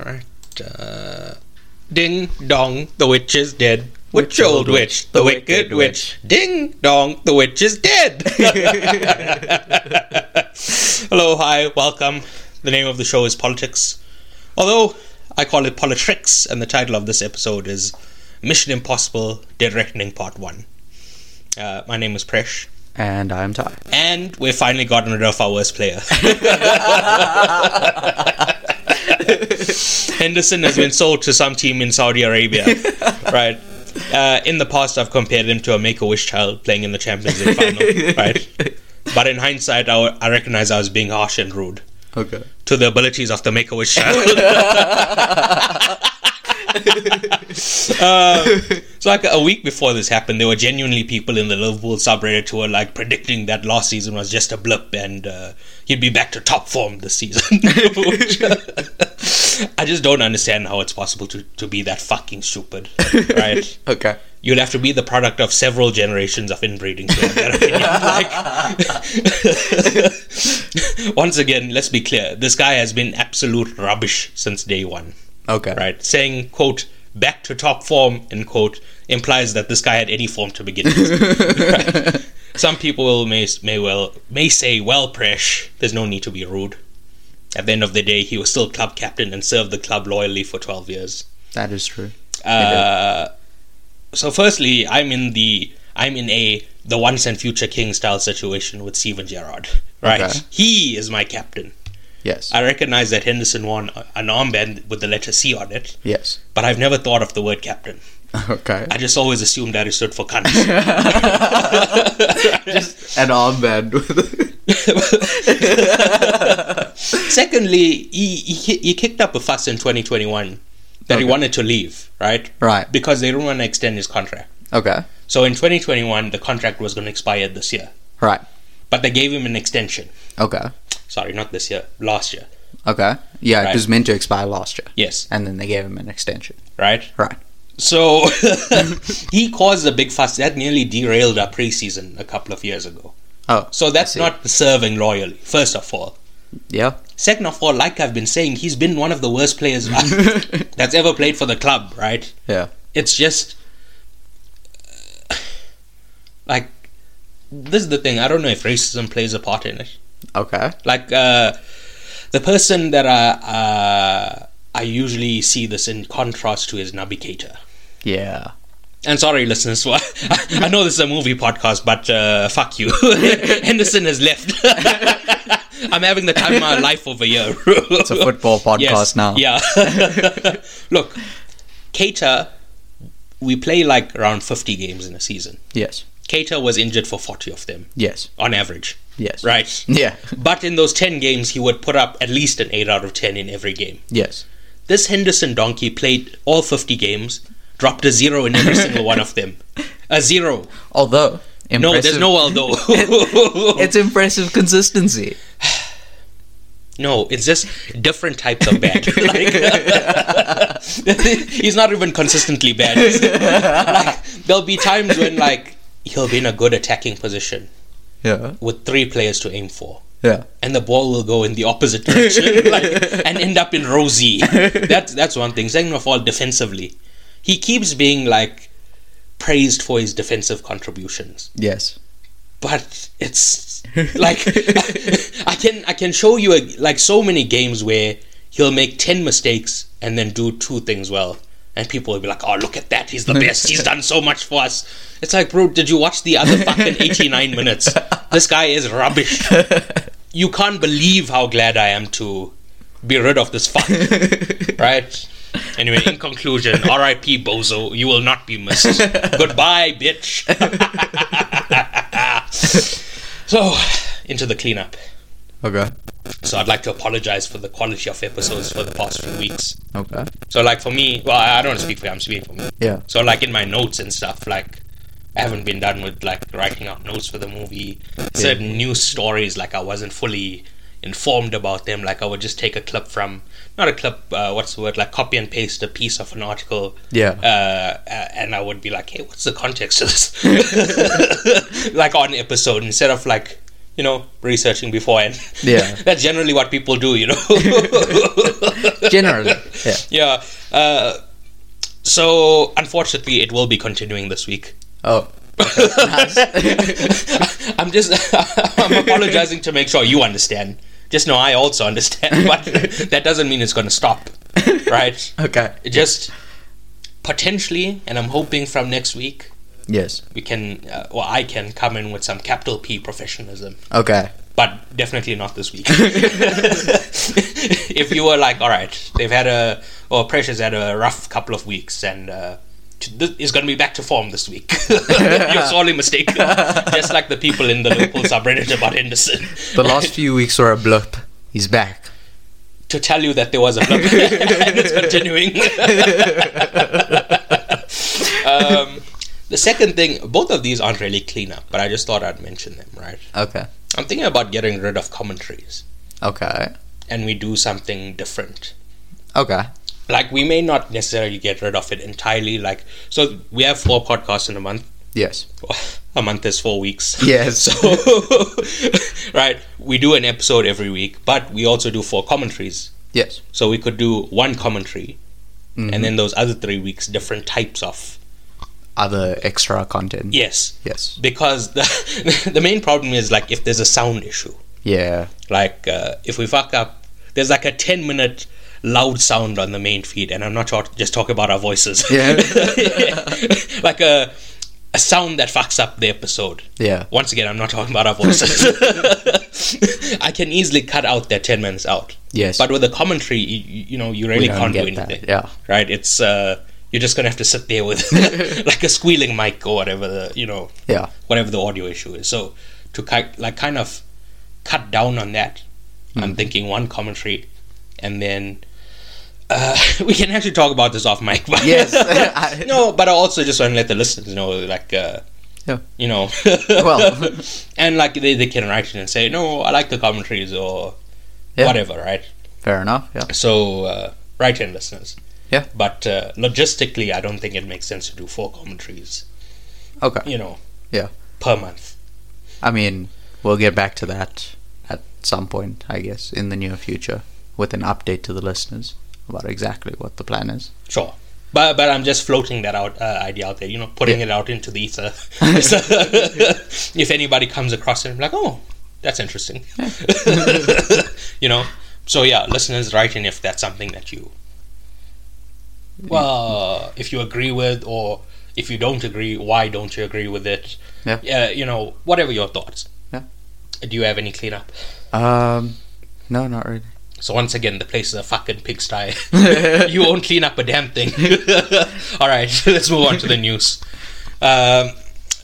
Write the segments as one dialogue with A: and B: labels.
A: All right. Uh, ding dong, the witch is dead. Which, old witch? The wicked witch. Ding dong, the witch is dead. Hello, hi, welcome. The name of the show is Politics. Although I call it Politrix, and the title of this episode is Mission Impossible Dead Reckoning Part 1. Uh, my name is Presh,
B: And I'm Ty.
A: and we've finally gotten rid of our worst player. Henderson has been sold to some team in Saudi Arabia. right. Uh, in the past, I've compared him to a Make a Wish child playing in the Champions League final. right. But in hindsight, I, I recognize I was being harsh and rude
B: Okay.
A: to the abilities of the Make a Wish child. Uh, so like a week before this happened, there were genuinely people in the Liverpool subreddit who were like predicting that last season was just a blip and uh, he'd be back to top form this season. Which, I just don't understand how it's possible to, to be that fucking stupid, right?
B: Okay.
A: You'll have to be the product of several generations of inbreeding. to have that opinion. Like, once again, let's be clear: this guy has been absolute rubbish since day one
B: Okay.
A: right? Saying, quote, back to top form, end quote, implies that this guy had any form to begin with. Right? Some people will, may, may well may say, well, Presh, there's no need to be rude. At the end of the day, he was still club captain and served the club loyally for 12 years.
B: That is true.
A: Uh, so, firstly, I'm in the I'm in a the once and future king style situation with Steven Gerrard. Right,
B: Okay.
A: he is my captain.
B: Yes.
A: I recognize that Henderson won a- an armband with the letter C on it,
B: yes.
A: but I've never thought of the word captain.
B: Okay.
A: I just always assumed that it stood for cunt.
B: An armband with.
A: Secondly, he, he, ki- he kicked up a fuss in 2021 that he
B: Okay.
A: wanted to leave, right?
B: right.
A: Because they didn't want to extend his contract.
B: Okay.
A: So in 2021, the contract was going to expire this year,
B: Right.
A: but they gave him an extension.
B: Okay.
A: Sorry, not this year, last year.
B: Okay. Yeah,
A: Right.
B: it was meant to expire last year.
A: Yes,
B: And then they gave him an extension.
A: right?
B: Right.
A: So he caused a big fuss. That nearly derailed our preseason a couple of years ago.
B: Oh.
A: So that's
B: see.
A: not serving loyally, first of all.
B: Yeah.
A: Second of all, like I've been saying, he's been one of the worst players that's ever played for the club, right?
B: Yeah.
A: It's just. Like, this is the thing. I don't know if racism plays a part in it.
B: Okay.
A: Like, uh, the person that I, uh, I usually see this in contrast to is Nabi Keita.
B: Yeah.
A: And sorry, listeners, for- I know this is a movie podcast, but uh, fuck you. Henderson has left. I'm having the time of my life over here.
B: It's a football podcast now.
A: Yeah. Look, Cater, we play like around 50 games in a season.
B: Yes.
A: Cater was injured for 40 of them
B: Yes.
A: on average,
B: Yes.
A: right?
B: Yeah.
A: But in those 10 games, he would put up at least an 8 out of 10 in every game.
B: Yes.
A: This Henderson donkey played all 50 games, dropped a zero in every single one of them. A zero.
B: Although impressive,
A: No, there's no although.
B: It's impressive consistency.
A: No, it's just different types of bad. like, he's not even consistently bad. like, there'll be times when like he'll be in a good attacking position
B: Yeah.
A: with three players to aim for,
B: Yeah.
A: and the ball will go in the opposite direction like, and end up in rosy. That's that's one thing. Second of all, defensively, he keeps being like praised for his defensive contributions
B: Yes.
A: but it's like I can I can show you like so many games where he'll make ten mistakes and then do two things well, and people will be like, "Oh, look at that! He's the best. He's done so much for us." It's like, bro, did you watch the other fucking eighty nine minutes? This guy is rubbish. You can't believe how glad I am to be rid of this fuck, right? Anyway, in conclusion, R.I.P. Bozo, you will not be missed. Goodbye, bitch. So, into the cleanup.
B: Okay.
A: So, I'd like to apologize for the quality of episodes for the past few weeks.
B: Okay.
A: So, like, for me, well, I I don't speak for you, I'm speaking for me.
B: Yeah.
A: So, like, in my notes and stuff, like, I haven't been done with, like, writing out notes for the movie. Certain news stories, like, I wasn't fully informed about them. Like, I would just take a clip from, not a clip, uh, what's the word, like, copy and paste a piece of an article.
B: Yeah.
A: Uh, a- and I would be like, hey, what's the context of this? like, on episode, instead of, like, you know, researching beforehand.
B: Yeah.
A: That's generally what people do, you know.
B: Generally. Yeah.
A: yeah. Uh, so unfortunately, it will be continuing this week.
B: Oh.
A: I'm just I'm apologizing to make sure you understand. Just know I also understand, but that doesn't mean it's going to stop, right?
B: Okay.
A: It just potentially, and I'm hoping from next week
B: Yes.
A: we can, uh, or I can come in with some capital P professionalism,
B: Okay.
A: but definitely not this week. if you were like, all right, they've had a or Pressure's had a rough couple of weeks and. Uh, t- th- is going to be back to form this week. You're sorely mistaken. Just like the people in the Liverpool subreddit about Henderson.
B: The last few weeks were a blip. He's back.
A: to tell you that there was a flip and it's continuing. um, the second thing, both of these aren't really clean up, but I just thought I'd mention them, right?
B: Okay.
A: I'm thinking about getting rid of commentaries
B: Okay.
A: and we do something different.
B: Okay.
A: Like, we may not necessarily get rid of it entirely. Like, so we have four podcasts in a month.
B: Yes.
A: A month is four weeks.
B: Yes.
A: So, right, we do an episode every week, but we also do four commentaries
B: Yes.
A: So we could do one commentary,
B: Mhm.
A: and then those other three weeks, different types of
B: Other extra content.
A: yes.
B: Yes.
A: Because the the main problem is like if there's a sound issue,
B: Yeah.
A: like uh, if we fuck up, there's like a ten minute loud sound on the main feed, and I'm not sure, just talking about our voices.
B: Yeah.
A: like a a sound that fucks up the episode.
B: Yeah.
A: Once again, I'm not talking about our voices. I can easily cut out that ten minutes out.
B: Yes.
A: But with the commentary, you, you you know, you really
B: don't
A: can't do
B: get that,
A: anything.
B: yeah.
A: Right? It's uh, you're just gonna have to sit there with like a squealing mic or whatever the you know
B: Yeah.
A: whatever the audio issue is. So to ki- like kind of cut down on that,
B: Mm-hmm.
A: I'm thinking one commentary, and then uh, we can actually talk about this off mic. But
B: Yes. I-
A: no, but I also just want to let the listeners know, like. Uh,
B: Yeah.
A: You know,
B: Well.
A: and like they, they can write in and say, no, I like the commentaries or
B: Yeah.
A: whatever, right?
B: Fair enough. Yeah.
A: So, uh, right hand listeners.
B: Yeah.
A: But uh, logistically, I don't think it makes sense to do four commentaries,
B: Okay.
A: you know.
B: Yeah.
A: Per month.
B: I mean, we'll get back to that at some point, I guess, in the near future, with an update to the listeners about exactly what the plan is.
A: Sure. But, but I'm just floating that out uh, idea out there, you know, putting it out into the ether. So, if anybody comes across it, I'm like, oh, that's interesting. you know? So, yeah, listeners, write in if that's something that you.
B: Mm.
A: Well, if you agree with, or if you don't agree, why don't you agree with it?
B: Yeah.
A: Yeah, you know, whatever your thoughts.
B: Yeah.
A: Do you have any cleanup?
B: Um, no, not really.
A: So once again, the place is a fucking pigsty. you won't clean up a damn thing. All right, let's move on to the news. Um,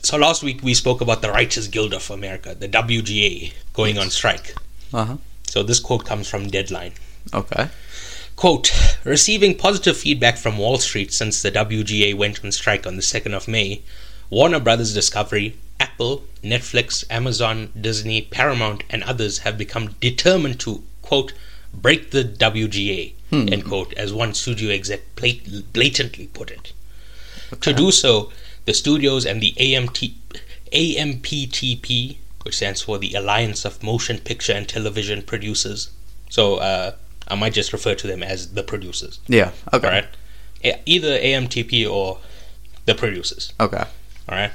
A: so last week we spoke about the Writers Guild of America, the WGA, going on strike.
B: Uh huh.
A: So this quote comes from Deadline.
B: Okay.
A: Quote, receiving positive feedback from Wall Street since the WGA went on strike on the 2nd of May, Warner Brothers Discovery, Apple, Netflix, Amazon, Disney, Paramount, and others have become determined to, quote, break the WGA, end quote, as one studio exec blat- blatantly put it. To do so, the studios and the AMT, AMPTP, which stands for the Alliance of Motion Picture and Television Producers, so uh, I might just refer to them as the producers,
B: Yeah. Okay.
A: all right? E- Either AMTP or the producers,
B: Okay.
A: all right?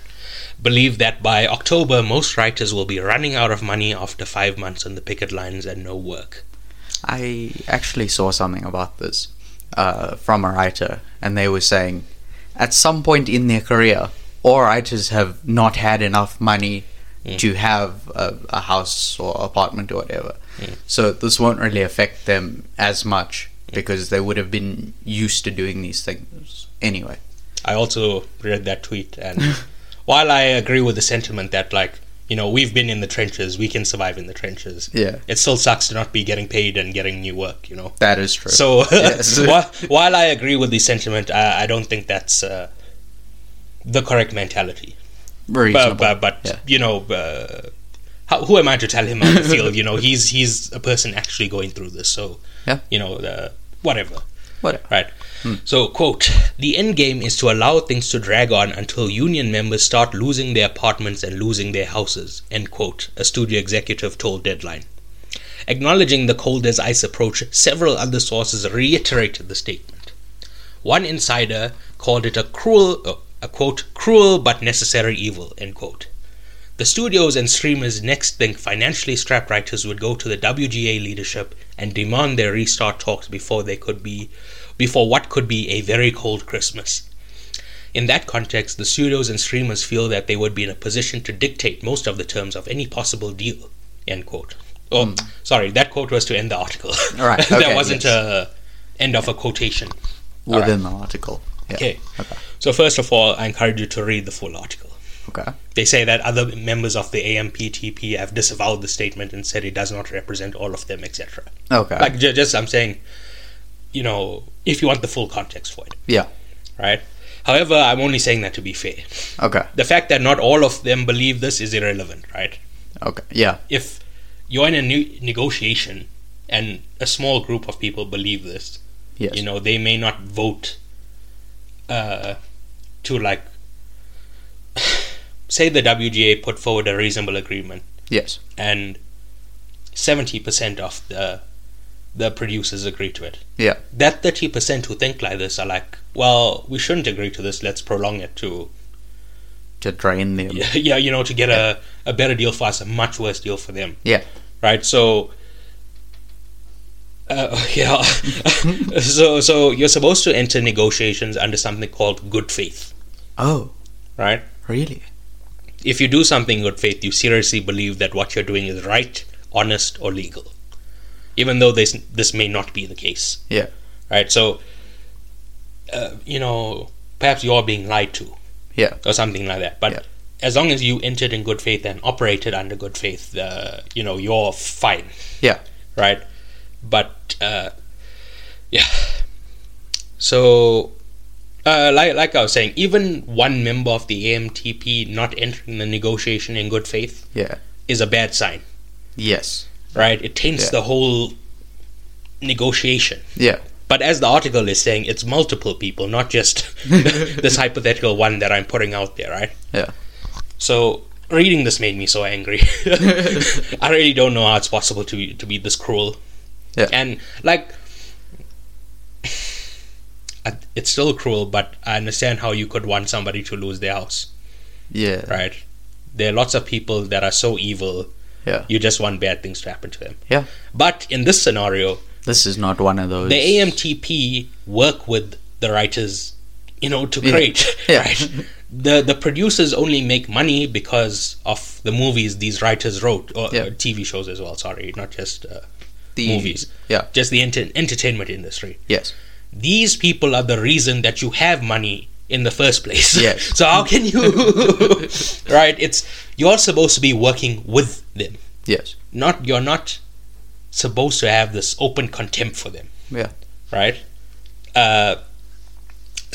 A: Believe that by October, most writers will be running out of money after five months on the picket lines and no work.
B: I actually saw something about this uh, from a writer, and they were saying at some point in their career, all writers have not had enough money
A: Mm.
B: to have a, a house or apartment or whatever.
A: Mm.
B: So this won't really affect them as much because they would have been used to doing these things anyway.
A: I also read that tweet, and while I agree with the sentiment that, like, you know, we've been in the trenches, we can survive in the trenches.
B: Yeah.
A: It still sucks to not be getting paid and getting new work, you know.
B: That is true.
A: So
B: Yes.
A: while, while I agree with the sentiment, I, I don't think that's uh, the correct mentality.
B: reasonable.
A: But, but, but
B: Yeah.
A: you know, uh, how, who am I to tell him how to feel? You know, he's he's a person actually going through this. So
B: Yeah.
A: you know, uh, whatever.
B: Whatever. Hmm.
A: Right. So, quote, the end game is to allow things to drag on until union members start losing their apartments and losing their houses, end quote, a studio executive told Deadline. Acknowledging the cold as ice approach, several other sources reiterated the statement. One insider called it a cruel, uh, a quote, cruel but necessary evil, end quote. The studios and streamers next think financially strapped writers would go to the WGA leadership and demand their restart talks before they could be before what could be a very cold Christmas. In that context, the studios and streamers feel that they would be in a position to dictate most of the terms of any possible deal. End quote. Oh, sorry, that quote was to end the article.
B: Hmm. All right,
A: that
B: okay,
A: wasn't
B: yes.
A: a end of a quotation. All right.
B: within the article. Yeah.
A: Okay. So first of all, I encourage you to read the full article.
B: Okay.
A: They say that other members of the AMPTP have disavowed the statement and said it does not represent all of them, etc.
B: Okay.
A: Like, ju- just I'm saying, you know, if you want the full context for it,
B: yeah.
A: right? However, I'm only saying that to be fair.
B: Okay.
A: The fact that not all of them believe this is irrelevant, right?
B: Okay. Yeah.
A: If you're in a new negotiation and a small group of people believe this,
B: Yes.
A: you know, they may not vote uh, to like. Say the WGA put forward a reasonable agreement,
B: yes.
A: and seventy percent of the the producers agree to it.
B: Yeah.
A: That thirty percent who think like this are like, well, we shouldn't agree to this. Let's prolong it to
B: To drain them. Yeah.
A: yeah, you know, to get a, a better deal for us, a much worse deal for them.
B: Yeah.
A: Right. So. Uh, yeah. so so you're supposed to enter negotiations under something called good faith,
B: Oh,
A: right?
B: really?
A: If you do something in good faith, you seriously believe that what you're doing is right, honest, or legal, even though this this may not be the case.
B: Yeah.
A: Right. So. Uh, you know, perhaps you're being lied to.
B: Yeah.
A: or something like that. But
B: Yeah.
A: as long as you entered in good faith and operated under good faith, uh, you know you're fine,
B: Yeah.
A: right? But uh, yeah, so uh, like like I was saying, even one member of the AMTP not entering the negotiation in good faith
B: Yeah.
A: is a bad sign,
B: Yes.
A: right? It taints
B: Yeah.
A: the whole negotiation.
B: Yeah.
A: But as the article is saying, it's multiple people, not just this hypothetical one that I'm putting out there, right?
B: Yeah.
A: So reading this made me so angry. I really don't know how it's possible to be, to be this cruel.
B: Yeah.
A: And like I- it's still cruel, but I understand how you could want somebody to lose their house,
B: Yeah.
A: right? There are lots of people that are so evil.
B: Yeah.
A: You just want bad things to happen to them.
B: Yeah.
A: But in this scenario,
B: This is not one of those.
A: the AMTP work with the writers, you know, to create.
B: Yeah.
A: Right? The the producers only make money because of the movies these writers wrote, or
B: Yeah.
A: uh, TV shows as well. Sorry, not just uh,
B: the-
A: movies.
B: Yeah.
A: just the enter- entertainment industry.
B: Yes.
A: These people are the reason that you have money in the first place.
B: Yes.
A: so how can you? right? It's you're supposed to be working with them.
B: Yes.
A: Not you're not supposed to have this open contempt for them
B: Yeah.
A: right? Uh,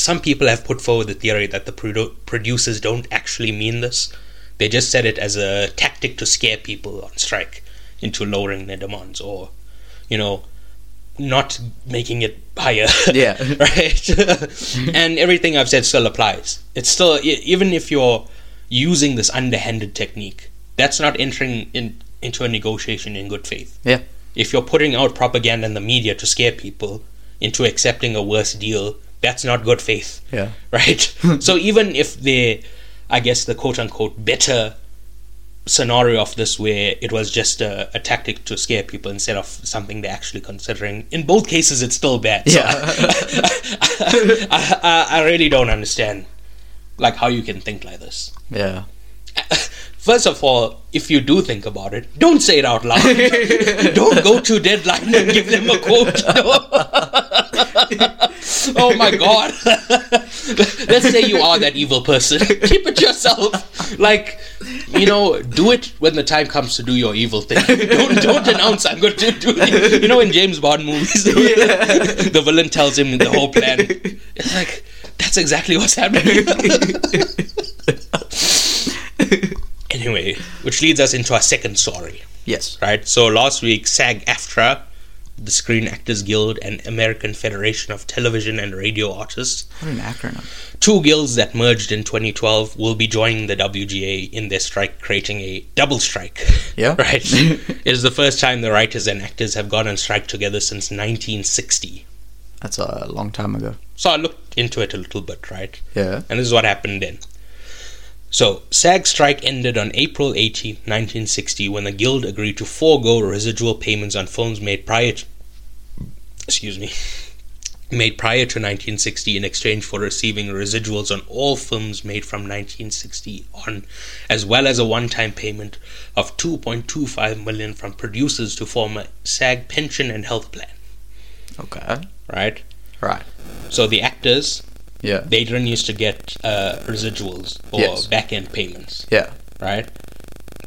A: some people have put forward the theory that the produ- producers don't actually mean this. They just said it as a tactic to scare people on strike into lowering their demands or, you know, not making it higher.
B: Yeah.
A: right? and everything I've said still applies. It's still, e- even if you're using this underhanded technique, that's not entering in, into a negotiation in good faith
B: Yeah.
A: if you're putting out propaganda in the media to scare people into accepting a worse deal, that's not good faith,
B: Yeah.
A: right? so even if the, I guess the quote unquote better scenario of this where it was just a, a tactic to scare people instead of something they're actually considering in both cases it's still bad So I, I, I really don't understand like how you can think like this
B: Yeah.
A: First of all, if you do think about it, don't say it out loud. don't go to deadline and give them a quote. No. oh my god. Let's say you are that evil person. Keep it yourself. Like, you know, do it when the time comes to do your evil thing. Don't don't announce I'm going to do it. You know, in James Bond movies, the villain tells him the whole plan. It's like that's exactly what's happening. Anyway, which leads us into our second story,
B: Yes.
A: right? So last week, SAG AFTRA the Screen Actors Guild and American Federation of Television and Radio Artists,
B: What an acronym.
A: two guilds that merged in 2012, will be joining the WGA in their strike, creating a double strike.
B: Yeah.
A: right. it is the first time the writers and actors have gone on strike together since 1960.
B: That's a long time ago.
A: So I looked into it a little bit, right?
B: Yeah.
A: And this is what happened then. So, SAG strike ended on April 18, 1960, when the Guild agreed to forego residual payments on films made prior to, excuse me, made prior to 1960 in exchange for receiving residuals on all films made from 1960 on, as well as a one-time payment of 2.25 million from producers to form a SAG pension and health plan,
B: Okay.
A: right?
B: Right.
A: So the actors
B: Yeah.
A: they didn't used to get uh, residuals or
B: Yes.
A: back end payments,
B: Yeah.
A: right?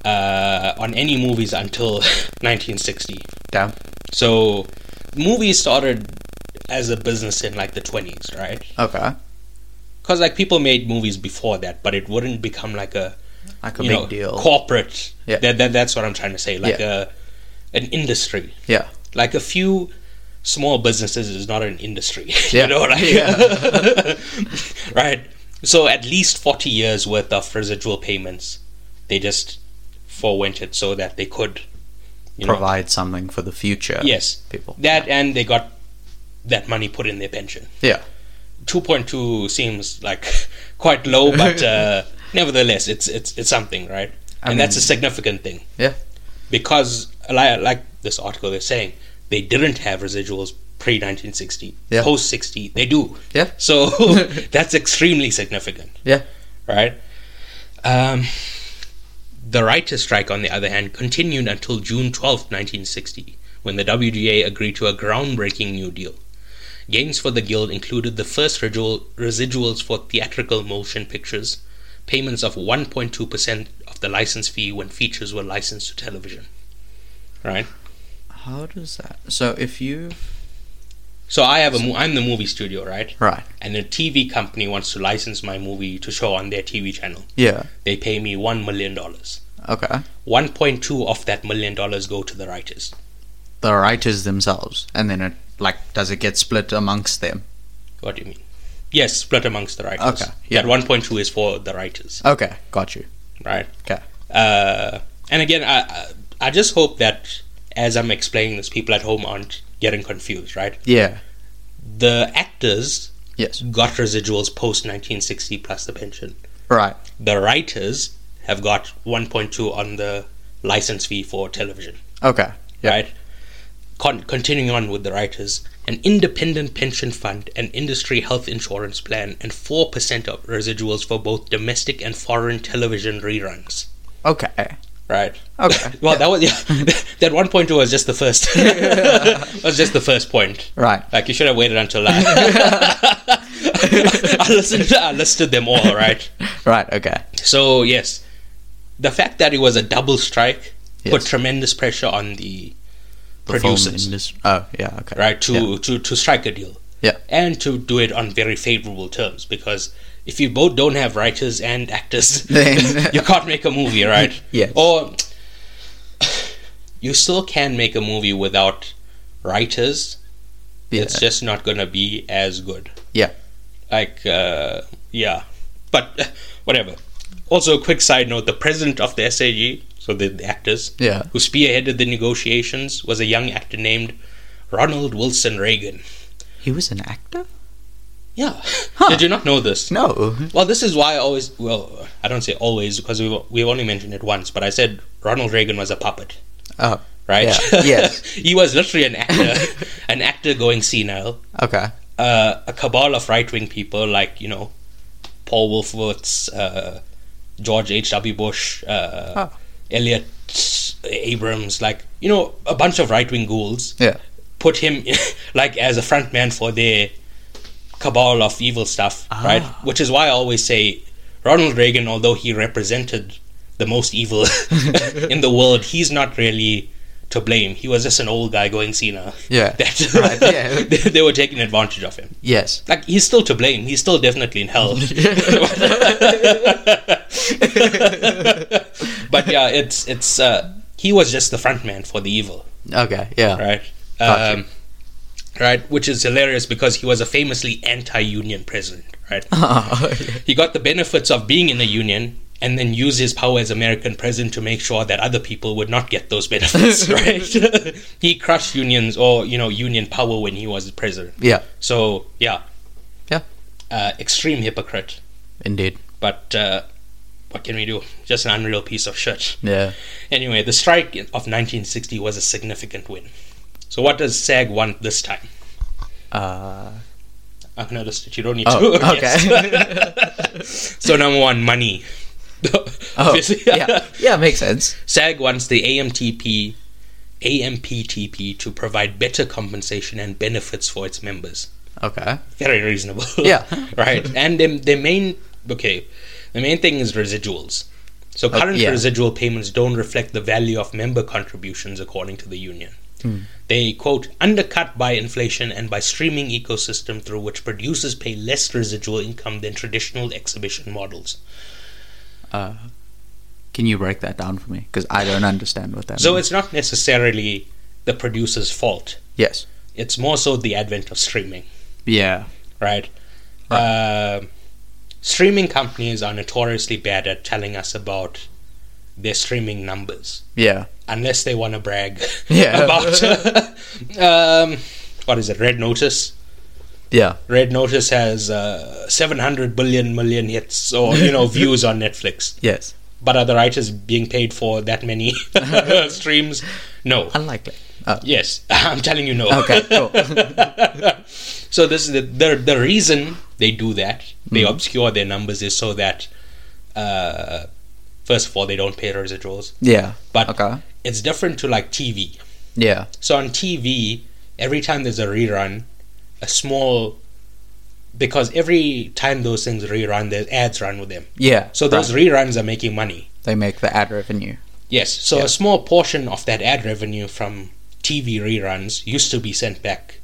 A: Uh, on any movies until 1960.
B: Damn.
A: So, movies started as a business in like the 20s, right?
B: Okay.
A: Because like people made movies before that, but it wouldn't become like a
B: Like a
A: you
B: big
A: know,
B: deal.
A: corporate.
B: Yeah.
A: That, that, that's what I'm trying to say. Like a an industry.
B: Yeah.
A: Like a few small businesses is not an industry.
B: Yeah.
A: you know, like
B: Yeah.
A: right. So at least forty years worth of residual payments, they just forewent it so that they could, you know,
B: Provide something for the future.
A: yes,
B: People.
A: that and they got that money put in their pension.
B: Yeah.
A: Two point two seems like quite low, but uh, nevertheless, it's it's it's something, right?
B: I
A: and that's a
B: mean-
A: significant thing.
B: Yeah.
A: because li- like this article they're saying they didn't have residuals pre 1960,
B: Yeah.
A: post 60 they do.
B: Yeah.
A: So that's extremely significant.
B: Yeah.
A: Right. Um, the writer's strike, on the other hand, continued until June twelfth, 1960, when the WGA agreed to a groundbreaking new deal. Gains for the Guild included the first residual, residuals for theatrical motion pictures, payments of 1.2% of the license fee when features were licensed to television. Right?
B: How does that? So if you
A: So I have a mo- I'm the movie studio, right?
B: right.
A: And a TV company wants to license my movie to show on their TV channel.
B: Yeah.
A: They pay me 1 million dollars.
B: Okay.
A: 1.2 of that million dollars go to the writers.
B: The writers themselves, and then it like does it get split amongst them?
A: What do you mean? Yes, split amongst the writers.
B: Okay, yeah.
A: That 1.2 is for the writers,
B: Okay. Got you.
A: right?
B: Okay.
A: Uh, and again, I I- I just hope that as I'm explaining this, people at home aren't getting confused, right?
B: Yeah.
A: The actors
B: Yes.
A: got residuals post 1960 plus the pension.
B: Right.
A: The writers have got 1.2 on the license fee for television.
B: Okay. Yeah.
A: right? Con- continuing on with the writers, an independent pension fund, an industry health insurance plan, and 4% of residuals for both domestic and foreign television reruns.
B: Okay.
A: Right.
B: Okay.
A: well, that was yeah. that one point was just the first. was just the first point.
B: Right.
A: Like you should have waited until I, I listened. I listed them all. Right.
B: Right. Okay.
A: So yes, the fact that it was a double strike put
B: Yes.
A: tremendous pressure on the,
B: The film
A: producers
B: indus- Oh, yeah. Okay.
A: right to
B: Yeah.
A: to to strike a deal
B: Yeah.
A: and to do it on very favorable terms because if you both don't have writers and actors
B: Then-
A: you can't make a movie right
B: Yes.
A: or you still can make a movie without writers
B: Yeah.
A: it's just not gonna be as good
B: Yeah.
A: like uh yeah but uh, whatever also a quick side note the president of the sag so the, the actors
B: Yeah.
A: who spearheaded the negotiations was a young actor named ronald wilson reagan
B: He was an actor?
A: Yeah.
B: Huh.
A: Did you not know this?
B: No.
A: Well, this is why I always, well, I don't say always because we we've only mentioned it once, but I said Ronald Reagan was a puppet,
B: Oh.
A: right?
B: Yeah. Yes.
A: he was literally an actor, an actor going senile,
B: Okay.
A: uh, a cabal of right wing people like, you know, Paul Wolfowitz, uh, George H.W. Bush, uh,
B: Oh.
A: Elliot Abrams, like, you know, a bunch of right wing ghouls
B: Yeah.
A: put him like as a front man for their cabal of evil stuff, right? Which is why I always say Ronald Reagan, although he represented the most evil in the world, he's not really to blame. He was just an old guy going senile.
B: Yeah.
A: That
B: Right, yeah.
A: they, they were taking advantage of him.
B: Yes.
A: Like he's still to blame. He's still definitely in hell. but yeah, it's it's uh, he was just the front man for the evil,
B: Okay. Yeah.
A: right?
B: Gotcha.
A: um, right? Which is hilarious because he was a famously anti-union president, right?
B: Oh.
A: He got the benefits of being in a union and then used his power as American president to make sure that other people would not get those benefits, right? he crushed unions or, you know, union power when he was president.
B: yeah,
A: So, yeah.
B: Yeah.
A: Uh, extreme hypocrite.
B: indeed.
A: But uh, what can we do? Just an unreal piece of shit.
B: Yeah.
A: Anyway, the strike of 1960 was a significant win. So, what does SAG want this time?
B: Uh,
A: I've noticed that you don't need
B: Oh,
A: to.
B: okay.
A: Yes. so number one, money.
B: oh,
A: Obviously.
B: yeah, yeah, makes sense.
A: SAG wants the AMTP, AMPTP to provide better compensation and benefits for its members.
B: Okay.
A: Very reasonable.
B: Yeah.
A: right. And the, the main okay, the main thing is residuals. So current
B: Oh, yeah.
A: residual payments don't reflect the value of member contributions according to the union.
B: Hmm.
A: They quote undercut by inflation and by streaming ecosystem through which producers pay less residual income than traditional exhibition models.
B: Uh, can you break that down for me? Because I don't understand what that
A: So
B: means.
A: it's not necessarily the producer's fault.
B: yes.
A: It's more so the advent of streaming.
B: Yeah.
A: right? Um streaming companies are notoriously bad at telling us about their streaming numbers,
B: Yeah.
A: unless they want to brag
B: Yeah.
A: about um, what is it? Red Notice.
B: Yeah.
A: Red Notice has uh, 700 billion million hits or you know views on Netflix,
B: Yes.
A: but are the writers being paid for that many streams? No.
B: Unlikely. Oh.
A: Yes, I'm telling you no.
B: Okay. Cool.
A: So this is the, the the reason they do that. They obscure their numbers is so that uh, first of all they don't pay residuals,
B: yeah.
A: but
B: Okay.
A: it's different to like TV.
B: Yeah.
A: So on TV, every time there's a rerun, a small because every time those things rerun, there's ads run with them.
B: Yeah.
A: So
B: right.
A: those reruns are making money.
B: they make the ad revenue.
A: Yes. So
B: Yeah.
A: a small portion of that ad revenue from TV reruns used to be sent back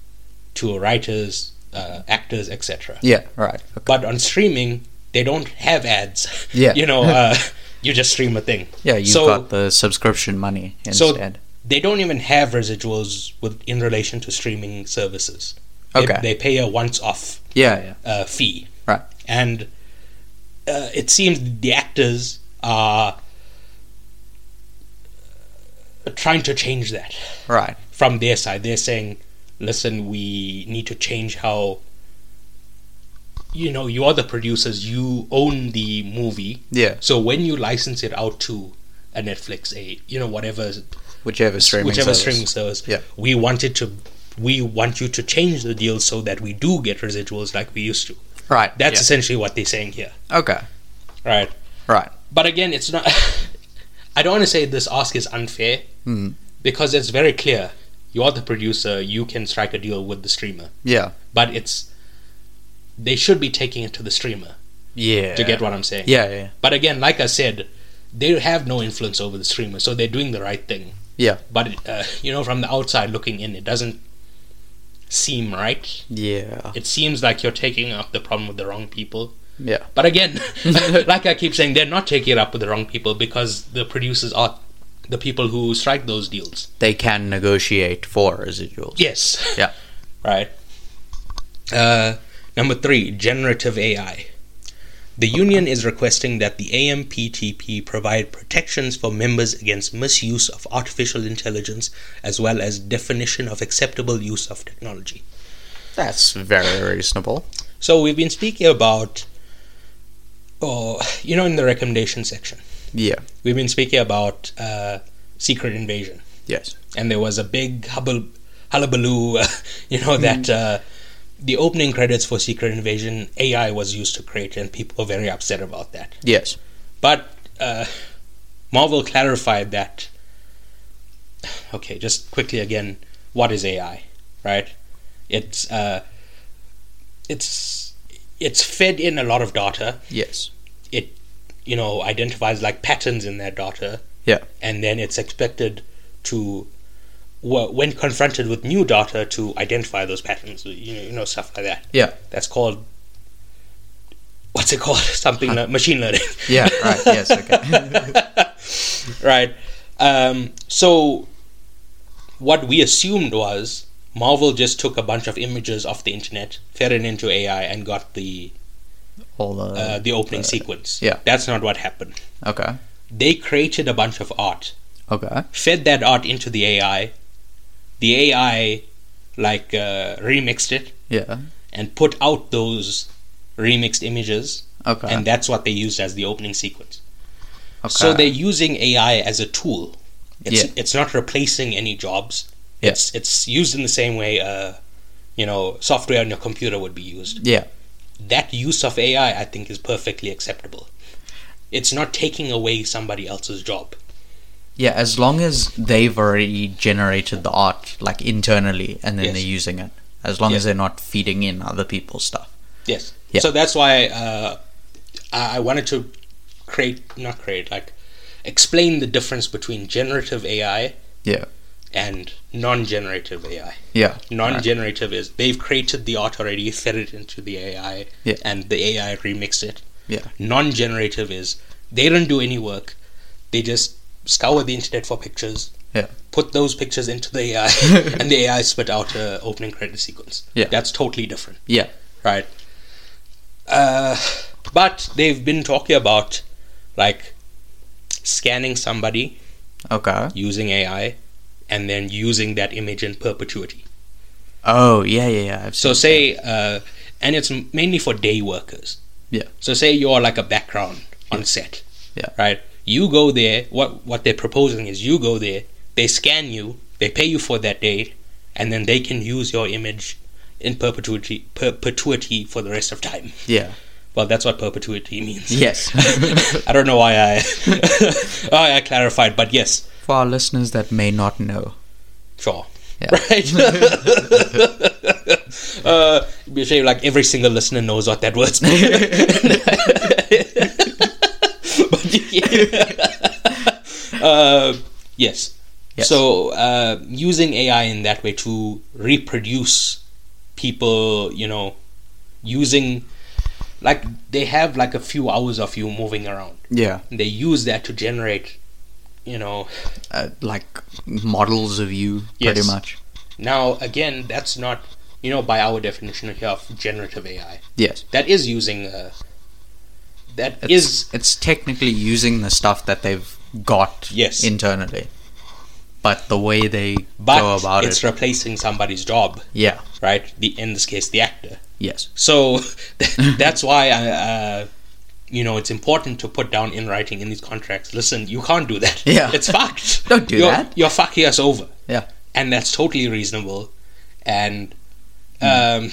A: to writers, uh, actors, etc.
B: Yeah. Right. Okay.
A: but on streaming they don't have ads
B: Yeah.
A: you know uh, you just stream a thing
B: Yeah. You
A: so
B: got the subscription money
A: So-
B: instead.
A: they don't even have residuals with, in relation to streaming services They-
B: okay.
A: they, pay a once-off
B: yeah. Yeah.
A: uh, fee
B: Right.
A: and uh, it seems the actors are trying to change that
B: Right.
A: from their side they're saying listen we need to change how you know you are the producers you own the movie
B: Yeah.
A: So when you license it out to a Netflix, a you know whatever
B: Whichever streaming.
A: whichever
B: service.
A: streaming service,
B: Yeah.
A: we want it to, we want you to change the deal so that we do get residuals like we used to.
B: Right.
A: That's
B: yeah.
A: essentially what they're saying here,
B: okay.
A: right?
B: Right.
A: But again, it's not. I don't want to say this ask is unfair
B: Hmm.
A: because it's very clear. You are the producer. You can strike a deal with the streamer,
B: Yeah.
A: but it's they should be taking it to the streamer
B: Yeah.
A: to get what I'm saying.
B: Yeah. Yeah.
A: But again, like I said, they have no influence over the streamer, so they're doing the right thing.
B: Yeah.
A: But uh, you know, from the outside looking in, it doesn't seem right.
B: Yeah.
A: It seems like you're taking up the problem with the wrong people.
B: Yeah.
A: But again, like I keep saying, they're not taking it up with the wrong people because the producers are the people who strike those deals.
B: They can negotiate for residuals.
A: Yes.
B: Yeah.
A: Right. Uh, number three, generative AI. The union is requesting that the AMPTP provide protections for members against misuse of artificial intelligence as well as definition of acceptable use of technology.
B: That's very reasonable.
A: So we've been speaking about, oh, you know, in the recommendation section,
B: Yeah.
A: we've been speaking about uh, secret invasion.
B: Yes.
A: and there was a big hubble, hullabaloo, you know, that uh, the opening credits for Secret Invasion AI was used to create, and people were very upset about that.
B: Yes.
A: But uh, Marvel clarified that. Okay, just quickly again, what is AI, right? It's uh, it's it's fed in a lot of data.
B: Yes.
A: You know, identifies like patterns in that data,
B: Yeah.
A: and then it's expected to wh- when confronted with new data to identify those patterns you know, you know stuff like that
B: Yeah.
A: that's called what's it called something like machine learning
B: Yeah. Right. Yes. Okay.
A: right um, so what we assumed was Marvel just took a bunch of images off the internet, fed it into AI, and got the
B: All the
A: uh, the opening sequence.
B: yeah.
A: that's not what happened.
B: okay,
A: They created a bunch of art,
B: okay,
A: fed that art into the AI. The AI like uh, remixed it
B: yeah,
A: and put out those remixed images,
B: okay,
A: and that's what they used as the opening sequence.
B: okay.
A: So they're using AI as a tool. It's
B: Yeah.
A: it's not replacing any jobs.
B: Yeah.
A: It's it's used in the same way uh, you know, software on your computer would be used.
B: yeah,
A: That use of AI I think is perfectly acceptable. It's not taking away somebody else's job.
B: yeah. As long as they've already generated the art like internally, and then
A: Yes.
B: they're using it. As long
A: Yeah.
B: as they're not feeding in other people's stuff.
A: Yes.
B: Yeah.
A: So that's why uh, I, I wanted to create not create, like explain the difference between generative AI
B: Yeah,
A: and non generative AI.
B: yeah,
A: non-generative is they've created the art already, fed it into the AI,
B: Yeah.
A: and the AI remixed it.
B: yeah,
A: Non-generative is they don't do any work; they just scour the internet for pictures,
B: yeah,
A: put those pictures into the AI, and the AI spit out a opening credit sequence.
B: Yeah.
A: that's totally different,
B: yeah,
A: right? Uh, but they've been talking about like scanning somebody
B: okay.
A: using AI, and then using that image in perpetuity.
B: Oh yeah, yeah, yeah. I've
A: So
B: seen that.
A: say, uh, and it's m- mainly for day workers.
B: Yeah.
A: So say you're like a background on set.
B: Yeah.
A: Right. You go there. What what they're proposing is you go there. They scan you. They pay you for that day, and then they can use your image in perpetuity perpetuity for the rest of time.
B: yeah,
A: Well, that's what perpetuity means.
B: yes.
A: I don't know why I why I clarified, but yes,
B: For our listeners that may not know,
A: sure.
B: Yeah.
A: Right. uh, it'd be a shame, like every single listener knows what that word means. but yeah. uh, yes.
B: Yes.
A: So uh, using AI in that way to reproduce people, you know, using like they have like a few hours of you moving around.
B: yeah,
A: They use that to generate, you know,
B: uh, like models of you,
A: Yes.
B: pretty much.
A: Now, again, that's not, you know, by our definition here of generative AI.
B: Yes,
A: That is using, uh, that
B: it's,
A: is,
B: it's technically using the stuff that they've got
A: Yes.
B: internally, but the way they
A: but
B: go about
A: it's
B: it,
A: replacing somebody's job,
B: yeah,
A: right? The In this case, the actor.
B: yes,
A: So that's why, I, uh, you know, it's important to put down in writing in these contracts listen, you can't do that.
B: Yeah.
A: It's fucked.
B: Don't do
A: you're,
B: that.
A: You're fucking us over.
B: yeah,
A: and that's totally reasonable. And
B: Hmm.
A: um,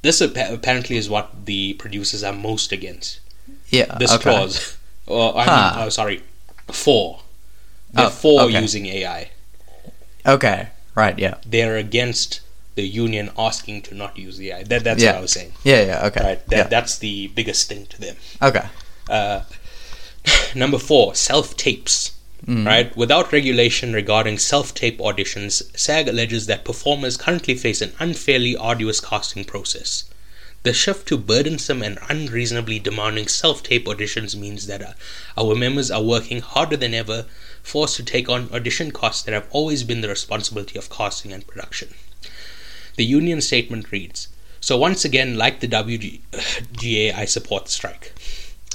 A: this appa- apparently is what the producers are most against.
B: yeah.
A: This
B: okay.
A: clause, or I
B: Huh.
A: mean, oh, sorry, for they're
B: Oh,
A: for
B: okay.
A: using AI.
B: Okay, right, yeah,
A: They're against the union asking to not use the AI. That, that's
B: Yeah.
A: what I was saying.
B: yeah, yeah. Okay,
A: Right, that, that's the biggest thing to them.
B: yeah. okay,
A: Uh, number four, self tapes. Right? Without regulation regarding self tape auditions, SAG alleges that performers currently face an unfairly arduous casting process. The shift to burdensome and unreasonably demanding self tape auditions means that uh, our members are working harder than ever, forced to take on audition costs that have always been the responsibility of casting and production. The union statement reads So, once again, like the WGA, I support the strike.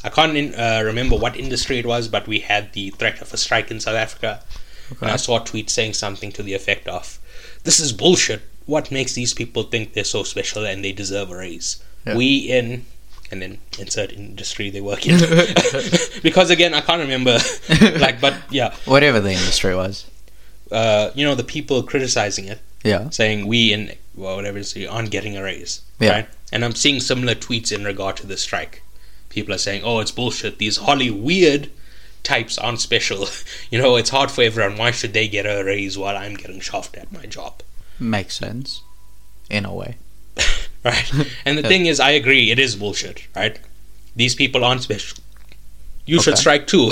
A: I can't in, uh, remember what industry it was, but we had the threat of a strike in South Africa. And I saw a tweet saying something to the effect of, "This is bullshit. What makes these people think they're so special and they deserve a raise?
B: Yeah.
A: We in." And then insert industry they work in, because again I can't remember, like but yeah,
B: whatever the industry was,
A: uh, you know the people criticizing it,
B: yeah,
A: saying we in well, whatever industry aren't getting a raise,
B: Yeah.
A: right? And I'm seeing similar tweets in regard to the strike. People are saying, "Oh, it's bullshit. These Holly weird types aren't special. you know, it's hard for everyone. Why should they get a raise while I'm getting shafted at my job?"
B: makes sense, in a way.
A: right? And the thing is, I agree, it is bullshit, right? These people aren't special. You should
B: Okay.
A: strike too,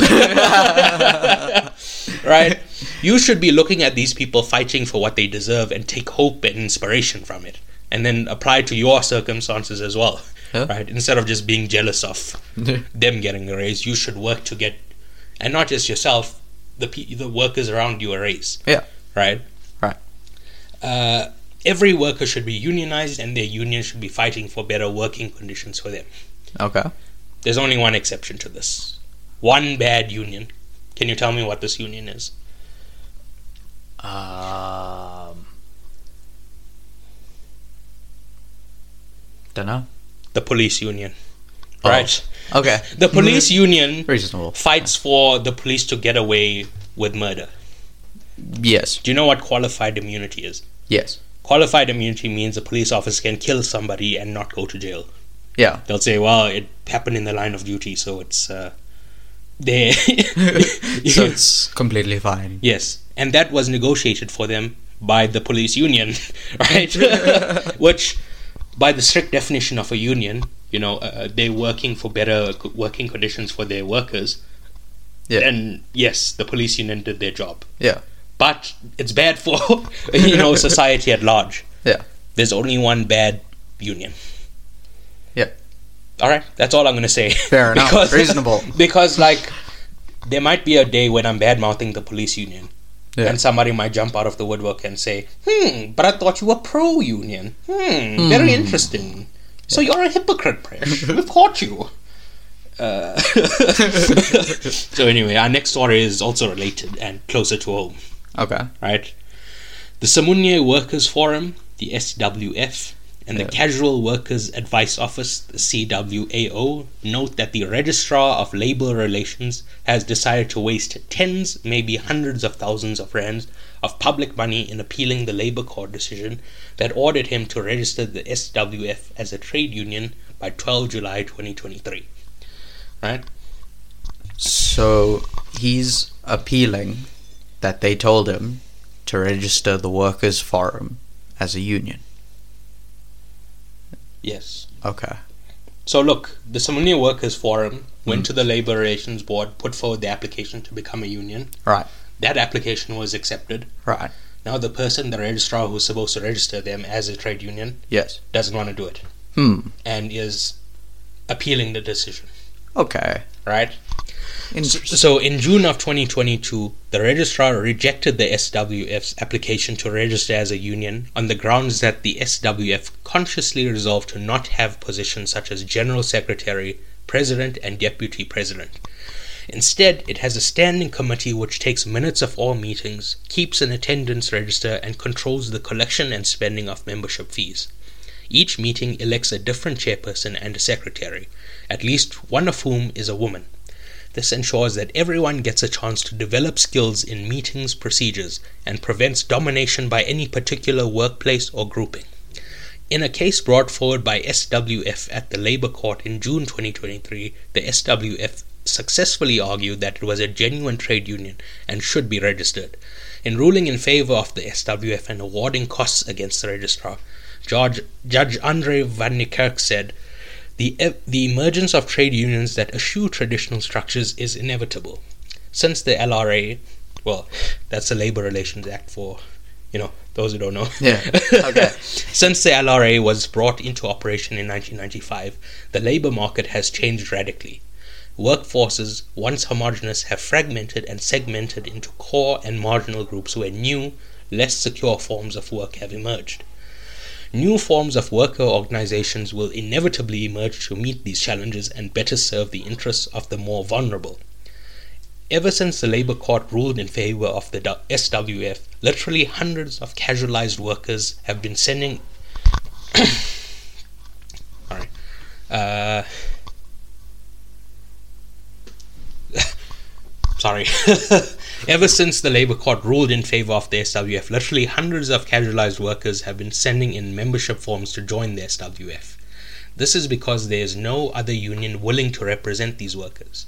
A: right? You should be looking at these people fighting for what they deserve and take hope and inspiration from it, and then apply to your circumstances as well,
B: Yeah.
A: right? Instead of just being jealous of them getting a raise, you should work to get, and not just yourself, the pe- the workers around you a raise,
B: Yeah.
A: right? uh, every worker should be unionized and their union should be fighting for better working conditions for them.
B: Okay.
A: There's only one exception to this. One bad union. Can you tell me what this union is?
B: Um. Don't know.
A: The police union.
B: Oh.
A: Right?
B: Okay.
A: The police union
B: Reasonable.
A: fights for the police to get away with murder.
B: Yes.
A: Do you know what qualified immunity is?
B: Yes.
A: Qualified immunity means a police officer can kill somebody and not go to jail.
B: Yeah.
A: They'll say, "Well, it happened in the line of duty, so it's uh, there."
B: so it's completely fine.
A: Yes, and that was negotiated for them by the police union, right? Which, by the strict definition of a union, you know, uh, they're working for better co- working conditions for their workers.
B: Yeah.
A: And yes, the police union did their job,
B: Yeah.
A: but it's bad for you know society at large.
B: Yeah.
A: There's only one bad union.
B: Yeah.
A: All right, that's all I'm gonna say.
B: Fair enough. Reasonable.
A: Because like, there might be a day when I'm bad mouthing the police union,
B: Yeah.
A: and somebody might jump out of the woodwork and say, "Hmm, but I thought you were pro union. Hmm, very interesting. So you're a hypocrite, Presh. We've caught you." Uh, so anyway, our next story is also related and closer to home
B: Okay.
A: right? The Samunye Workers Forum, the SWF, and the
B: Yeah.
A: Casual Workers Advice Office, the CWAO, note that the Registrar of Labour Relations has decided to waste tens, maybe hundreds of thousands of rands of public money in appealing the Labour Court decision that ordered him to register the SWF as a trade union by 12 July 2023. Right?
B: So he's appealing that they told him to register the workers' forum as a union.
A: Yes.
B: Okay.
A: So look, the Samunia Workers Forum went to the Labour Relations Board, put forward the application to become a union.
B: Right.
A: That application was accepted.
B: Right.
A: Now the person, the registrar who's supposed to register them as a trade union,
B: Yes.
A: doesn't want to do it
B: Hmm.
A: and is appealing the decision.
B: Okay.
A: Right.
B: Interesting.
A: So in June of 2022, the registrar rejected the SWF's application to register as a union on the grounds that the SWF consciously resolved to not have positions such as general secretary, president, and deputy president. Instead, it has a standing committee which takes minutes of all meetings, keeps an attendance register, and controls the collection and spending of membership fees. Each meeting elects a different chairperson and a secretary, at least one of whom is a woman. This ensures that everyone gets a chance to develop skills in meetings procedures and prevents domination by any particular workplace or grouping. In a case brought forward by SWF at the Labour Court in June 2023, the SWF successfully argued that it was a genuine trade union and should be registered. In ruling in favour of the SWF and awarding costs against the registrar, Judge, Judge Andre Van Niekerk said, the, e- the emergence of trade unions that eschew traditional structures is inevitable. Since the LRA, well, that's the Labour Relations Act for, you know, those who don't know.
B: Yeah. Okay.
A: Since the LRA was brought into operation in 1995, the labour market has changed radically. Workforces, once homogeneous, have fragmented and segmented into core and marginal groups where new, less secure forms of work have emerged. New forms of worker organizations will inevitably emerge to meet these challenges and better serve the interests of the more vulnerable. Ever since the Labour Court ruled in favour of the du- SWF, literally hundreds of casualised workers have been sending. Sorry. Uh, sorry. Ever since the Labour Court ruled in favour of the SWF, literally hundreds of casualised workers have been sending in membership forms to join the SWF. This is because there is no other union willing to represent these workers.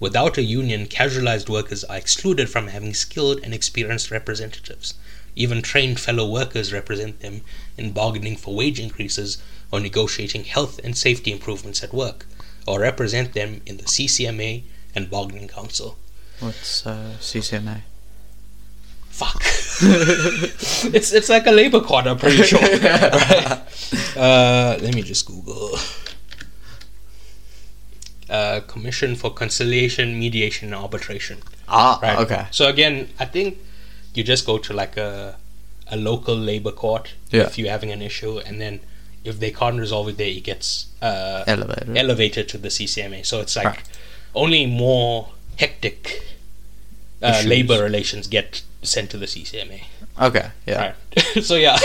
A: Without a union, casualized workers are excluded from having skilled and experienced representatives. Even trained fellow workers represent them in bargaining for wage increases or negotiating health and safety improvements at work, or represent them in the CCMA and bargaining council.
B: What's uh, CCMA?
A: Fuck. it's it's like a labor court, I'm pretty sure. Right? uh, let me just Google. Uh, Commission for Conciliation, Mediation, and Arbitration.
B: Ah.
A: Right.
B: Okay.
A: So again, I think you just go to like a a local labor court
B: Yeah.
A: if you're having an issue, and then if they can't resolve it there, it gets uh,
B: Elevated.
A: elevated to the CCMA. So it's like
B: Right.
A: only more hectic uh,
B: Issues.
A: labor relations get sent to the CCMA.
B: okay. Yeah.
A: Right. so yeah,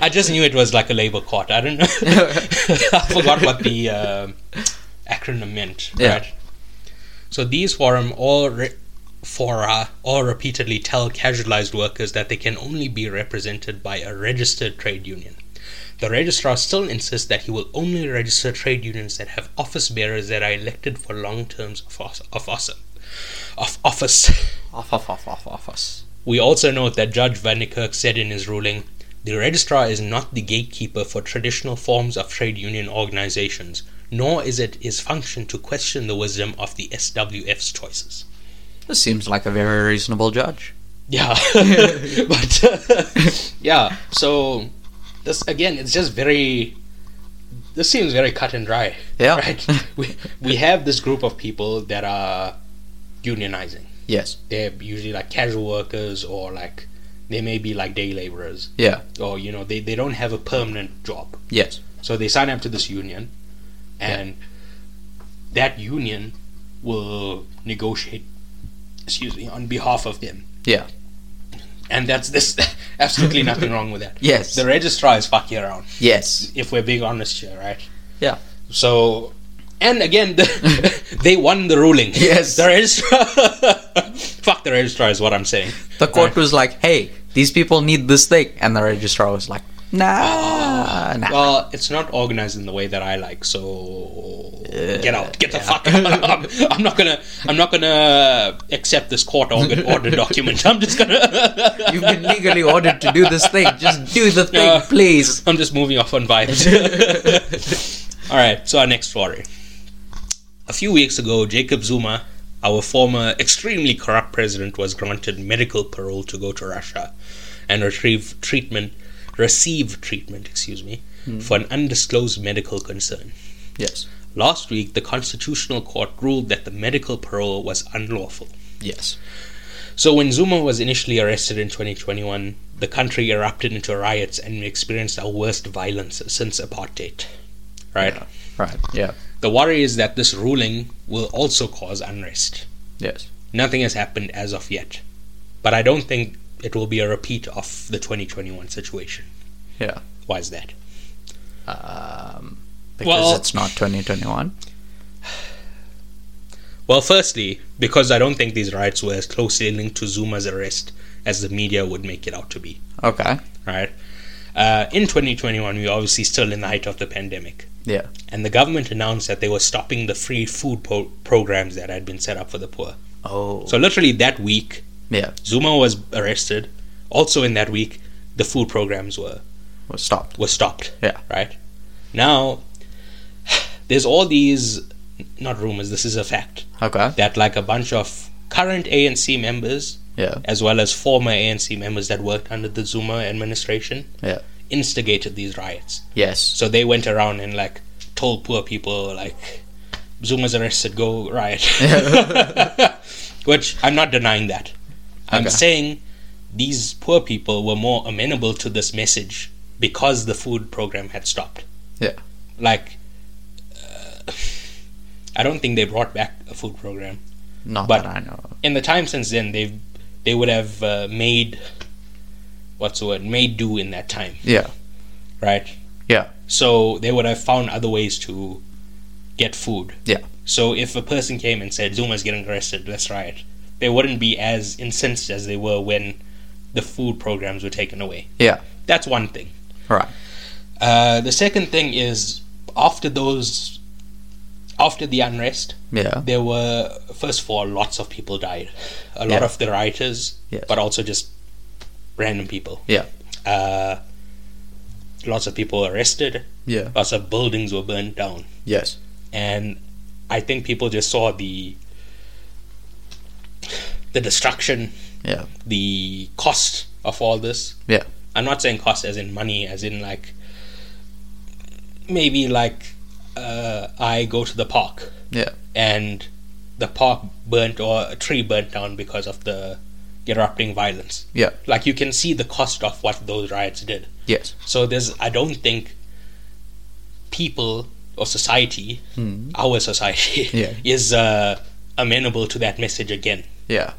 A: I just knew it was like a labor court. I don't know. I forgot what the um acronym meant.
B: Yeah.
A: Right. So these forum all re- fora all repeatedly tell casualized workers that they can only be represented by a registered trade union. The registrar still insists that he will only register trade unions that have office bearers that are elected for long terms of, os- of, os- of office.
B: Off, off, off, off, off us.
A: We also note that Judge Vanderkirk said in his ruling the registrar is not the gatekeeper for traditional forms of trade union organizations, nor is it his function to question the wisdom of the SWF's choices.
B: This seems like a very reasonable judge.
A: Yeah. but, yeah, so this, again, it's just very. This seems very cut and dry.
B: Yeah.
A: Right? we, we have this group of people that are unionizing.
B: Yes.
A: They're usually like casual workers or like. They may be like day laborers.
B: Yeah.
A: or you know they, they don't have a permanent job
B: Yes.
A: so they sign up to this union and that union will negotiate excuse me on behalf of them
B: Yeah.
A: and that's this absolutely nothing wrong with that
B: Yes.
A: the registrar is fucking around
B: Yes.
A: if we're being honest here right
B: Yeah.
A: so and again the, they won the ruling
B: Yes.
A: the registrar fuck the registrar is what i'm saying
B: The court was like, "Hey, these people need this thing," and the registrar was like,
A: Oh.
B: "Nah, nah."
A: Well, it's not organized in the way that I like, so get out, get the fuck out. I'm, I'm not gonna, I'm not gonna accept this court order, order document. I'm just gonna,
B: You've been legally ordered to do this thing. Just do the thing,
A: Uh,
B: please.
A: I'm just moving off on vibes. All right, so our next story. A few weeks ago, Jacob Zuma, our former extremely corrupt president, was granted medical parole to go to Russia and retrieve treatment, receive treatment, excuse me, for an undisclosed medical concern.
B: Yes.
A: Last week, the Constitutional Court ruled that the medical parole was unlawful.
B: Yes.
A: So, when Zuma was initially arrested in 2021, the country erupted into riots and we experienced our worst violence since apartheid. Right?
B: Right. Yeah.
A: The worry is that this ruling will also cause unrest.
B: Yes.
A: Nothing has happened as of yet, but I don't think it will be a repeat of the 2021 situation.
B: Yeah.
A: Why is that?
B: Um, because
A: Well-
B: it's not 2021.
A: Well, firstly, because I don't think these riots were as closely linked to Zuma's arrest as the media would make it out to be.
B: Okay.
A: right? Uh, in 2021, we were obviously still in the height of the pandemic,
B: Yeah.
A: and the government announced that they were stopping the free food po- programs that had been set up for the poor.
B: Oh.
A: So, literally that week,
B: yeah.
A: Zuma was arrested. Also, in that week, the food programs were,
B: Well, stopped.
A: were stopped.
B: Yeah.
A: Right? Now, there's all these, not rumors, this is a fact,
B: Okay.
A: that like a bunch of current ANC members,
B: Yeah.
A: as well as former ANC members that worked under the Zuma administration,
B: Yeah.
A: instigated these riots.
B: Yes.
A: So they went around and like told poor people like Zuma's arrested, go riot. Which I'm not denying that. I'm
B: Okay.
A: saying these poor people were more amenable to this message because the food program had stopped.
B: Yeah.
A: Like uh, I don't think they brought back a food program.
B: Not
A: but-
B: that I know. of.
A: In the time since then, they've they would have uh, made what's the word made do in that time,
B: Yeah.
A: right?
B: Yeah.
A: So they would have found other ways to get food.
B: Yeah.
A: So if a person came and said Zuma's getting arrested, let's riot, they wouldn't be as incensed as they were when the food programs were taken away.
B: Yeah.
A: That's one thing.
B: Right.
A: Uh, the second thing is after those, after the unrest,
B: Yeah.
A: there were first of all lots of people died, a lot
B: Yeah.
A: of the rioters,
B: Yes.
A: but also just random people.
B: Yeah.
A: Uh, lots of people arrested.
B: Yeah.
A: Lots of buildings were burnt down.
B: Yes.
A: and I think people just saw the the destruction,
B: Yeah.
A: the cost of all this.
B: Yeah.
A: I'm not saying cost as in money, as in like maybe like uh, I go to the park
B: Yeah.
A: and the park burnt or a tree burnt down because of the erupting violence.
B: Yeah.
A: Like you can see the cost of what those riots did.
B: Yes.
A: So there's, I don't think people or society, our society,
B: Yeah.
A: is uh, amenable to that message again.
B: Yeah.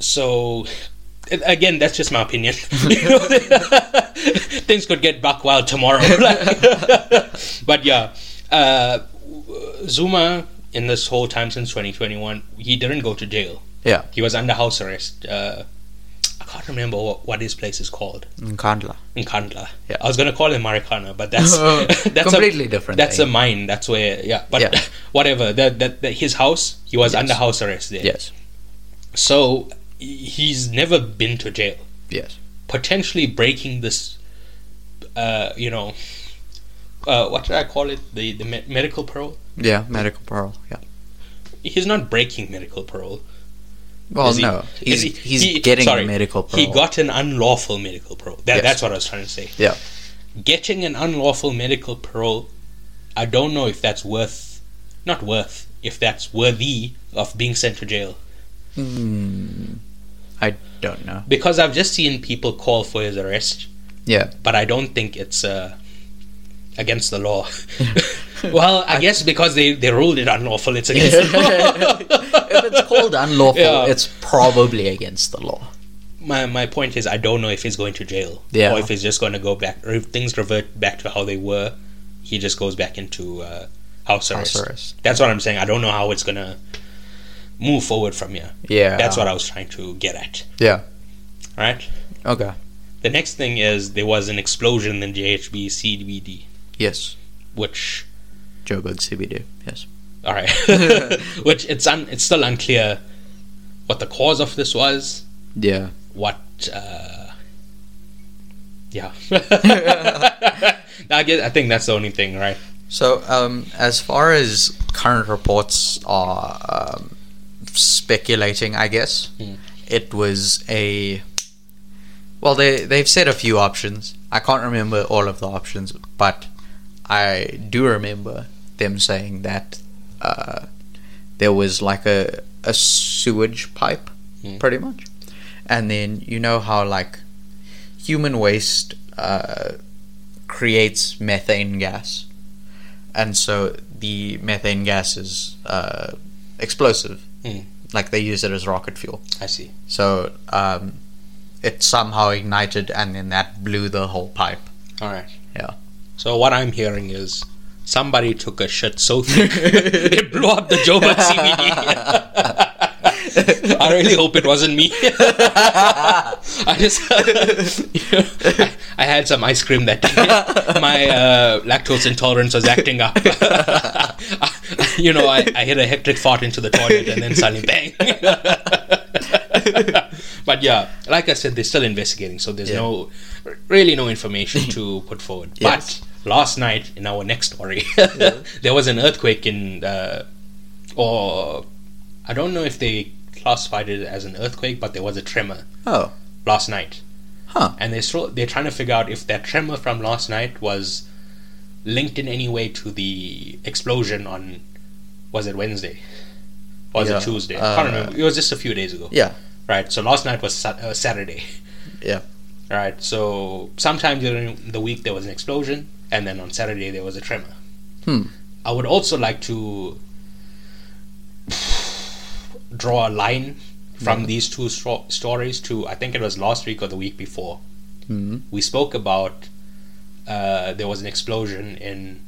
A: So, a- again, that's just my opinion. You know, Things could get buck wild tomorrow. Like- but yeah, uh, Zuma in this whole time since 2021, he didn't go to jail.
B: Yeah.
A: He was under house arrest. Uh, I can't remember what, what his place is called
B: Nkandla.
A: in Kandla.
B: Yeah.
A: I was gonna call him Marikana, but that's that's
B: Completely
A: a,
B: different
A: That's
B: thing.
A: a mine. That's where yeah. But
B: Yeah.
A: whatever. That that that- his house. He was
B: Yes.
A: under house arrest there.
B: Yes.
A: So he's never been to jail.
B: Yes.
A: Potentially breaking this. Uh, you know. Uh, what did I call it? The the me- medical parole.
B: Yeah. Medical parole. Yeah.
A: He's not breaking medical parole.
B: Well,
A: Is he-
B: no. He's
A: is he-
B: he's
A: he-
B: getting
A: sorry,
B: medical parole.
A: He got an unlawful medical parole. That,
B: Yes.
A: That's what I was trying to say.
B: Yeah.
A: Getting an unlawful medical parole, I don't know if that's worth, not worth, if that's worthy of being sent to jail.
B: Hmm. I don't know.
A: Because I've just seen people call for his arrest,
B: Yeah.
A: but I don't think it's uh, against the law. well, I, guess because they, they ruled it unlawful, it's against the law.
B: if it's called unlawful,
A: Yeah.
B: it's probably against the law.
A: my my point is I don't know if he's going to jail
B: Yeah.
A: or if he's just going to go back or if things revert back to how they were he just goes back into uh, house, arrest.
B: arrest.
A: that's what I'm saying I don't know how it's gonna move forward from here
B: Yeah.
A: that's what I was trying to get at
B: Yeah.
A: right
B: Okay.
A: the next thing is there was an explosion in JHB CBD
B: Yes.
A: which
B: Joburg CBD. Yes.
A: all right which it's un, it's still unclear what the cause of this was
B: Yeah.
A: what uh yeah I, guess, I think that's the only thing right
B: So, um, as far as current reports are um, speculating, I guess it was a. Well, they they've said a few options. I can't remember all of the options, but I do remember them saying that uh, there was like a a sewage pipe, pretty much, and then you know how like human waste uh, creates methane gas and so the methane gas is uh, explosive.
A: Mm.
B: Like they use it as rocket fuel.
A: I see
B: So um, it somehow ignited, and then that blew the whole pipe.
A: all right
B: Yeah.
A: so what I'm hearing is somebody took a shit so thick it blew up the Joburg CBD I really hope it wasn't me I just I, I had some ice cream that day my uh, lactose intolerance was acting up you know I, I hit a hectic fart into the toilet and then suddenly bang but yeah, like I said, they're still investigating, so there's no really no information to put forward.
B: Yes.
A: But last night in our next story, there was an earthquake in, uh, or I don't know if they classified it as an earthquake, but there was a tremor
B: Oh,
A: last night,
B: huh.
A: and they're still, they're trying to figure out if that tremor from last night was linked in any way to the explosion on was it Wednesday. Or Was
B: Yeah,
A: it Tuesday? I can't
B: uh,
A: remember. It was just a few days ago.
B: Yeah.
A: Right. So last night was Sat- uh, Saturday.
B: Yeah.
A: Right. So sometime during the week there was an explosion, and then on Saturday there was a tremor.
B: Hmm.
A: I would also like to draw a line from these two stro- stories to I think it was last week or the week before.
B: Hmm.
A: We spoke about uh, there was an explosion in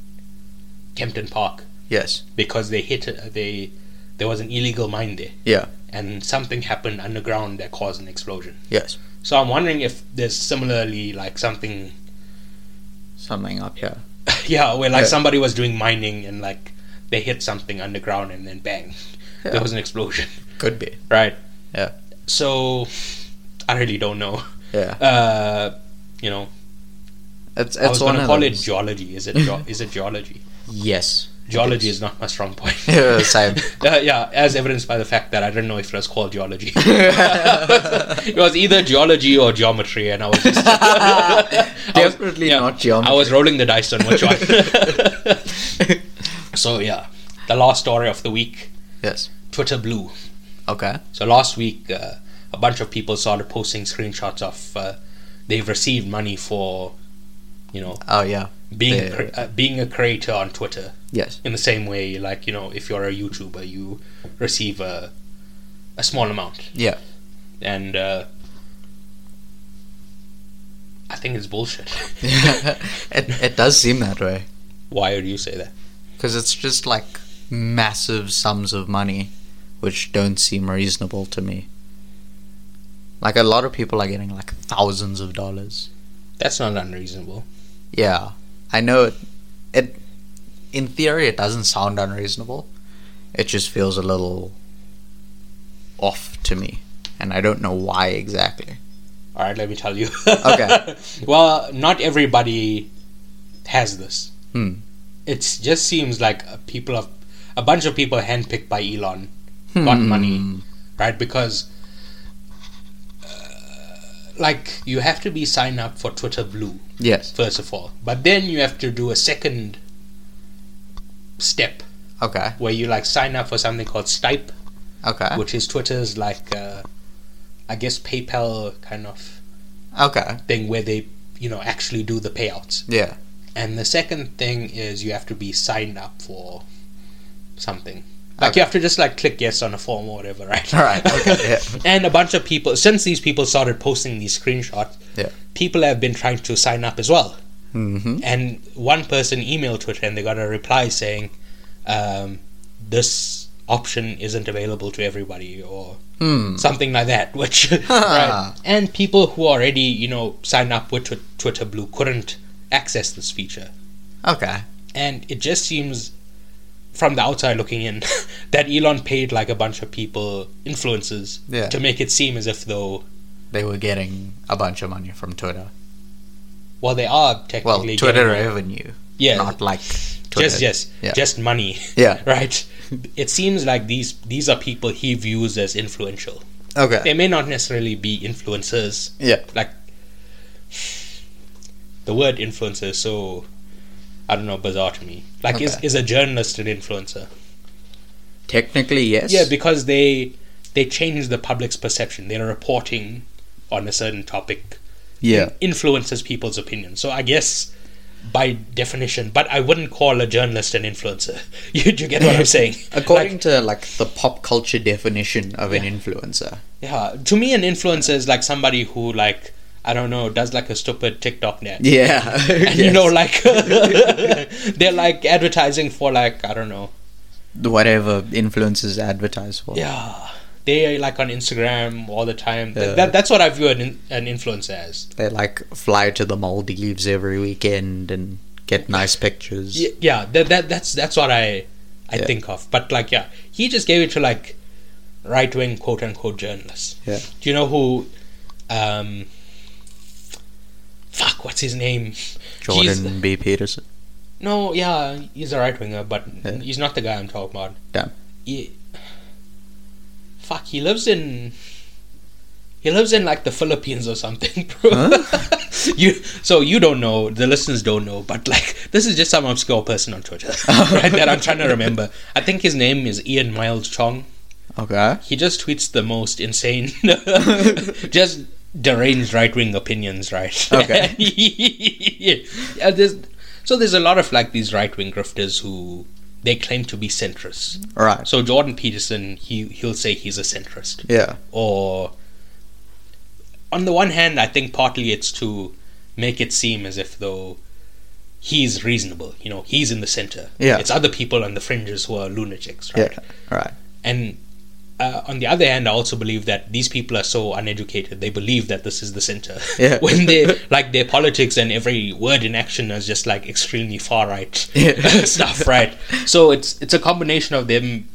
A: Kempton Park
B: Yes.
A: because they hit uh, they there was an illegal mine there
B: Yeah.
A: and something happened underground that caused an explosion.
B: Yes.
A: So I'm wondering if there's similarly like something,
B: Something up here.
A: yeah, where like
B: Yeah.
A: somebody was doing mining and like they hit something underground and then bang,
B: Yeah.
A: there was an explosion,
B: Could be.
A: right?
B: Yeah.
A: So I really don't know.
B: Yeah.
A: Uh, you know,
B: It's
A: I was
B: it's one
A: gonna
B: of
A: call it
B: those.
A: geology. Is it geo is it geology?
B: yes.
A: Geology is not my strong point.
B: Yeah, same.
A: Uh, yeah, as evidenced by the fact that I didn't know if it was called geology. it was either geology or geometry, and I was just I was-
B: Definitely
A: yeah,
B: not geometry.
A: I was rolling the dice on which one. so yeah, the last story of the week,
B: yes.
A: Twitter Blue.
B: Okay.
A: So last week, uh, a bunch of people started posting screenshots of uh, they've received money for, you know,
B: Oh yeah.
A: being a,
B: They-
A: cre- uh, being a creator on Twitter.
B: Yes.
A: In the same way, like you know, if you're a YouTuber, you receive a a small amount,
B: Yeah.
A: and uh, I think it's bullshit.
B: it it does seem that way
A: Why would you say that?
B: because it's just like massive sums of money, which don't seem reasonable to me. Like a lot of people are getting like thousands of dollars.
A: That's not unreasonable.
B: Yeah, I know it. It, in theory, it doesn't sound unreasonable. It just feels a little off to me, and I don't know why exactly.
A: All right, let me tell you.
B: Okay.
A: well, not everybody has this.
B: Hmm.
A: It just seems like a people of a bunch of people handpicked by Elon got
B: Hmm.
A: money, right? Because uh, like you have to be signed up for Twitter Blue
B: Yes.
A: first of all, but then you have to do a second step
B: Okay.
A: where you like sign up for something called Stipe,
B: Okay.
A: which is Twitter's like uh, I guess PayPal kind of
B: Okay.
A: thing where they you know actually do the payouts
B: Yeah.
A: and the second thing is you have to be signed up for something like you have to just like click yes on a form or whatever right
B: All right. Okay. Yeah.
A: and a bunch of people since these people started posting these screenshots
B: Yeah.
A: people have been trying to sign up as well
B: Mm-hmm.
A: and one person emailed twitter and they got a reply saying um, this option isn't available to everybody or
B: Hmm.
A: something like that. Which
B: Ah.
A: right. and people who already you know signed up with Twi- Twitter Blue couldn't access this feature,
B: Okay.
A: and it just seems from the outside looking in that Elon paid like a bunch of people influencers
B: Yeah.
A: to make it seem as if though
B: They were getting a bunch of money from Twitter.
A: well they are
B: Well,
A: technically
B: Twitter
A: getting-
B: revenue,
A: yeah
B: not like Twitter.
A: just just
B: Yeah.
A: just money
B: Yeah.
A: right it seems like these these are people he views as influential
B: Okay.
A: they may not necessarily be influencers
B: Yeah.
A: like the word influencer is so I don't know bizarre to me. Like is
B: Okay.
A: is a journalist an influencer?
B: Technically, yes.
A: Yeah, because they they change the public's perception. They're reporting on a certain topic.
B: yeah.
A: Influences people's opinion. So I guess by definition, but I wouldn't call a journalist an influencer. you do you get what I'm saying?
B: According to like the pop culture definition of an influencer.
A: Yeah. To me an influencer is like somebody who like I don't know, does like a stupid TikTok dance.
B: Yeah.
A: And you know, like they're like advertising for like I don't know.
B: whatever influencers advertise for.
A: Yeah, they are like on Instagram all the time. Th-
B: Yeah.
A: That, that's what I view an, in- an influencer as.
B: They like fly to the Maldives every weekend and get nice pictures.
A: Yeah, yeah that, that that's that's what I I
B: Yeah.
A: think of. But like, yeah, he just gave it to like right wing quote unquote journalists.
B: Yeah.
A: Do you know who? Um, fuck, what's his name?
B: Jordan
A: He's-
B: B. Peterson.
A: No, yeah, he's a right winger, but
B: Yeah.
A: he's not the guy I'm talking about.
B: Damn.
A: He, fuck, he lives in. He lives in like the Philippines or something, bro. you so you don't know, the listeners don't know, but like this is just some obscure person on Twitter
B: Oh.
A: right, that I'm trying to remember. I think his name is Ian Miles Chong.
B: Okay.
A: He just tweets the most insane, just deranged right wing opinions, right?
B: Okay.
A: yeah, Uh, there's, so there's a lot of like these right wing grifters who they claim to be centrists.
B: All right.
A: So Jordan Peterson, he he'll say he's a centrist,
B: Yeah.
A: or on the one hand, I think partly it's to make it seem as if though he's reasonable, you know, he's in the center.
B: Yeah.
A: it's other people on the fringes who are lunatics, right?
B: Yeah. All right.
A: And uh, on the other hand, I also believe that these people are so uneducated; they believe that this is the center.
B: Yeah.
A: when they like their politics and every word in action is just like extremely far right
B: Yeah.
A: stuff, right? So it's it's a combination of them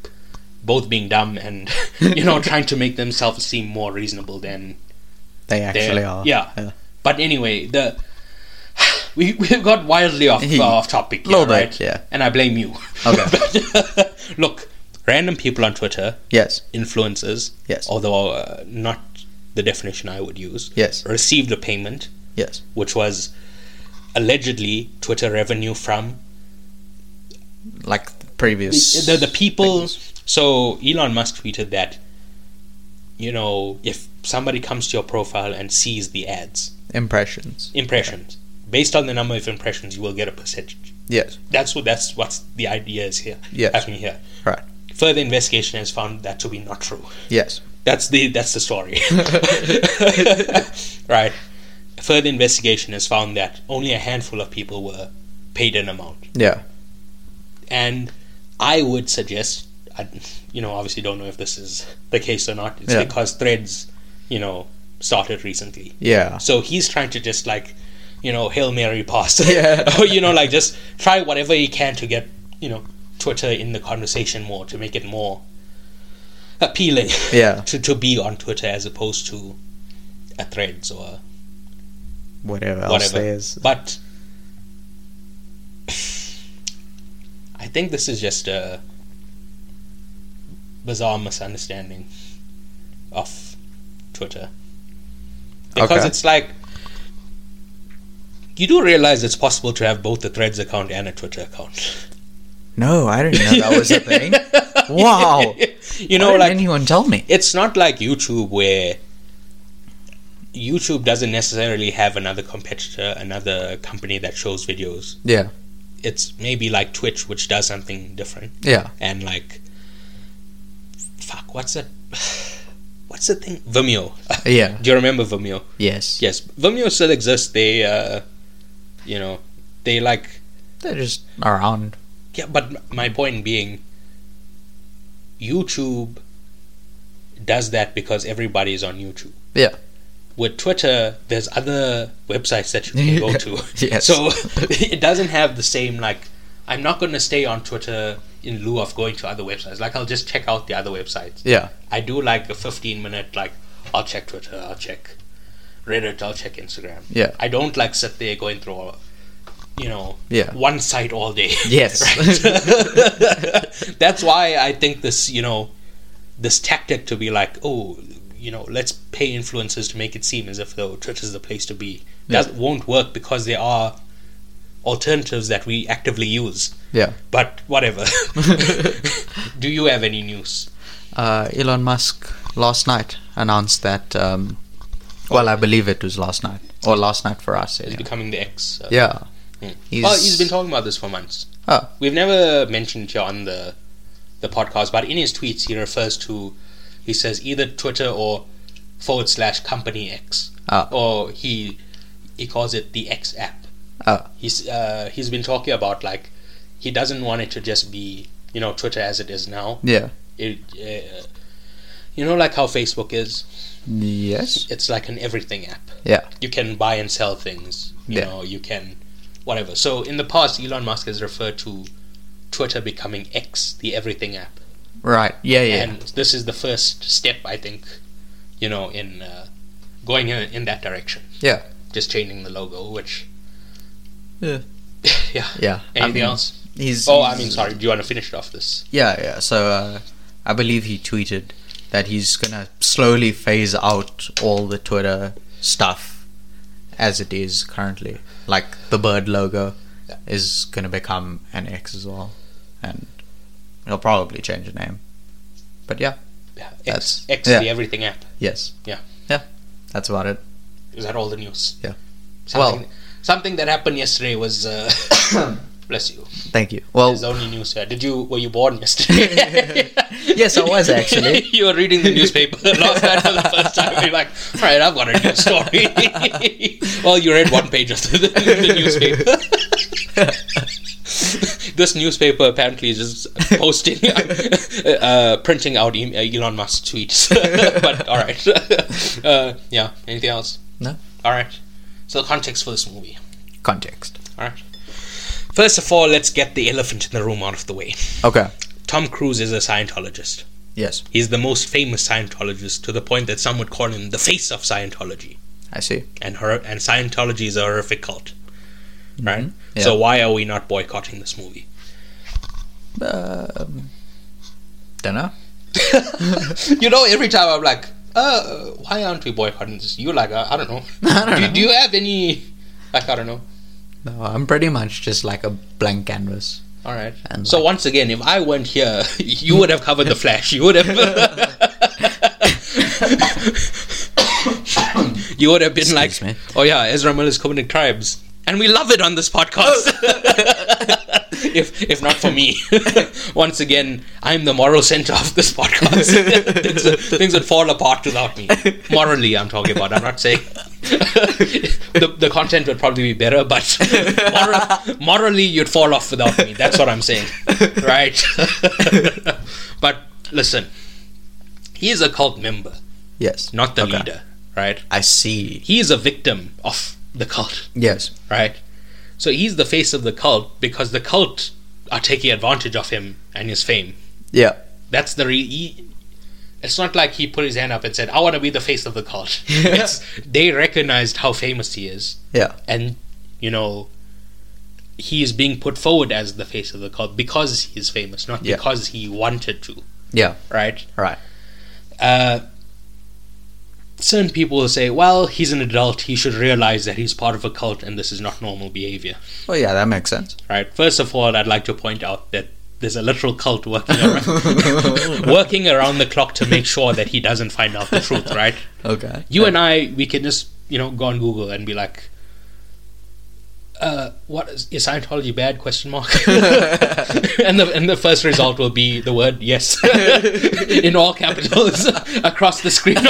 A: both being dumb and you know trying to make themselves seem more reasonable than.
B: They actually
A: They're-
B: are.
A: yeah. But anyway, the we we got wildly off
B: He-
A: off topic, here,
B: Little bit,
A: right?
B: yeah.
A: And I blame you.
B: Okay.
A: But, look, random people on Twitter
B: Yes.
A: influencers,
B: Yes.
A: although uh, not the definition I would use,
B: Yes.
A: received a payment
B: Yes.
A: which was allegedly Twitter revenue from
B: Like the previous.
A: the, the people. So Elon Musk tweeted that, you know, if somebody comes to your profile and sees the ads,
B: Impressions.
A: impressions. Based on the number of impressions, you will get a percentage.
B: Yes.
A: That's what that's what's the idea is here.
B: Yes.
A: happening here.
B: Right.
A: Further investigation has found that to be not true.
B: Yes.
A: That's the that's the story. right. Further investigation has found that only a handful of people were paid an amount,
B: Yeah.
A: and I would suggest, I, you know, obviously don't know if this is the case or not. It's
B: Yeah.
A: because Threads, you know, started recently,
B: Yeah.
A: so he's trying to just like, you know, hail mary pass,
B: Yeah.
A: or you know, like just try whatever he can to get, you know, Twitter in the conversation more to make it more appealing
B: Yeah.
A: to, to be on Twitter as opposed to a Threads or
B: Whatever else
A: whatever.
B: there is.
A: But I think this is just a bizarre misunderstanding of Twitter because
B: Okay.
A: it's like you do realize it's possible to have both the Threads account and a Twitter account.
B: No, I didn't know that was a thing.
A: you
B: Wow. Why
A: know,
B: didn't
A: like
B: anyone tell me?
A: it's not like YouTube where YouTube doesn't necessarily have another competitor, another company that shows videos.
B: Yeah.
A: It's maybe like Twitch, which does something different,
B: Yeah.
A: and like fuck, what's that? What's the thing? Vimeo.
B: Yeah.
A: Do you remember Vimeo?
B: Yes.
A: Yes, Vimeo still exists. They, uh, you know, they like
B: They're just around.
A: yeah. But m- my point being, YouTube does that because everybody is on YouTube.
B: Yeah.
A: with Twitter, there's other websites that you can go to.
B: Yes.
A: So it doesn't have the same like. I'm not going to stay on Twitter in lieu of going to other websites. Like I'll just check out the other websites.
B: Yeah.
A: I do like a 15 minute like I'll check Twitter, I'll check Reddit, I'll check Instagram.
B: Yeah.
A: I don't like sit there going through, all, you know,
B: Yeah.
A: one site all day.
B: Yes.
A: Right? That's why I think this, you know, this tactic to be like, oh, you know, let's pay influencers to make it seem as if though Twitter's the place to be. That won't work because there are alternatives that we actively use.
B: Yeah.
A: But whatever. Do you have any news?
B: Uh, Elon Musk last night announced that. Um, well, I believe it was last night or last night for us.
A: He's
B: Anyway.
A: becoming the ex. uh,
B: Yeah. He's,
A: Well, Oh, he's been talking about this for months.
B: Oh.
A: We've never mentioned it on the the podcast, but in his tweets he refers to he says either Twitter or forward slash company X.
B: Ah.
A: Or he he calls it the X app.
B: Ah.
A: He's uh, he's been talking about like he doesn't want it to just be you know Twitter as it is now.
B: yeah.
A: It uh, you know like how Facebook is.
B: Yes.
A: It's like an everything app
B: Yeah.
A: you can buy and sell things. You
B: Yeah.
A: know, you can whatever. So in the past, Elon Musk has referred to Twitter becoming X, the everything app,
B: Right. Yeah. Yeah.
A: and this is the first step, I think. You know, in uh, going in, in that direction.
B: Yeah.
A: Just changing the logo, which.
B: Yeah.
A: yeah.
B: yeah.
A: Anything
B: I mean,
A: else?
B: He's.
A: Oh, I mean,
B: he's-
A: sorry. Do you want to finish off this?
B: Yeah, yeah. So uh, I believe he tweeted that he's gonna slowly phase out all the Twitter stuff as it is currently. Like the bird logo is gonna become an X as well, and he'll probably change the name. But yeah,
A: Yeah. X,
B: That's-
A: X
B: yeah.
A: the everything app.
B: yes,
A: Yeah.
B: yeah. That's about it.
A: Is that all the news?
B: Yeah.
A: Something,
B: Well-
A: something that happened yesterday was. Uh, bless you.
B: Thank you. Well,
A: It's the only news here. Did you were you born yesterday?
B: Yes, I was, actually.
A: you were reading the newspaper last night for the first time. You're like, all right, I've got a news story. well, you read one page of the, the newspaper. this newspaper apparently is just posting, uh, uh, printing out em- uh, Elon Musk's tweets. but all right, uh, yeah. Anything else?
B: No.
A: All right. So the context for this movie.
B: context.
A: All right. First of all, let's get the elephant in the room out of the way.
B: Okay.
A: Tom Cruise is a Scientologist.
B: Yes,
A: He's the most famous Scientologist to the point that some would call him the face of Scientology.
B: I see.
A: And her and Scientology is a horrific cult. Right?
B: Mm-hmm. Yeah.
A: So why are we not boycotting this movie?
B: Um, dunno.
A: You know, every time I'm like, uh, why aren't we boycotting this? You're like, uh, I don't know.
B: I don't
A: do,
B: know.
A: do you have any like I don't know.
B: No, I'm pretty much just like a blank canvas.
A: All right.
B: And
A: so once again, if I weren't here, you would have covered the Flash. You would have. you would have been like,
B: Excuse me.
A: "Oh yeah, Ezra Miller's committed crimes." And we love it on this podcast. if if not for me, once again, I'm the moral center of this podcast. things, would- things would fall apart without me. Morally, I'm talking about. I'm not saying the the content would probably be better, but moral, morally, you'd fall off without me. That's what I'm saying, right? but listen, he is a cult member,
B: Yes.
A: not the
B: Okay.
A: leader, right?
B: I see.
A: He is a victim of the cult
B: Yes.
A: right? So he's the face of the cult because the cult are taking advantage of him and his fame.
B: Yeah.
A: That's the re- he, It's not like he put his hand up and said, "I want to be the face of the cult." It's, they recognized how famous he is,
B: Yeah.
A: and you know, he is being put forward as the face of the cult because he is famous, not
B: Yeah.
A: because he wanted to,
B: Yeah.
A: right?
B: Right.
A: Uh, certain people will say, "Well, he's an adult; he should realize that he's part of a cult, and this is not normal behavior."
B: Well, Oh, yeah, that makes sense.
A: Right. First of all, I'd like to point out that there's a literal cult working around, working around the clock to make sure that he doesn't find out the truth. Right.
B: Okay.
A: You and I, we can just you know go on Google and be like, uh, "What is, is Scientology bad?" Question mark. and the and the first result will be the word yes in all capitals across the screen.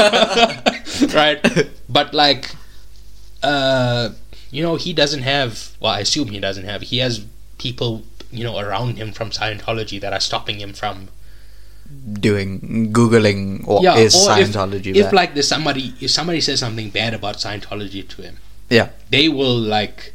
A: right. But like uh, you know, he doesn't have. Well, I assume he doesn't have. He has people, you know, around him from Scientology that are stopping him from.
B: doing googling what is Scientology?
A: If, if
B: bad?
A: like there's somebody, if somebody says something bad about Scientology to him,
B: Yeah.
A: they will like,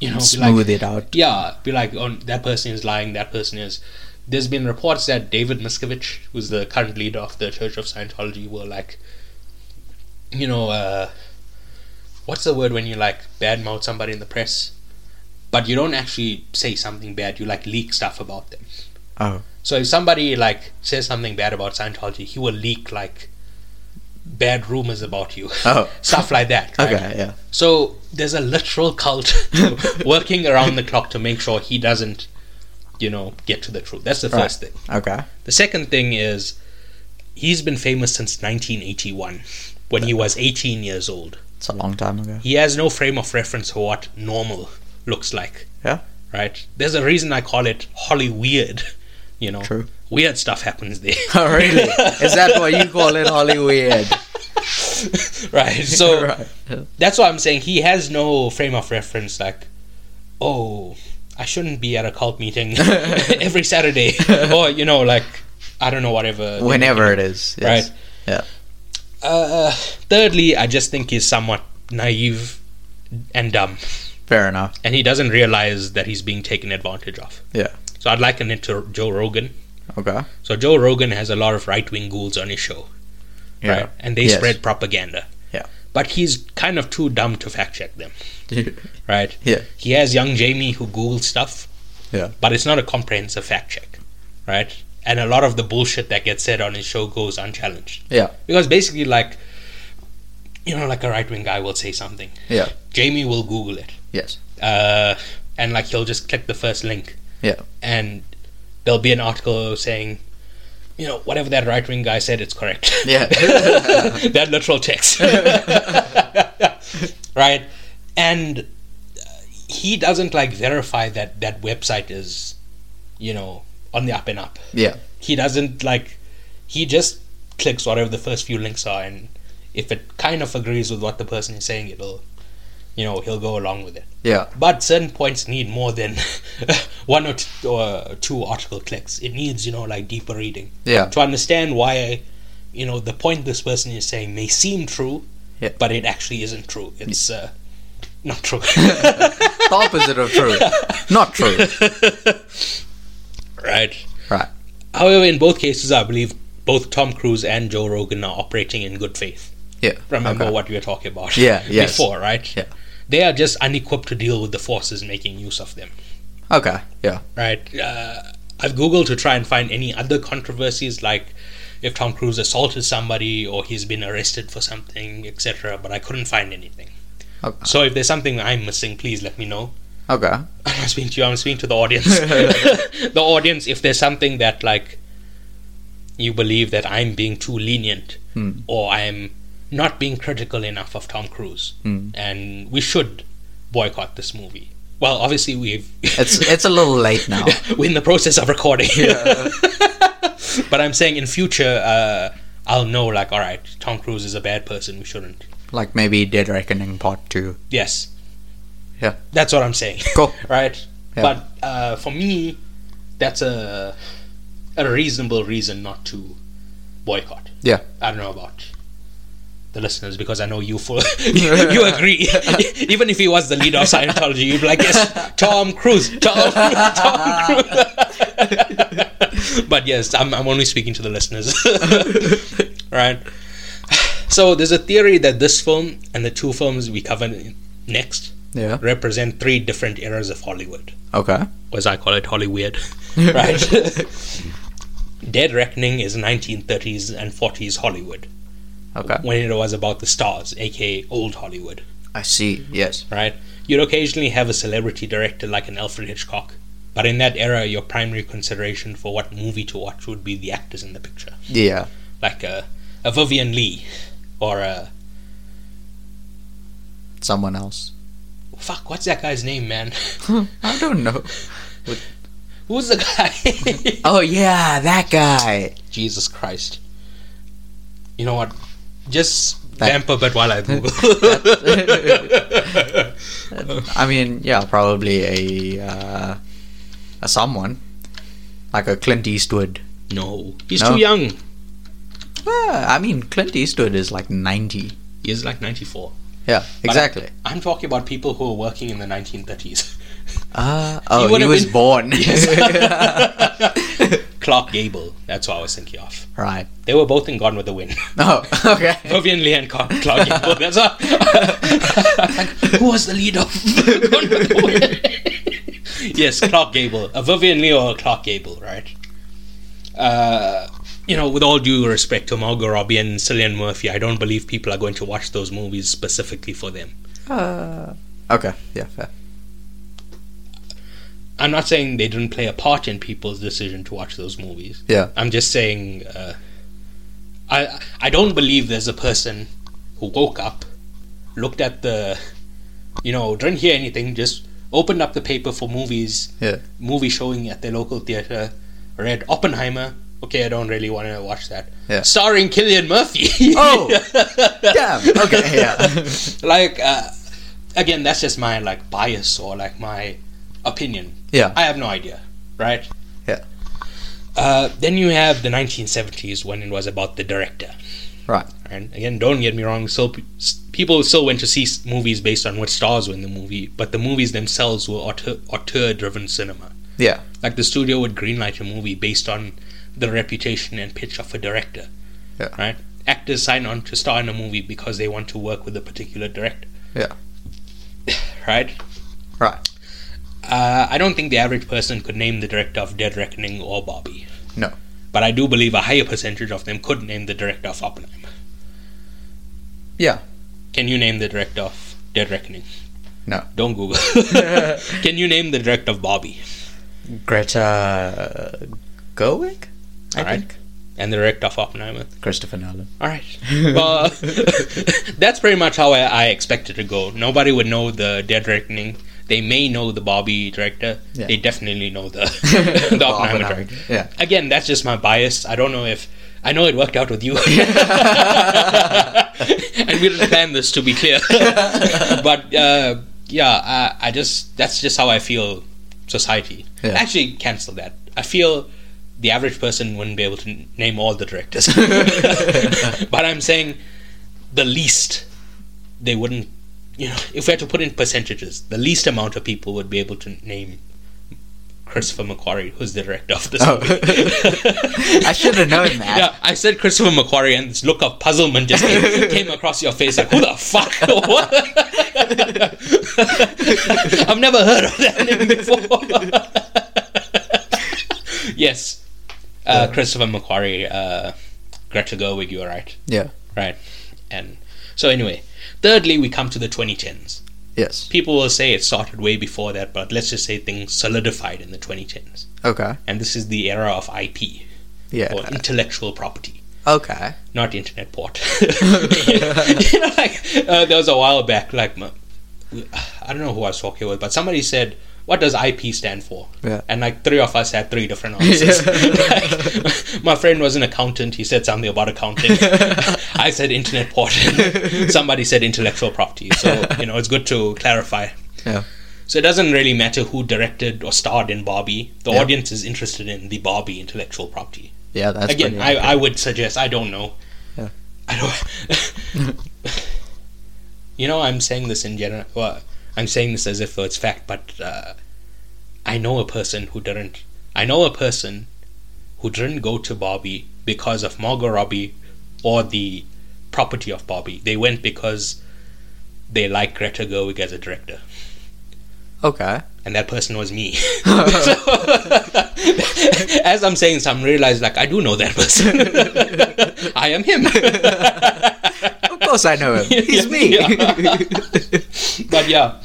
A: you know, be like,
B: smooth it out.
A: yeah, be like, oh, that person is lying. That person is. There's been reports that David Miscavige, who's the current leader of the Church of Scientology, will like, you know, uh, what's the word when you like badmouth somebody in the press, but you don't actually say something bad. You like leak stuff about them.
B: Oh.
A: So if somebody like says something bad about Scientology, he will leak like bad rumors about you,
B: Oh.
A: stuff like that. right?
B: Okay. Yeah.
A: So there's a literal cult working around the clock to make sure he doesn't, you know, get to the truth. That's the
B: Right.
A: first thing.
B: Okay.
A: The second thing is he's been famous since 1981 when he was 18 years old.
B: It's a long time ago.
A: He has no frame of reference for what normal looks like.
B: Yeah.
A: Right? There's a reason I call it Holly Weird, you know.
B: True.
A: Weird stuff happens there.
B: Oh, really? is that what you call it, Hollywood?
A: right. So
B: right.
A: that's why I'm saying he has no frame of reference. Like, oh, I shouldn't be at a cult meeting every Saturday, or you know, like I don't know, whatever.
B: Whenever it is. Yes.
A: Right.
B: Yeah.
A: Uh, thirdly, I just think he's somewhat naive and dumb,
B: Fair enough.
A: and he doesn't realize that he's being taken advantage of.
B: Yeah.
A: So I'd liken it to Joe Rogan.
B: Okay.
A: So Joe Rogan has a lot of right wing ghouls on his show,
B: Yeah.
A: right? And they
B: Yes.
A: spread propaganda.
B: Yeah.
A: But he's kind of too dumb to fact check them, right?
B: yeah.
A: He has young Jamie who Googles stuff,
B: Yeah.
A: but it's not a comprehensive fact check, right? And a lot of the bullshit that gets said on his show goes unchallenged
B: Yeah.
A: because basically, like, you know, like a right wing guy will say something,
B: Yeah.
A: Jamie will Google it,
B: Yes.
A: uh, and like he'll just click the first link,
B: Yeah.
A: and there'll be an article saying. You know, whatever that right wing guy said, it's correct.
B: Yeah.
A: that literal text. right? And uh, he doesn't like verify that that website is, you know, on the up and up.
B: yeah.
A: He doesn't like, he just clicks whatever the first few links are, and if it kind of agrees with what the person is saying, it'll, you know, he'll go along with it.
B: Yeah.
A: But certain points need more than one or, t- or two article clicks. It needs, you know, like deeper reading
B: Yeah.
A: to understand why you know the point this person is saying may seem true
B: Yeah.
A: but it actually isn't true it's uh, not true
B: The opposite of true. Not true.
A: right
B: Right.
A: however in both cases i believe both tom cruise and joe rogan are operating in good faith
B: Yeah.
A: remember
B: Okay.
A: what we were talking about
B: Yeah, yes.
A: before right
B: Yeah.
A: they are just unequipped to deal with the forces making use of them
B: Okay. Yeah.
A: right? Uh, I've googled to try and find any other controversies, like if Tom Cruise assaulted somebody or he's been arrested for something, etc. But I couldn't find anything.
B: Okay.
A: So if there's something I'm missing, please let me know.
B: Okay.
A: I'm not speaking to you. I'm speaking to the audience. the audience, if there's something that like you believe that I'm being too lenient
B: Hmm.
A: or I'm not being critical enough of Tom Cruise,
B: Mm.
A: and we should boycott this movie. Well, obviously we've
B: It's it's a little late now.
A: we're in the process of recording.
B: uh-huh.
A: but I'm saying in future, uh, I'll know like, all right, Tom Cruise is a bad person. We shouldn't.
B: Like maybe Dead Reckoning Part Two.
A: Yes.
B: Yeah.
A: That's what I'm saying.
B: Cool.
A: right.
B: Yeah.
A: But uh, for me, that's a a reasonable reason not to boycott.
B: Yeah.
A: I don't know about the listeners because I know you full you agree. Even if he was the leader of Scientology, you'd be like, yes, Tom Cruise, Tom, Tom Cruise. but yes, I'm, I'm only speaking to the listeners, right? So there's a theory that this film and the two films we cover n- next
B: Yeah.
A: represent three different eras of Hollywood,
B: Okay.
A: or as I call it, Hollyweird, right? Dead Reckoning is 1930s and 40s Hollywood
B: Okay.
A: when it was about the stars, aka old Hollywood,
B: I see. Yes.
A: right? You'd occasionally have a celebrity director like an Alfred Hitchcock, but in that era, your primary consideration for what movie to watch would be the actors in the picture,
B: Yeah.
A: like a, a Vivian Lee or uh, a
B: Someone else.
A: fuck, what's that guy's name, man?
B: I don't know.
A: Who's the guy?
B: Oh yeah, that guy.
A: Jesus Christ! You know what? Just
B: That-
A: vamp a bit while I Google.
B: I mean, yeah, probably a uh, a someone like a Clint Eastwood.
A: no, he's
B: No.
A: too young.
B: Ah, I mean, Clint Eastwood is like ninety.
A: He's like 94.
B: Yeah, exactly.
A: I'm talking about people who were working in the 1930s.
B: Uh, oh,
A: would
B: he
A: have
B: was
A: been-
B: born.
A: Clark Gable. That's what I was thinking of.
B: right.
A: They were both in Gone with the Wind.
B: Oh, okay.
A: Vivian Lee and Clark, Clark Gable. That's all. Who was the lead of Gone with the Wind? yes, Clark Gable. Uh, A Vivian Lee or a Clark Gable, right? Uh, you know, with all due respect to Margot Robbie and Cillian Murphy, I don't believe people are going to watch those movies specifically for them.
B: Uh, okay. Yeah. Fair.
A: I'm not saying they didn't play a part in people's decision to watch those movies.
B: Yeah.
A: I'm just saying, uh, I I don't believe there's a person who woke up, looked at the, you know, didn't hear anything, just opened up the paper for movies,
B: Yeah.
A: movie showing at their local theater, read Oppenheimer. Okay, I don't really want to watch that.
B: Yeah.
A: Starring Killian Murphy.
B: Oh. Damn. Okay. Yeah.
A: like uh, again, that's just my like bias or like my opinion.
B: Yeah.
A: I have no idea, right?
B: Yeah.
A: Uh, then you have the 1970s when it was about the director.
B: Right.
A: And again, don't get me wrong, still, pe- s- people still went to see s- movies based on what stars were in the movie, but the movies themselves were auteur, auteur-driven cinema.
B: Yeah.
A: Like the studio would greenlight a movie based on the reputation and pitch of a director.
B: Yeah.
A: Right? Actors sign on to star in a movie because they want to work with a particular director.
B: Yeah.
A: Right?
B: Right.
A: Uh, I don't think the average person could name the director of Dead Reckoning or Bobby.
B: No.
A: But I do believe a higher percentage of them could name the director of Oppenheimer.
B: Yeah.
A: Can you name the director of Dead Reckoning?
B: No.
A: Don't Google. Can you name the director of Bobby
B: Greta Gerwig, I
A: Alright.
B: think.
A: and the director of Oppenheimer?
B: Christopher Nolan.
A: All right. Well, that's pretty much how I, I expect it to go. Nobody would know the Dead Reckoning. They may know the Bobby director.
B: Yeah.
A: They definitely know the, the,
B: The
A: Oppenheimer
B: Oppenheimer,
A: director.
B: yeah.
A: Again, that's just my bias. I don't know if. I know it worked out with you. and we didn't plan this, to be clear. but uh, yeah, I, I just. That's just how I feel society.
B: Yeah.
A: Actually, cancel that. I feel the average person wouldn't be able to n- name all the directors. but I'm saying the least they wouldn't, you know, if we had to put in percentages, the least amount of people would be able to name Christopher McQuarrie, who's the director of this
B: Oh.
A: movie.
B: I should have known that.
A: Yeah, I said Christopher McQuarrie, and this look of puzzlement just came, came across your face like, who the fuck? What? I've never heard of that name before. yes, uh, Christopher McQuarrie, uh, Greta Gerwig, you were right.
B: Yeah.
A: Right. And so, anyway, thirdly, we come to the 2010s.
B: Yes.
A: People will say it started way before that, but let's just say things solidified in the 2010s.
B: Okay.
A: And this is the era of IP,
B: Yeah.
A: or intellectual property.
B: Okay.
A: not internet port. you know, like uh, there was a while back, like m- I don't know who I was talking with, but somebody said, "What does IP stand for?"
B: Yeah.
A: And like three of us had three different answers. Like, my friend was an accountant. He said something about accounting. I said internet port. somebody said intellectual property. So you know, it's good to clarify.
B: Yeah.
A: So it doesn't really matter who directed or starred in Barbie. The
B: Yeah.
A: audience is interested in the Barbie intellectual property
B: Yeah, that's
A: again
B: pretty
A: I,
B: accurate.
A: I would suggest i don't know
B: Yeah.
A: i don't you know i'm saying this in general well i'm saying this as if it's fact but uh, i know a person who didn't i know a person who didn't go to barbie because of margot robbie or the property of barbie they went because they like greta gerwig as a director
B: Okay.
A: and that person was me. So, as I'm saying this, I'm realized like I do know that person. I am him.
B: Of course I know him. He's me.
A: Yeah. but yeah,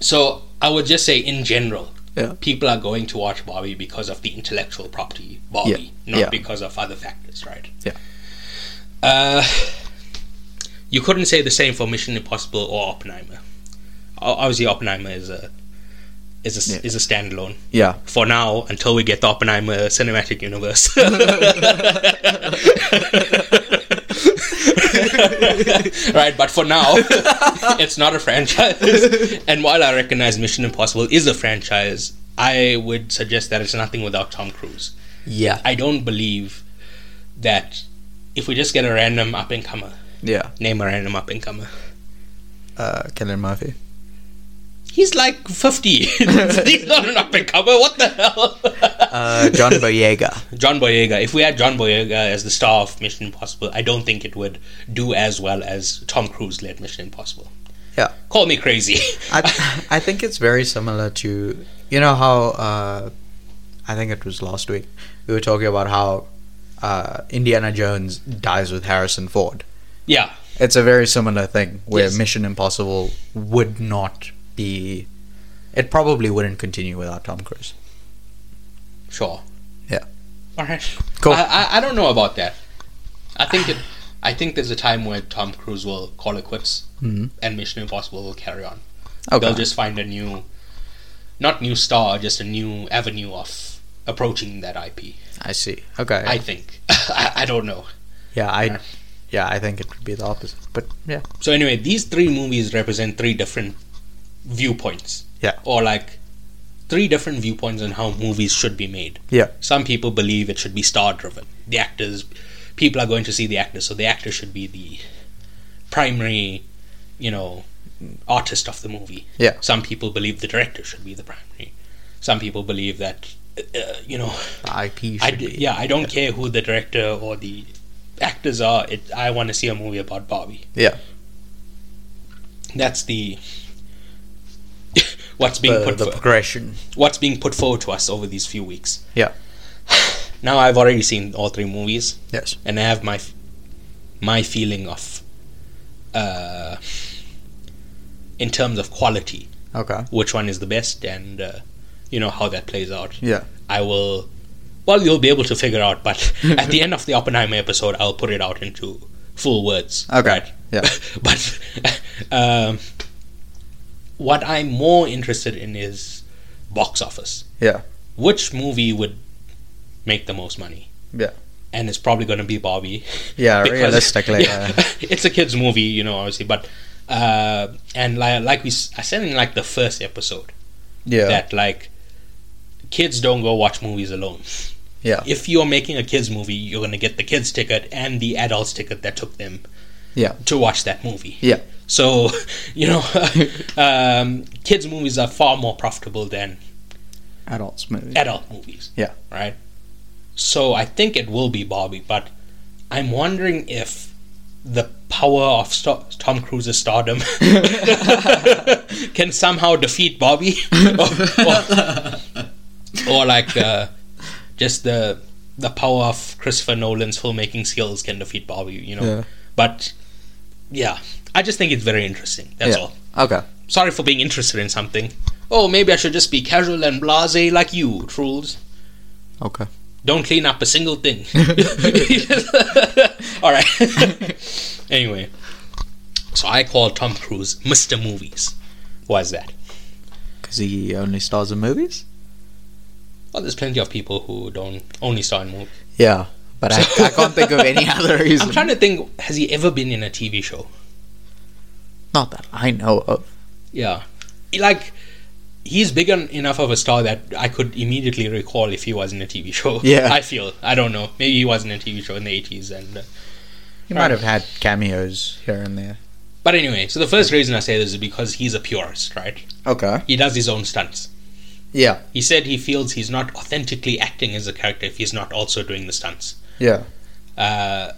A: so I would just say in general,
B: Yeah.
A: people are going to watch Barbie because of the intellectual property Barbie,
B: Yeah,
A: not
B: yeah.
A: because of other factors, right?
B: Yeah.
A: Uh, you couldn't say the same for Mission Impossible or Oppenheimer. O- Obviously, Oppenheimer is a is a s-
B: Yeah.
A: is a standalone
B: yeah.
A: for now until we get the Oppenheimer cinematic universe. right, but for now, it's not a franchise. And while I recognize Mission Impossible is a franchise, I would suggest that it's nothing without Tom Cruise.
B: Yeah.
A: I don't believe that if we just get a random up and comer,
B: Yeah.
A: name a random up and comer,
B: Uh, Killian Murphy.
A: he's like 50. he's not an up and comer. What the hell?
B: Uh, John Boyega.
A: John Boyega. If we had John Boyega as the star of Mission Impossible, I don't think it would do as well as Tom Cruise led Mission Impossible.
B: Yeah.
A: Call me crazy.
B: I, I think it's very similar to you know how uh, I think it was last week we were talking about how uh, Indiana Jones dies with Harrison Ford.
A: yeah,
B: It's a very similar thing where
A: Yes.
B: Mission Impossible would not be. It probably wouldn't continue without Tom Cruise.
A: sure.
B: Yeah.
A: All right.
B: Cool.
A: I, I, I don't know about that. I think it. I think there's a time where Tom Cruise will call it quits
B: Mhm.
A: and Mission Impossible will carry on.
B: Okay.
A: They'll just find a new, not new star, just a new avenue of approaching that IP.
B: I see. Okay.
A: I think. I, I don't know.
B: yeah. I. Yeah. I think it would be the opposite. But yeah.
A: So anyway, these three movies represent three different viewpoints.
B: Yeah.
A: Or like three different viewpoints on how movies should be made.
B: Yeah.
A: Some people believe it should be star driven. The actors people are going to see the actors, so the actor should be the primary, you know, artist of the movie.
B: Yeah.
A: Some people believe the director should be the primary. Some people believe that uh, uh, you know,
B: The IP should
A: I
B: be.
A: d- yeah, I don't care who the director or the actors are. It, I want to see a movie about Barbie
B: Yeah.
A: that's the what's being
B: The,
A: put
B: the
A: for-
B: progression.
A: what's being put forward to us over these few weeks.
B: Yeah.
A: Now I've already seen all three movies,
B: Yes.
A: and I have my f- my feeling of uh, in terms of quality,
B: Okay.
A: which one is the best, and uh, you know how that plays out.
B: Yeah.
A: I will. Well, you'll be able to figure out, but at the end of the Oppenheimer episode, I'll put it out into full words.
B: Okay.
A: right?
B: Yeah.
A: but um, what I'm more interested in is box office.
B: Yeah.
A: Which movie would make the most money?
B: Yeah.
A: And it's probably going to be Barbie.
B: Yeah,
A: because-
B: realistically. uh,
A: Yeah, it's a kids' movie, you know, obviously. But uh, and like, like we, s- I said in like the first episode
B: yeah.
A: that like kids don't go watch movies alone.
B: Yeah.
A: If you're making a kids movie, you're going to get the kids ticket and the adults ticket that took them
B: Yeah.
A: to watch that movie.
B: Yeah.
A: So, you know, um, kids' movies are far more profitable than
B: Adults movies.
A: adult movies.
B: Yeah.
A: Right? So I think it will be Barbie, but I'm wondering if the power of sto- Tom Cruise's stardom can somehow defeat Barbie. or, or, or like uh, just the the power of Christopher Nolan's filmmaking skills can defeat Barbie, you know.
B: Yeah.
A: But yeah, I just think it's very interesting. That's all
B: Okay.
A: sorry for being interested in something. Oh, maybe I should just be casual and blase like you, trolls.
B: Okay.
A: don't clean up a single thing. All right. anyway, so I call Tom Cruise Mr. Movies. Why is that?
B: Because he only stars in movies?
A: Well, there's plenty of people who don't only star in movies.
B: Yeah, but I, I can't think of any other reason.
A: I'm trying to think. Has he ever been in a TV show?
B: Not that I know of.
A: Yeah, like he's big en- enough of a star that I could immediately recall if he was in a TV show.
B: Yeah.
A: I feel I don't know. Maybe he was in a TV show in the 80s, and uh,
B: He might have had cameos here and there.
A: but anyway. So the first reason I say this is because he's a purist, right?
B: Okay.
A: He does his own stunts.
B: Yeah,
A: He said he feels he's not authentically acting as a character if he's not also doing the stunts.
B: yeah.
A: Uh,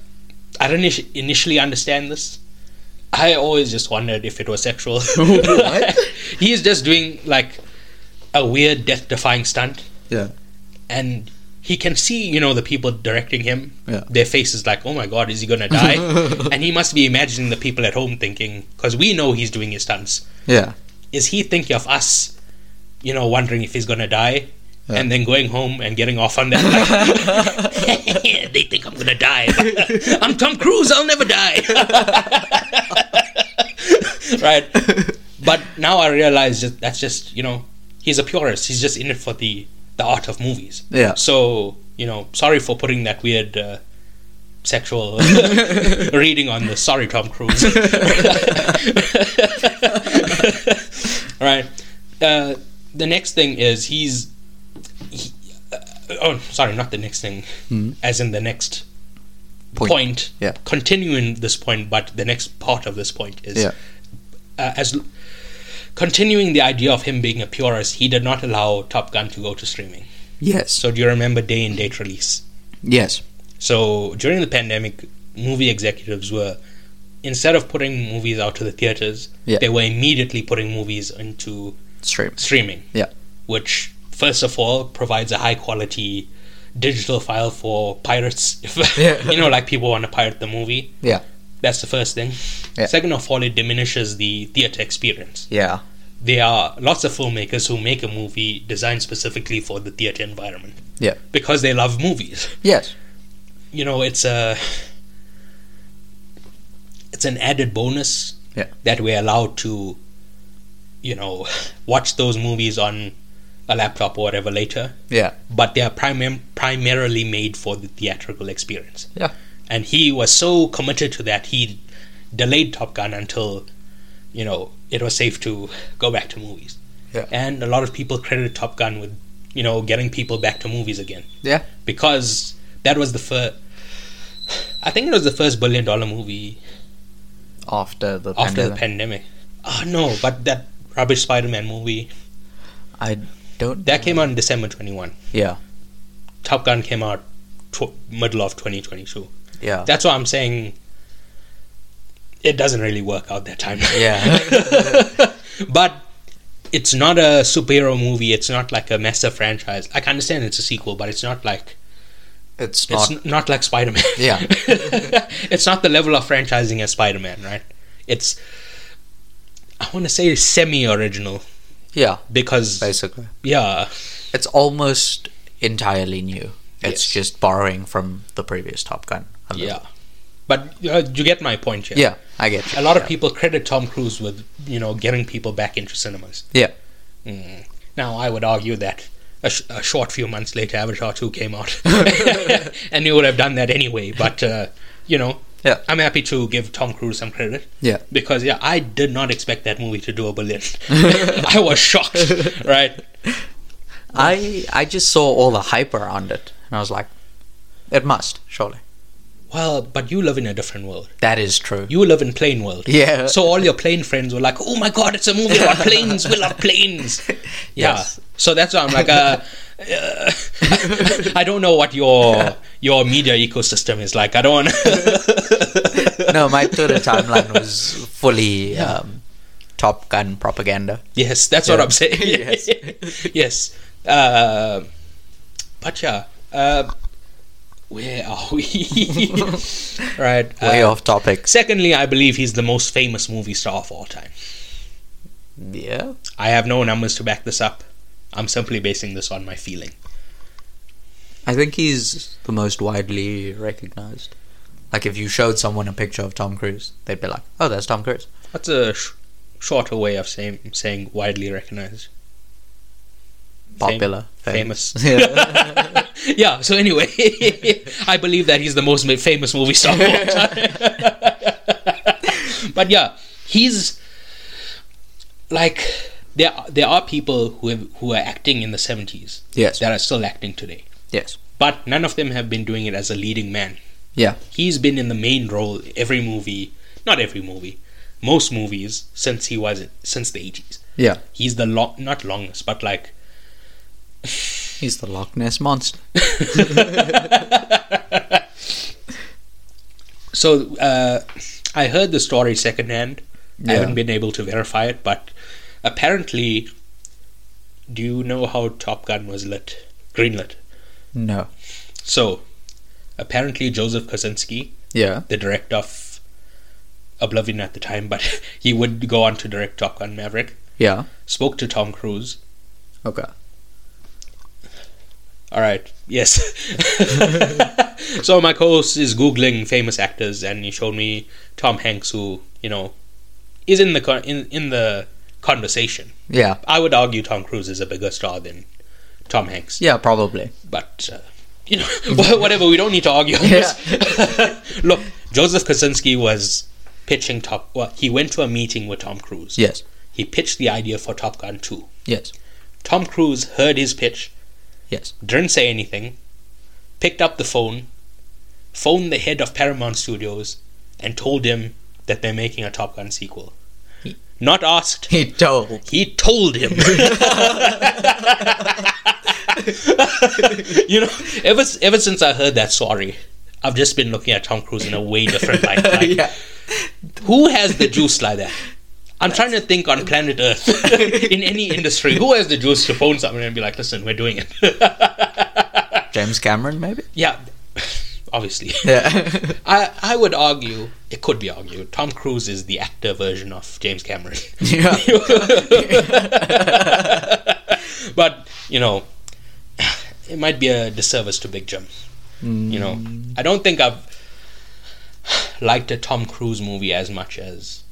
A: I don't init- initially understand this. I always just wondered if it was sexual.
B: What?
A: he's just doing like a weird death-defying stunt,
B: Yeah.
A: and he can see, you know, the people directing him.
B: Yeah.
A: Their faces like, oh my god, is he gonna die? and he must be imagining the people at home thinking, because we know he's doing his stunts
B: Yeah.
A: is he thinking of us, you know, wondering if he's gonna die,
B: Yeah.
A: and then going home and getting off on that? Like, they think I'm gonna die. I'm Tom Cruise. I'll never die. right. But now I realize that that's just you know he's a purist. He's just in it for the the art of movies.
B: Yeah.
A: So you know, sorry for putting that weird. Uh, Sexual reading on this. Sorry, Tom Cruise. All right. Uh, the next thing is he's. He, uh, oh, sorry, not the next thing. As in the next point.
B: Hmm. Yeah.
A: Continuing this point, but the next part of this point is
B: Yeah.
A: uh, as continuing the idea of him being a purist. He did not allow Top Gun to go to streaming.
B: Yes.
A: So do you remember day and date release?
B: yes.
A: So during the pandemic, movie executives were instead of putting movies out to the theaters,
B: Yeah.
A: they were immediately putting movies into
B: Streams.
A: streaming.
B: Yeah.
A: Which, first of all, provides a high quality digital file for pirates. If,
B: Yeah.
A: you know, like people want to pirate the movie.
B: Yeah.
A: That's the first thing.
B: Yeah.
A: Second of all, it diminishes the theater experience.
B: Yeah.
A: There are lots of filmmakers who make a movie designed specifically for the theater environment
B: Yeah.
A: because they love movies.
B: Yes.
A: You know, it's a it's an added bonus
B: Yeah.
A: that we're allowed to, you know, watch those movies on a laptop or whatever later.
B: Yeah.
A: but they are primar- primarily made for the theatrical experience.
B: Yeah.
A: And he was so committed to that, he delayed Top Gun until, you know, it was safe to go back to movies.
B: Yeah.
A: And a lot of people credit Top Gun with, you know, getting people back to movies again
B: Yeah.
A: because that was the first. I think it was the first billion dollar movie
B: After the
A: after the
B: pandemic.
A: pandemic. Oh no, but that rubbish Spider-Man movie
B: I don't.
A: that came out in December 21.
B: Yeah.
A: Top Gun came out tw- middle of 2022.
B: Yeah.
A: That's why I'm saying it doesn't really work out that time.
B: Yeah.
A: but it's not a superhero movie. It's not like a massive franchise. Like, I understand it's a sequel, but it's not like
B: it's
A: it's
B: not.
A: n- not like Spider Man.
B: Yeah.
A: it's not the level of franchising as Spider Man, right? It's I want to say semi original
B: yeah.
A: because
B: Basically,
A: yeah,
B: it's almost entirely new.
A: Yes.
B: It's just borrowing from the previous Top Gun. a little.
A: yeah. But uh, you get my point here.
B: Yeah. I get. You.
A: A lot of
B: Yeah.
A: people credit Tom Cruise with you know getting people back into cinemas.
B: Yeah.
A: Mm. Now, I would argue that a, sh- a short few months later, Avatar 2 came out. and you would have done that anyway. But, uh, you know,
B: Yeah.
A: I'm happy to give Tom Cruise some credit.
B: Yeah.
A: Because, yeah, I did not expect that movie to do a billion. I was shocked, right?
B: I I just saw all the hype around it, and I was like, it must surely.
A: Well, but you live in a different world.
B: That is true.
A: You live in plain world.
B: Yeah.
A: So all your plane friends were like, "Oh my god, it's a movie about planes. We love planes." Yeah.
B: Yes.
A: So that's why I'm like, uh, uh, I don't know what your your media ecosystem is like. I don't.
B: no, my Twitter timeline was fully um, Top Gun propaganda.
A: yes, that's what
B: Yeah.
A: I'm saying.
B: Yes.
A: yes. Uh, but yeah, uh, where are we? right.
B: Way
A: uh,
B: off topic.
A: Secondly, I believe he's the most famous movie star of all time.
B: Yeah.
A: I have no numbers to back this up. I'm simply basing this on my feeling.
B: I think he's the most widely recognized. Like if you showed someone a picture of Tom Cruise, they'd be like, "Oh, that's Tom Cruise."
A: That's a sh- shorter way of saying saying widely recognized.
B: Popular,
A: famous.
B: Yeah.
A: yeah. So anyway, I believe that he's the most ma- famous movie star. of all time. but yeah, he's like there. are- There are people who have, who are acting in the seventies
B: yes.
A: that are still acting today,
B: Yes.
A: but none of them have been doing it as a leading man.
B: Yeah.
A: He's been in the main role every movie, not every movie, most movies since he was since the eighties.
B: Yeah.
A: He's the long, not longest, but like
B: He's the Loch Ness monster.
A: So uh, I heard the story secondhand. I
B: Yeah.
A: haven't been able to verify it, but apparently, do you know how Top Gun was lit, greenlit?
B: No.
A: So apparently, Joseph Kosinski,
B: Yeah.
A: the director of Oblivion at the time, but he would go on to direct Top Gun Maverick,
B: Yeah.
A: spoke to Tom Cruise.
B: Okay.
A: All right, yes. so my co-host is googling famous actors, and he showed me Tom Hanks, who you know is in the con- in in the conversation.
B: Yeah.
A: I would argue Tom Cruise is a bigger star than Tom Hanks,
B: Yeah, probably.
A: but uh, you know, wha- whatever. We don't need to argue. on this. Look, Joseph Kosinski was pitching Top. Well, he went to a meeting with Tom Cruise.
B: Yes.
A: He pitched the idea for Top Gun Two.
B: Yes.
A: Tom Cruise heard his pitch,
B: Yes.
A: didn't say anything, picked up the phone, phoned the head of Paramount Studios, and told him that they're making a Top Gun sequel. Not asked,
B: He told.
A: he told him. you know, ever s- ever since I heard that story, I've just been looking at Tom Cruise in a way different light. Like,
B: yeah.
A: Who has the juice like that? I'm trying to think on planet Earth in any industry. Who has the juice to phone someone and be like, "Listen, we're doing it."
B: James Cameron, maybe?
A: Yeah, obviously.
B: Yeah.
A: I I would argue it could be argued. Tom Cruise is the actor version of James Cameron.
B: yeah.
A: but you know, it might be a disservice to Big Jim. You know,
B: Hmm.
A: I don't think I've liked a Tom Cruise movie as much as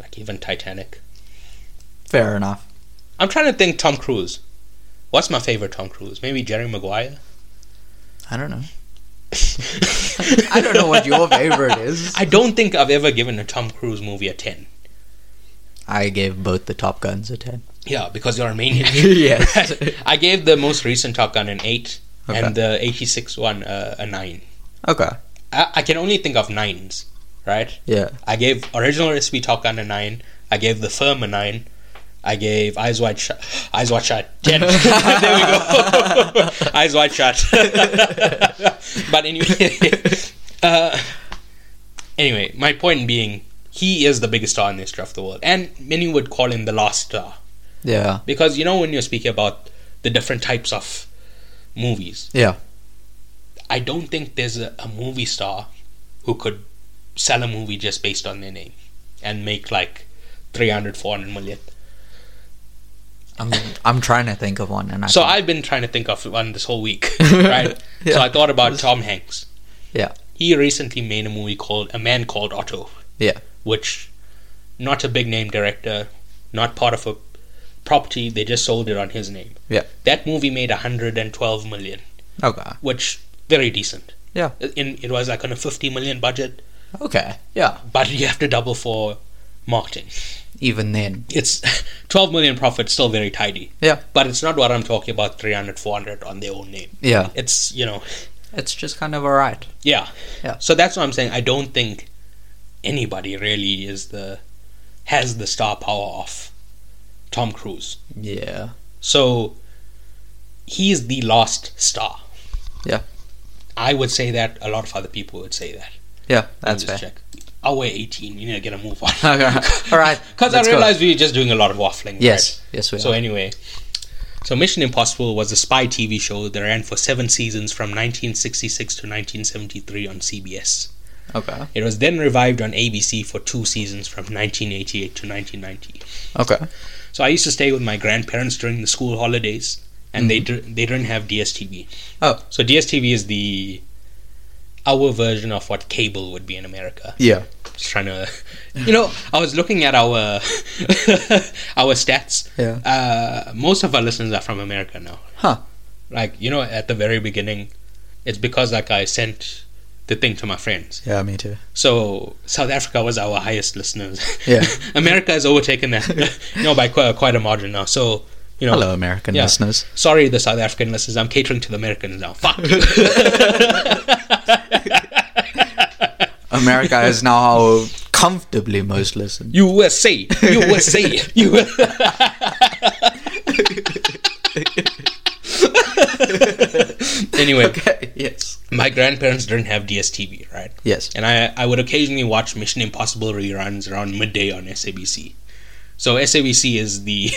A: like even Titanic.
B: Fair enough.
A: I'm trying to think Tom Cruise. What's my favorite Tom Cruise? Maybe Jerry Maguire.
B: I don't know. I don't know what your favorite is.
A: I don't think I've ever given a Tom Cruise movie a 10.
B: I gave both the Top Guns a 10.
A: Yeah, because you're a maniac.
B: yes.
A: I gave the most recent Top Gun an 8
B: Okay.
A: and the 86 one uh, a 9.
B: Okay.
A: I, I can only think of 9s, right?
B: Yeah.
A: I gave original recipe Top Gun a 9. I gave The Firm a 9. I gave Eyes Wide Shut. Eyes Wide Shut 10. there we go. Eyes Wide Shut. but anyway. uh, anyway, my point being, he is the biggest star in the history of the world. And many would call him the last star.
B: Yeah.
A: Because you know when you're speaking about the different types of movies,
B: Yeah.
A: I don't think there's a, a movie star who could sell a movie just based on their name and make like 300 400 million.
B: I'm I'm trying to think of one and I
A: So
B: can't-
A: I've been trying to think of one this whole week, right? So
B: Yeah.
A: I thought about Tom Hanks.
B: Yeah.
A: He recently made a movie called A Man Called Otto.
B: Yeah.
A: Which not a big name director, not part of a property, they just sold it on his name.
B: Yeah.
A: That movie made 112 million.
B: Okay.
A: which very decent.
B: Yeah.
A: In it was like on a fifty million budget,
B: Okay. Yeah.
A: but you have to double for marketing.
B: Even then.
A: It's twelve million profit, still very tidy.
B: Yeah.
A: But it's not what I'm talking about 300, 400 on their own name.
B: Yeah.
A: It's you know
B: It's just kind of alright.
A: yeah.
B: Yeah.
A: So that's what I'm saying. I don't think anybody really is the has the star power of Tom Cruise.
B: Yeah.
A: So he's the last star.
B: Yeah.
A: I would say that a lot of other people would say that.
B: Yeah. That's
A: Let me
B: fair.
A: just check. Oh, we're 18. We need to get a move on.
B: Okay. All right.
A: Because I
B: Let's go.
A: realized we were just doing a lot of waffling.
B: Yes. Yes, we
A: right? So,
B: are.
A: anyway. So, Mission Impossible was a spy TV show that ran for seven seasons from 1966 to 1973 on CBS.
B: Okay.
A: It was then revived on ABC for two seasons from 1988 to 1990.
B: Okay.
A: So, I used to stay with my grandparents during the school holidays and they di- they didn't have DSTV.
B: Mm-hmm. Oh.
A: so DSTV is the our version of what cable would be in America.
B: Yeah.
A: Just trying to, you know, I was looking at our our stats.
B: Yeah.
A: Uh, most of our listeners are from America now.
B: Huh.
A: Like you know, at the very beginning, it's because like I sent the thing to my friends.
B: Yeah, me too.
A: So South Africa was our highest listeners.
B: Yeah.
A: America has overtaken that, you know, by quite, quite a margin now. So you know,
B: Hello, American
A: Yeah.
B: listeners.
A: sorry, the South African listeners, I'm catering to the Americans now. Fuck.
B: America is now comfortably most listened.
A: USA, USA, you. anyway,
B: Okay. Yes.
A: my grandparents didn't have DSTV, right?
B: Yes.
A: And I, I would occasionally watch Mission Impossible reruns around midday on SABC. So SABC is the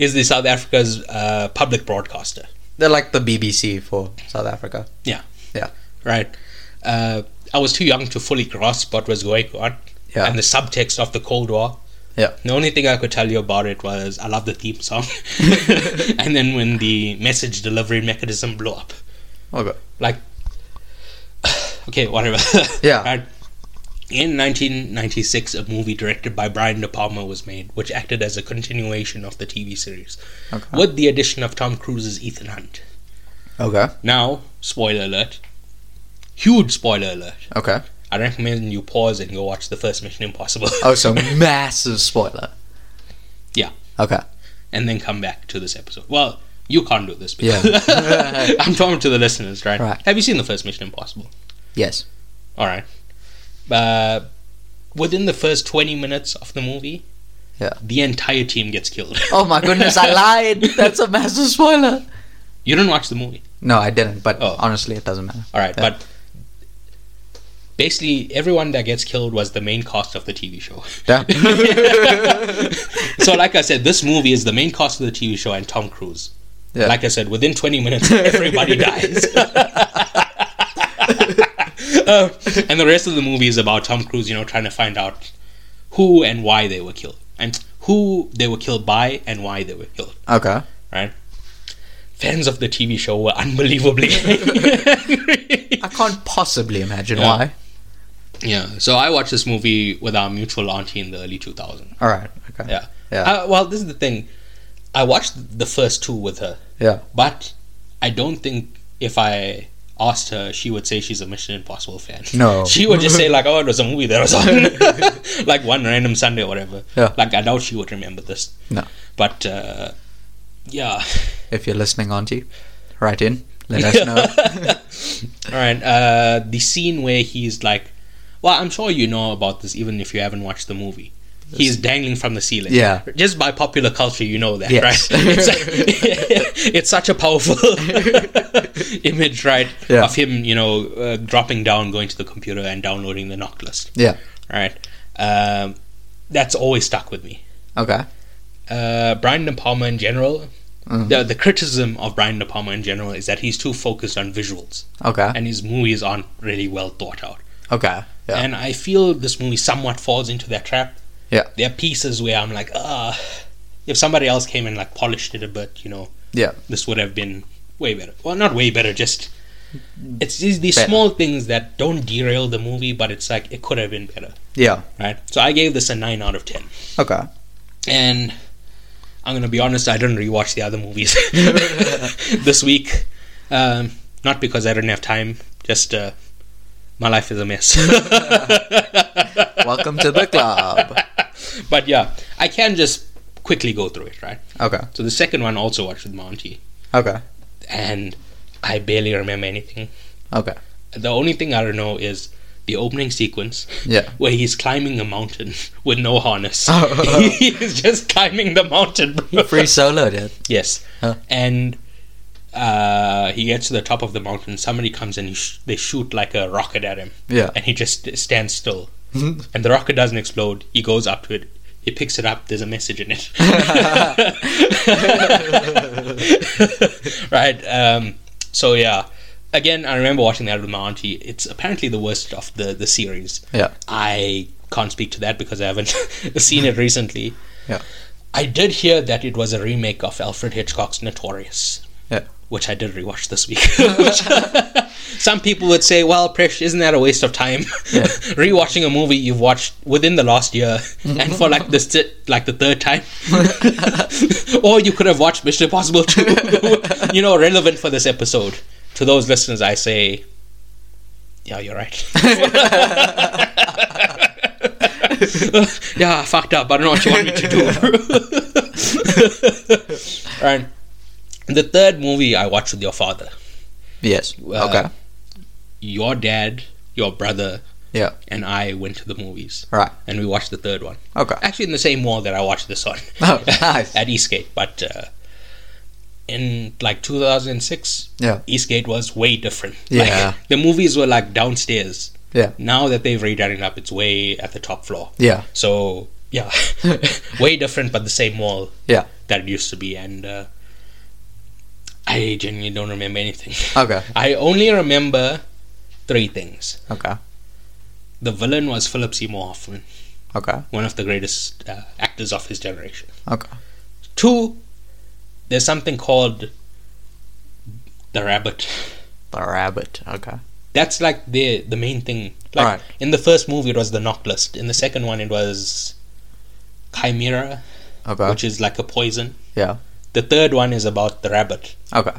A: is the South Africa's uh, public broadcaster,
B: They're like the BBC for South Africa.
A: Yeah.
B: Yeah.
A: right? Uh, I was too young to fully grasp what was going on
B: Yeah.
A: and the subtext of the Cold War.
B: Yeah.
A: The only thing I could tell you about it was I love the theme song, and then when the message delivery mechanism blew up,
B: Okay.
A: like okay whatever
B: Yeah.
A: Right. in 1996 a movie directed by brian de palma was made which acted as a continuation of the tv series
B: Okay.
A: with the addition of tom cruise's ethan hunt
B: Okay.
A: now spoiler alert huge spoiler alert
B: Okay.
A: i recommend you pause and go watch the first mission impossible
B: Oh, so massive spoiler.
A: Yeah.
B: Okay.
A: and then come back to this episode well you can't do this
B: Yeah.
A: because i'm talking to the listeners right?
B: Right.
A: have you seen the first mission impossible
B: Yes.
A: All right. Uh, within the first 20 minutes of the movie,
B: Yeah.
A: the entire team gets killed.
B: Oh my goodness, I lied. That's a massive spoiler.
A: You didn't watch the movie.
B: No, I didn't. But
A: Oh.
B: honestly, it doesn't matter.
A: All right,
B: Yeah.
A: but basically everyone that gets killed was the main cost of the TV show.
B: Damn.
A: so like I said, this movie is the main cost of the TV show and Tom Cruise.
B: Yeah.
A: Like I said, within 20 minutes everybody dies. Uh, and the rest of the movie is about Tom Cruise, you know, trying to find out who and why they were killed, and who they were killed by, and why they were killed.
B: Okay.
A: Fans of the TV show were unbelievably angry.
B: I can't possibly imagine
A: Yeah.
B: why.
A: yeah, so I watched this movie with our mutual auntie in the early 2000s.
B: All right. Okay.
A: Yeah.
B: Yeah.
A: Uh, well, this is the thing. I watched the first two with her,
B: Yeah.
A: but I don't think if I asked her, she would say she's a Mission Impossible fan.
B: No.
A: She would just say like, "Oh, it was a movie that was on, like one random Sunday or whatever."
B: Yeah.
A: Like I doubt she would remember this.
B: No.
A: But uh, yeah,
B: If you're listening, Auntie, write in. Let us know.
A: all right. Uh, the scene where he's like, well, I'm sure you know about this, even if you haven't watched the movie. He's dangling from the ceiling.
B: Yeah.
A: Just by popular culture, you know that,
B: Yes.
A: right? It's, it's such a powerful image, right?
B: Yeah.
A: Of him, you know, uh, dropping down, going to the computer, and downloading the knock list,
B: yeah.
A: right? Um, that's always stuck with me.
B: Okay.
A: uh, Brian De Palma in general,
B: Mhm.
A: the, the criticism of Brian De Palma in general is that he's too focused on visuals
B: Okay.
A: and his movies aren't really well thought out.
B: Okay. Yeah.
A: And I feel this movie somewhat falls into that trap.
B: Yeah.
A: There are pieces where I'm like, ah, if somebody else came and like polished it a bit, you know,
B: Yeah.
A: this would have been way better. Well, not way better, just. It's these, these
B: Better.
A: small things that don't derail the movie, but it's like it could have been better,
B: Yeah.
A: right? So I gave this a 9 out of 10.
B: Okay.
A: And I'm gonna be honest, I didn't rewatch the other movies this week. Um, not because I didn't have time, just uh, my life is a mess.
B: Welcome to the club.
A: but yeah, I can just quickly go through it, right?
B: Okay.
A: So the second one I also watched with Monty,
B: Okay.
A: and I barely remember anything.
B: Okay.
A: The only thing I don't know is the opening sequence
B: Yeah.
A: where he's climbing a mountain with no harness. he's just climbing the mountain. bro.
B: Free solo, dude.
A: Yes.
B: Huh.
A: And uh, he gets to the top of the mountain. Somebody comes and he sh- they shoot like a rocket at him.
B: Yeah.
A: And he just stands still.
B: Mhm.
A: And the rocket doesn't explode. He goes up to it. He picks it up. There's a message in it. right. Um, so, yeah. Again, I remember watching that with my auntie. It's apparently the worst of the, the series.
B: Yeah.
A: I can't speak to that because I haven't seen it recently.
B: Yeah.
A: I did hear that it was a remake of Alfred Hitchcock's Notorious.
B: Yeah.
A: Which I did rewatch this week. Which some people would say, "Well, Presh, isn't that a waste of time?
B: Yeah.
A: Rewatching a movie you've watched within the last year, and for like the si- like the third time, or you could have watched Mission Impossible two. you know, relevant for this episode. To those listeners, I say, yeah, you're right. yeah, I fucked up. I don't know what you want me to do. Alright. The third movie I watched with your father.
B: Yes.
A: Uh,
B: okay.
A: Your dad, your brother,
B: Yeah.
A: and I went to the movies.
B: Right.
A: And we watched the third one.
B: Okay.
A: Actually, in the same mall that I watched this on.
B: Oh, nice.
A: At Eastgate. But uh, in like 2006,
B: Yeah.
A: Eastgate was way different.
B: Yeah.
A: Like, the movies were like downstairs.
B: Yeah.
A: Now that they've redone it up, it's way at the top floor.
B: Yeah.
A: So yeah, way different, but the same mall.
B: Yeah.
A: that it used to be, and uh, I genuinely don't remember anything.
B: Okay.
A: I only remember three things.
B: Okay.
A: The villain was Philip Seymour Hoffman,
B: Okay.
A: one of the greatest uh, actors of his generation.
B: Okay.
A: Two, there's something called the rabbit.
B: The rabbit. Okay.
A: That's like the the main thing. Like
B: Alright.
A: in the first movie, it was the knock list. In the second one, it was chimera,
B: Okay.
A: which is like a poison.
B: Yeah.
A: The third one is about the rabbit.
B: Okay.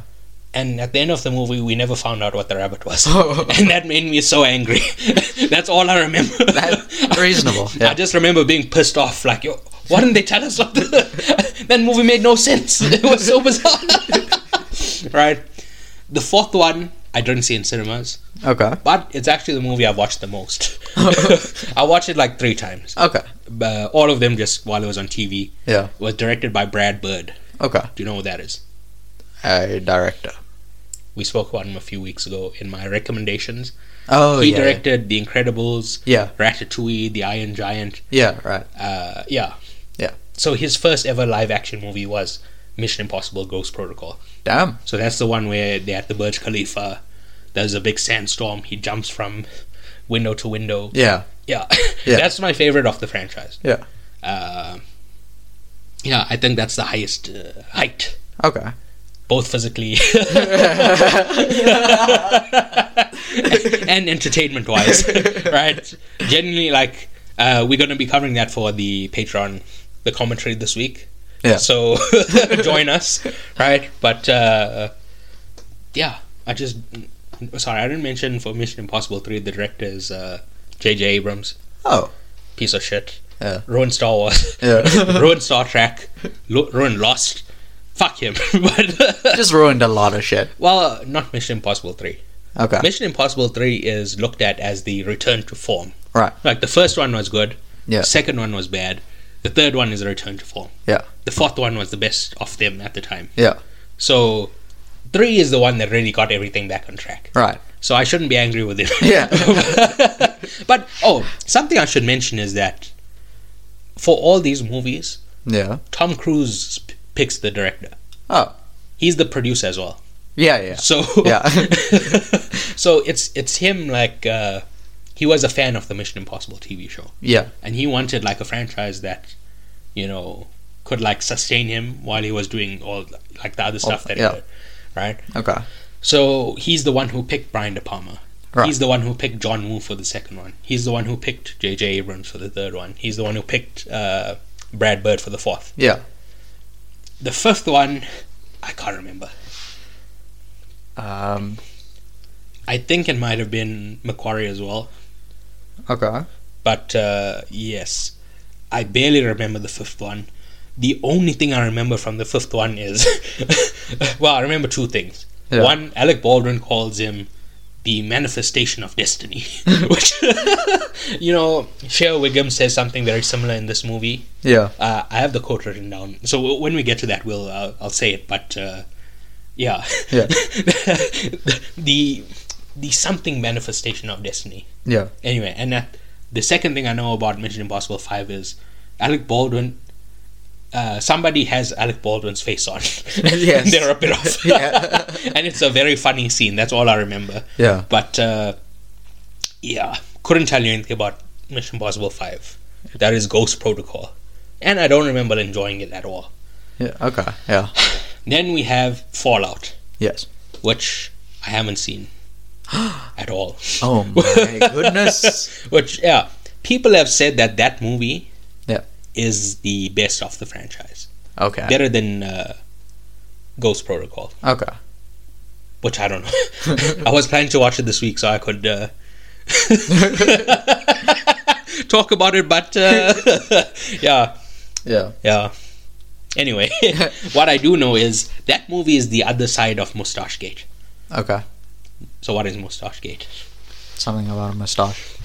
A: And at the end of the movie, we never found out what the rabbit was, and that made me so angry. That's all I remember.
B: That's reasonable, yeah.
A: I just remember being pissed off, like, Yo, why didn't they tell us? What the- that movie made no sense. It was so bizarre. right. The fourth one I didn't see in cinemas,
B: Okay.
A: but it's actually the movie I've watched the most. I watched it like three times,
B: Okay.
A: but all of them just while it was on TV.
B: Yeah.
A: It was directed by Brad Bird.
B: Okay.
A: Do you know who that is?
B: A director.
A: We spoke about him a few weeks ago in my recommendations.
B: Oh
A: he
B: yeah.
A: directed The Incredibles,
B: Yeah.
A: Ratatouille, The Iron Giant.
B: Yeah. Right.
A: Uh, yeah,
B: Yeah.
A: So his first ever live action movie was Mission Impossible: Ghost Protocol.
B: Damn.
A: So that's the one where they're at the Burj Khalifa. There's a big sandstorm. He jumps from window to window.
B: Yeah.
A: Yeah,
B: Yeah.
A: that's my favorite of the franchise.
B: Yeah.
A: Uh, yeah, I think that's the highest uh, height,
B: Okay.
A: both physically and entertainment wise, right? Generally, like uh, we're going to be covering that for the Patreon, the commentary this week.
B: Yeah.
A: So join us, right? But uh, yeah, I just sorry I didn't mention for Mission Impossible Three the director is uh, J.J. Abrams,
B: Oh.
A: piece of shit.
B: Yeah.
A: Ruined Star Wars.
B: Yeah.
A: ruined Star Trek. Lo- ruined Lost. Fuck him. but
B: Just ruined a lot of shit.
A: well, uh, not Mission Impossible Three.
B: Okay.
A: Mission Impossible 3 is looked at as the return to form.
B: Right.
A: Like the first one was good,
B: Yeah.
A: the second one was bad, the third one is a return to form.
B: Yeah.
A: The fourth one was the best of them at the time.
B: Yeah.
A: So 3 is the one that really got everything back on track.
B: Right.
A: So I shouldn't be angry with it.
B: Yeah.
A: but oh, something I should mention is that for all these movies,
B: Yeah.
A: Tom Cruise p- picks the director.
B: Oh.
A: He's the producer as well.
B: Yeah. Yeah.
A: So
B: Yeah.
A: so it's it's him like uh, he was a fan of the Mission Impossible TV show,
B: Yeah.
A: and he wanted like a franchise that you know could like sustain him while he was doing all like the other stuff that
B: yeah.
A: he did, right?
B: Okay.
A: So he's the one who picked Brian De Palma.
B: Right.
A: He's the one who picked John Woo for the second one. He's the one who picked J.J. Abrams for the third one. He's the one who picked uh, Brad Bird for the fourth.
B: Yeah.
A: The fifth one, I can't remember.
B: Um.
A: I think it might have been Macquarie as well.
B: Okay.
A: But uh, yes, I barely remember the fifth one. The only thing I remember from the fifth one is well, I remember two things.
B: Yeah.
A: One, Alec Baldwin calls him the manifestation of destiny, which you know, Cher Wiggum says something very similar in this movie.
B: Yeah.
A: Uh, I have the quote written down, so w- when we get to that, we'll uh, I'll say it. But uh, yeah,
B: Yeah.
A: the the something manifestation of destiny.
B: Yeah.
A: Anyway, and uh, the second thing I know about Mission Impossible Five is Alec Baldwin. Uh, somebody has Alec Baldwin's face on.
B: Yes.
A: they rip it off.
B: Yeah.
A: and it's a very funny scene. That's all I remember.
B: Yeah.
A: But uh, yeah, couldn't tell you anything about Mission Impossible Five. That is Ghost Protocol. and I don't remember enjoying it at all.
B: Yeah, okay. Yeah.
A: Then we have Fallout,
B: Yes.
A: which I haven't seen at all.
B: Oh my goodness.
A: Which yeah, people have said that that movie
B: Yeah.
A: is the best of the franchise,
B: Okay.
A: better than uh, Ghost Protocol,
B: Okay.
A: which I don't know. I was planning to watch it this week so I could uh, talk about it, but uh, yeah,
B: Yeah.
A: yeah. Anyway, what I do know is that movie is the other side of Mustache Gate.
B: Okay.
A: So what is Mustache Gate?
B: Something about a mustache.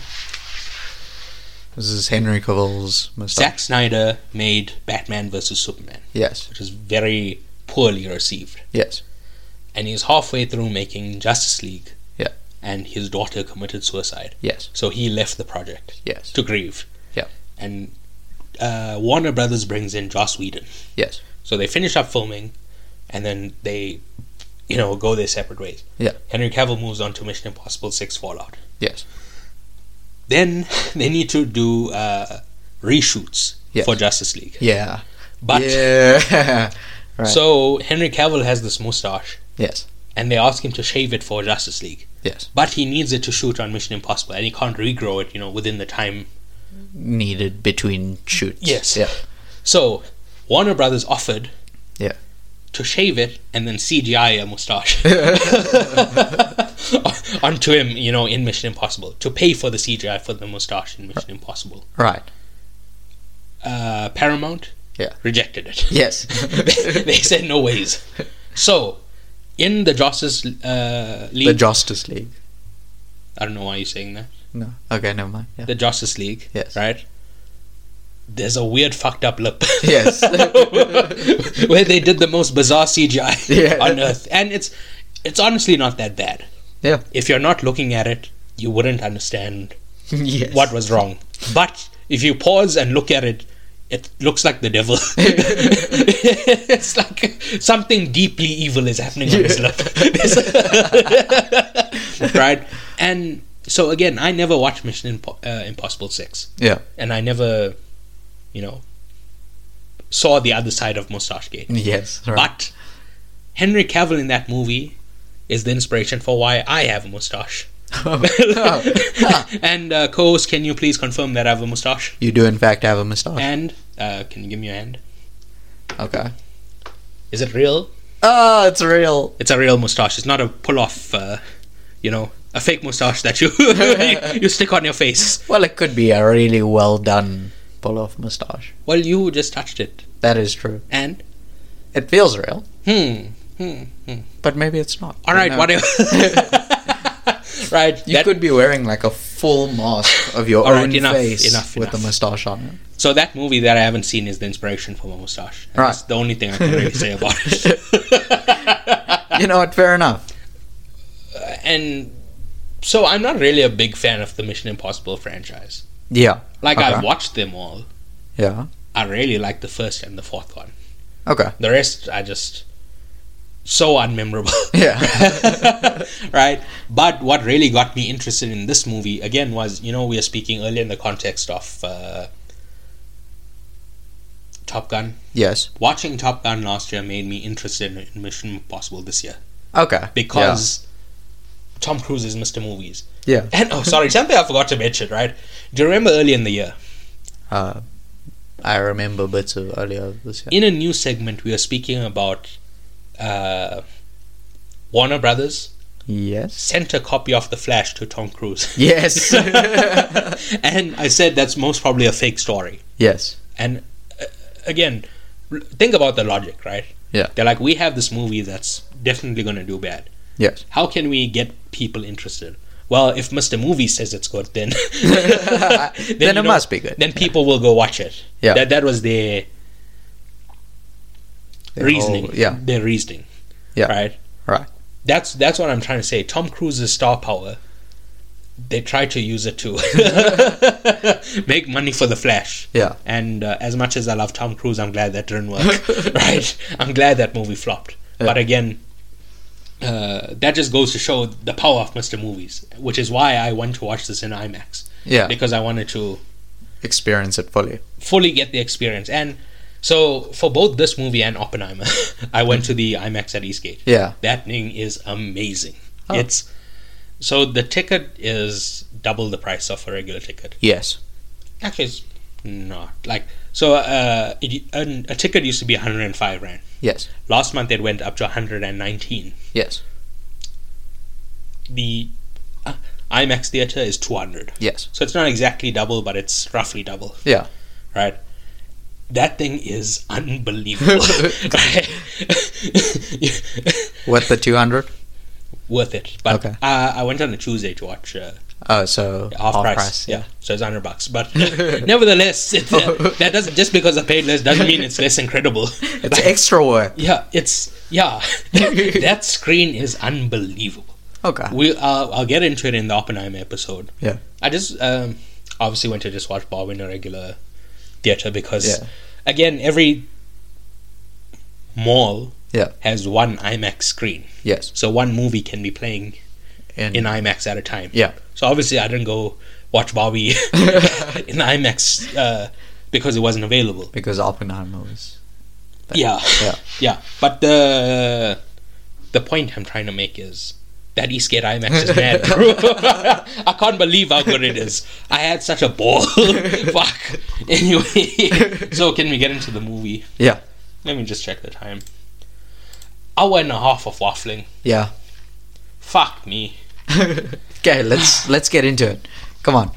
B: This is Henry Cavill's mustache.
A: Zack Snyder made Batman vs Superman,
B: Yes.
A: which is very poorly received.
B: Yes.
A: and he's halfway through making Justice League.
B: Yeah.
A: And his daughter committed suicide,
B: Yes.
A: so he left the project
B: Yes.
A: to grieve.
B: Yeah.
A: And uh, Warner Brothers brings in Joss Whedon,
B: Yes.
A: so they finish up filming, and then they, you know, go their separate ways.
B: Yeah.
A: Henry Cavill moves on to Mission Impossible Six Fallout.
B: Yes.
A: Then they need to do uh, reshoots
B: Yes.
A: for Justice League,
B: Yeah.
A: but
B: yeah. right.
A: so Henry Cavill has this mustache,
B: yes.
A: and they ask him to shave it for Justice League.
B: Yes.
A: But he needs it to shoot on Mission Impossible, and he can't regrow it, you know, within the time.
B: Needed between shoots.
A: Yes.
B: Yeah.
A: So Warner Brothers offered,
B: Yeah.
A: to shave it and then CGI a mustache onto him, you know, in Mission Impossible to pay for the CGI for the mustache in Mission Impossible.
B: Right.
A: Uh, Paramount,
B: Yeah.
A: rejected it.
B: Yes.
A: they, they said no ways. So in the Justice uh,
B: the
A: League,
B: Justice League.
A: I don't know why you're saying that.
B: No. Okay. Never mind. Yeah.
A: the Justice League,
B: Yes.
A: right? There's a weird fucked up lip.
B: Yes.
A: Where they did the most bizarre CGI
B: Yeah.
A: on earth. And it's it's honestly not that bad.
B: Yeah.
A: If you're not looking at it, you wouldn't understand
B: yes.
A: what was wrong. But if you pause and look at it, it looks like the devil. it's like something deeply evil is happening on his lip. right? And so again, I never watched Mission Impo- uh, Impossible 6
B: Yeah.
A: and I never, you know, saw the other side of Mustache Gate.
B: Yes. Right.
A: But Henry Cavill in that movie is the inspiration for why I have a mustache. and uh, co-host, can you please confirm that I have a mustache?
B: you do in fact have a mustache.
A: And uh, can you give me your hand?
B: Okay.
A: Is it real?
B: Oh, it's real.
A: It's a real mustache. It's not a pull-off, uh, you know, a fake mustache that you you, you stick on your face.
B: Well, it could be a really well done pull off mustache.
A: Well, you just touched it,
B: That is true.
A: and
B: It feels real,
A: hmm, hmm, hmm.
B: but maybe it's not.
A: All right, whatever. right,
B: You
A: that-
B: could be wearing like a full mask of your
A: All right,
B: own
A: enough,
B: face
A: enough,
B: with
A: enough.
B: a mustache on it.
A: So that movie that I haven't seen is the inspiration for my mustache. And
B: Right.
A: That's the only thing I can really say about it.
B: You know what? Fair enough.
A: and so I'm not really a big fan of the Mission Impossible franchise.
B: Yeah.
A: Like
B: Okay.
A: I've watched them all.
B: Yeah.
A: I really like the first and the fourth one.
B: Okay.
A: The rest I just so unmemorable.
B: Yeah.
A: right? But what really got me interested in this movie again was, you know, we were speaking earlier in the context of uh, Top Gun.
B: Yes.
A: Watching Top Gun last year made me interested in Mission Impossible this year
B: Okay.
A: because Tom Cruise is Mr. Movies.
B: Yeah.
A: And oh, sorry, something I forgot to mention, right? Do you remember earlier in the year?
B: yeah. Uh, I remember bits of earlier this year.
A: In a new segment, we were speaking about uh, Warner Brothers
B: Yes.
A: sent a copy of The Flash to Tom Cruise.
B: Yes.
A: and I said that's most probably a fake story.
B: yes.
A: And uh, again, r- think about the logic, right?
B: Yeah.
A: They're like, we have this movie that's definitely going to do bad.
B: Yes.
A: how can we get people interested? Well, if Mr. Movie says it's good, then
B: then
A: you
B: it
A: know,
B: must be good.
A: Then people will go watch it.
B: Yeah.
A: that that was their
B: The
A: reasoning.
B: whole- yeah.
A: their reasoning.
B: Yeah.
A: right,
B: Right.
A: That's that's what I'm trying to say. Tom Cruise's star power. They try to use it to make money for the Flash.
B: Yeah.
A: And uh, as much as I love Tom Cruise, I'm glad that didn't work. right? I'm glad that movie flopped.
B: Yeah.
A: But again, uh, that just goes to show the power of Mr. Movies, which is why I want to watch this in IMAX
B: Yeah.
A: because I wanted to
B: experience it fully.
A: fully get the experience. And so for both this movie and Oppenheimer, I went to the IMAX at Eastgate.
B: Yeah.
A: That thing is amazing.
B: Oh.
A: It's so the ticket is double the price of a regular ticket.
B: Yes.
A: Actually, it's not like so. Uh, it, an, a ticket used to be 105 rand.
B: Yes.
A: Last month it went up to 119.
B: Yes.
A: The uh, IMAX theater is 200.
B: Yes.
A: So it's not exactly double, but it's roughly double.
B: Yeah.
A: Right. That thing is unbelievable. Right?
B: What the 200?
A: Worth it. But
B: Okay.
A: uh, I went on a Tuesday to watch uh,
B: Oh, so
A: half, price. Yeah. So it's 100 bucks. But nevertheless, it, that, that doesn't just because I paid less doesn't mean it's less incredible.
B: It's extra work.
A: yeah, it's yeah. that screen is unbelievable.
B: Okay.
A: We uh, I'll get into it in the Oppenheimer episode.
B: Ah. Yeah.
A: I just um, obviously went to just watch Bob in a regular theater because,
B: Yeah.
A: again, every mall
B: Yeah.
A: has one IMAX screen,
B: Yes.
A: so one movie can be playing
B: And
A: in IMAX at a time.
B: yeah.
A: So obviously, I didn't go watch Bobby in the IMAX uh, because it wasn't available.
B: Because Oppenheimer was.
A: Yeah,
B: Yeah.
A: yeah. But the the point I'm trying to make is that Eastgate IMAX is mad. bro. I can't believe how good it is. I had such a ball. Fuck. Anyway, so can we get into the movie?
B: Yeah.
A: Let me just check the time. Hour and a half of waffling.
B: Yeah.
A: Fuck me.
B: okay, let's let's get into it. Come on.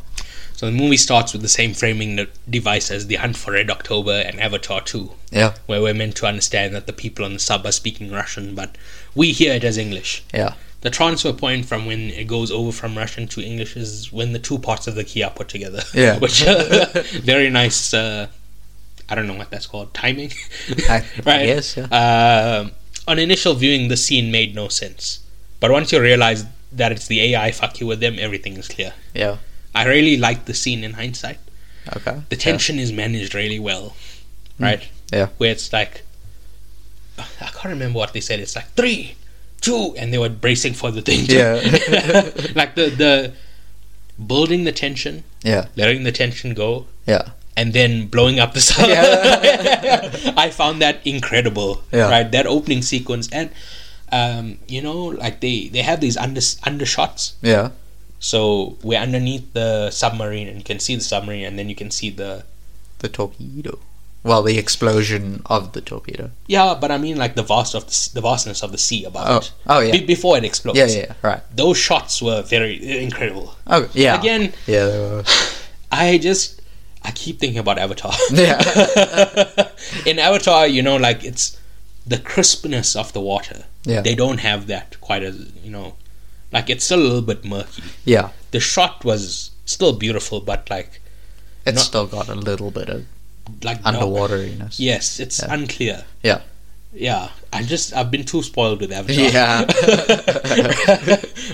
A: So the movie starts with the same framing no- device as The Hunt for Red October and Avatar 2,
B: Yeah.
A: where we're meant to understand that the people on the sub are speaking Russian, but we hear it as English.
B: Yeah.
A: The transfer point from when it goes over from Russian to English is when the two parts of the key are put together.
B: Yeah.
A: Which uh, very nice. Uh, I don't know what that's called. Timing.
B: I- yes, yeah.
A: Um, on initial viewing, the scene made no sense, but once you realize that it's the AI fuck you with them, everything is clear.
B: Yeah.
A: I really liked the scene in hindsight.
B: Okay.
A: The tension is managed really well, right?
B: Mm. Yeah.
A: Where it's like, I can't remember what they said. It's like three, two, and they were bracing for the thing. to-
B: Yeah.
A: like the the building the tension,
B: Yeah.
A: letting the tension go,
B: Yeah.
A: and then blowing up the sun.
B: Yeah.
A: I found that incredible.
B: Yeah.
A: Right, that opening sequence, and um, you know, like they they have these under undershots.
B: Yeah.
A: So we're underneath the submarine and you can see the submarine, and then you can see the
B: The torpedo. Well, the explosion of the torpedo.
A: yeah. But I mean, like the vast of the, s- the vastness of the sea above
B: Oh.
A: it.
B: Oh yeah.
A: Be- before it explodes.
B: Yeah. Yeah. Right.
A: Those shots were very incredible.
B: Oh yeah.
A: Again,
B: Yeah. They were.
A: I just I keep thinking about Avatar.
B: Yeah.
A: In Avatar, you know, like it's the crispness of the water.
B: Yeah.
A: They don't have that quite as you know, like it's still a little bit murky.
B: Yeah.
A: The shot was still beautiful, but like
B: It's
A: Not-
B: still got a little bit of
A: like no-
B: underwateriness.
A: yes, it's
B: Yeah.
A: unclear.
B: Yeah.
A: Yeah, I just I've been too spoiled with Avatar.
B: Yeah.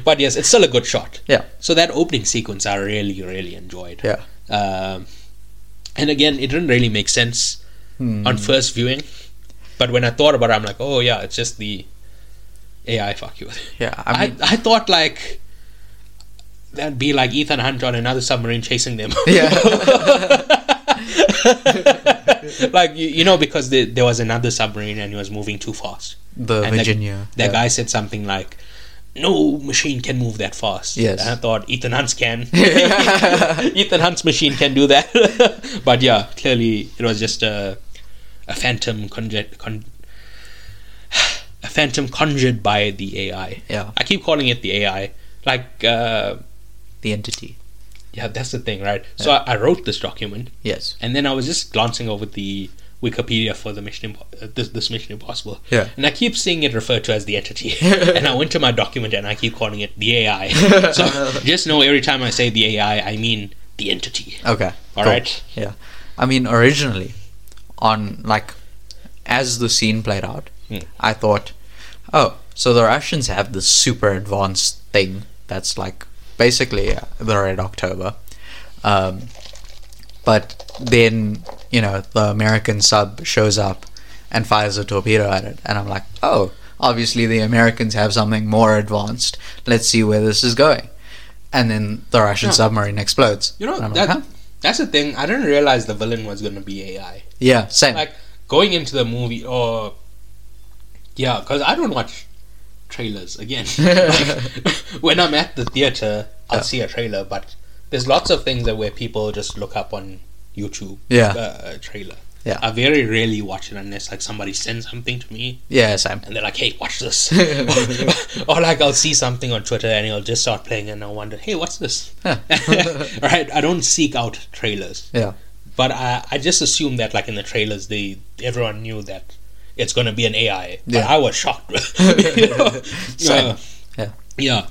A: but yes, it's still a good shot.
B: Yeah.
A: So that opening sequence I really really enjoyed.
B: Yeah.
A: Um, and again, it didn't really make sense
B: Hmm.
A: on first viewing, but when I thought about it, I'm like, oh yeah, it's just the AI fuck you.
B: Yeah.
A: I,
B: I mean.
A: I, thought like that'd be like Ethan Hunt on another submarine chasing them. like you, you know because the, there was another submarine and it was moving too fast. and
B: the
A: the-
B: Uh, Virginia.
A: That
B: yeah.
A: guy said something like. No machine can move that fast.
B: Yes.
A: And I thought Ethan Hunt's can. Ethan Hunt's machine can do that. but yeah, clearly it was just a, a phantom conje- con- a phantom conjured by the AI.
B: Yeah.
A: I keep calling it the AI. Like, uh,
B: The entity.
A: yeah, that's the thing, right? So I, I wrote this document,
B: Yes.
A: and then I was just glancing over the Wikipedia for the Mission Impo- uh, this, this Mission Impossible.
B: Yeah.
A: And I keep seeing it referred to as the entity. and I went to my document and I keep calling it the AI. so just know every time I say the AI, I mean the entity.
B: Okay.
A: All
B: cool.
A: right.
B: Yeah. I mean, originally, on like, as the scene played out,
A: Hmm.
B: I thought, oh, so the Russians have this super advanced thing that's like basically uh, the Red October. Um, but then, you know, the American sub shows up and fires a torpedo at it. And I'm like, oh, obviously the Americans have something more advanced. Let's see where this is going. And then the Russian
A: Yeah.
B: submarine explodes.
A: You know,
B: And I'm
A: that,
B: like, huh?
A: That's the thing. I didn't realize the villain was going to be AI.
B: Yeah, same.
A: Like going into the movie, or yeah, because I don't watch trailers again. Like, when I'm at the theater, I'll
B: Yeah.
A: see a trailer, but there's lots of things that where people just look up on YouTube.
B: Yeah.
A: uh, a trailer.
B: Yeah.
A: I very rarely watch it unless like somebody sends something to me
B: yeah, same.
A: and they're like, "Hey, watch this," or, like I'll see something on Twitter and it'll just start playing and I'll wonder, "Hey, what's this?"
B: Yeah.
A: right? I don't seek out trailers,
B: Yeah.
A: but I, I just assume that like in the trailers, they everyone knew that it's going to be an AI. But
B: Yeah.
A: I was shocked. you know?
B: Same.
A: Uh,
B: Yeah.
A: yeah.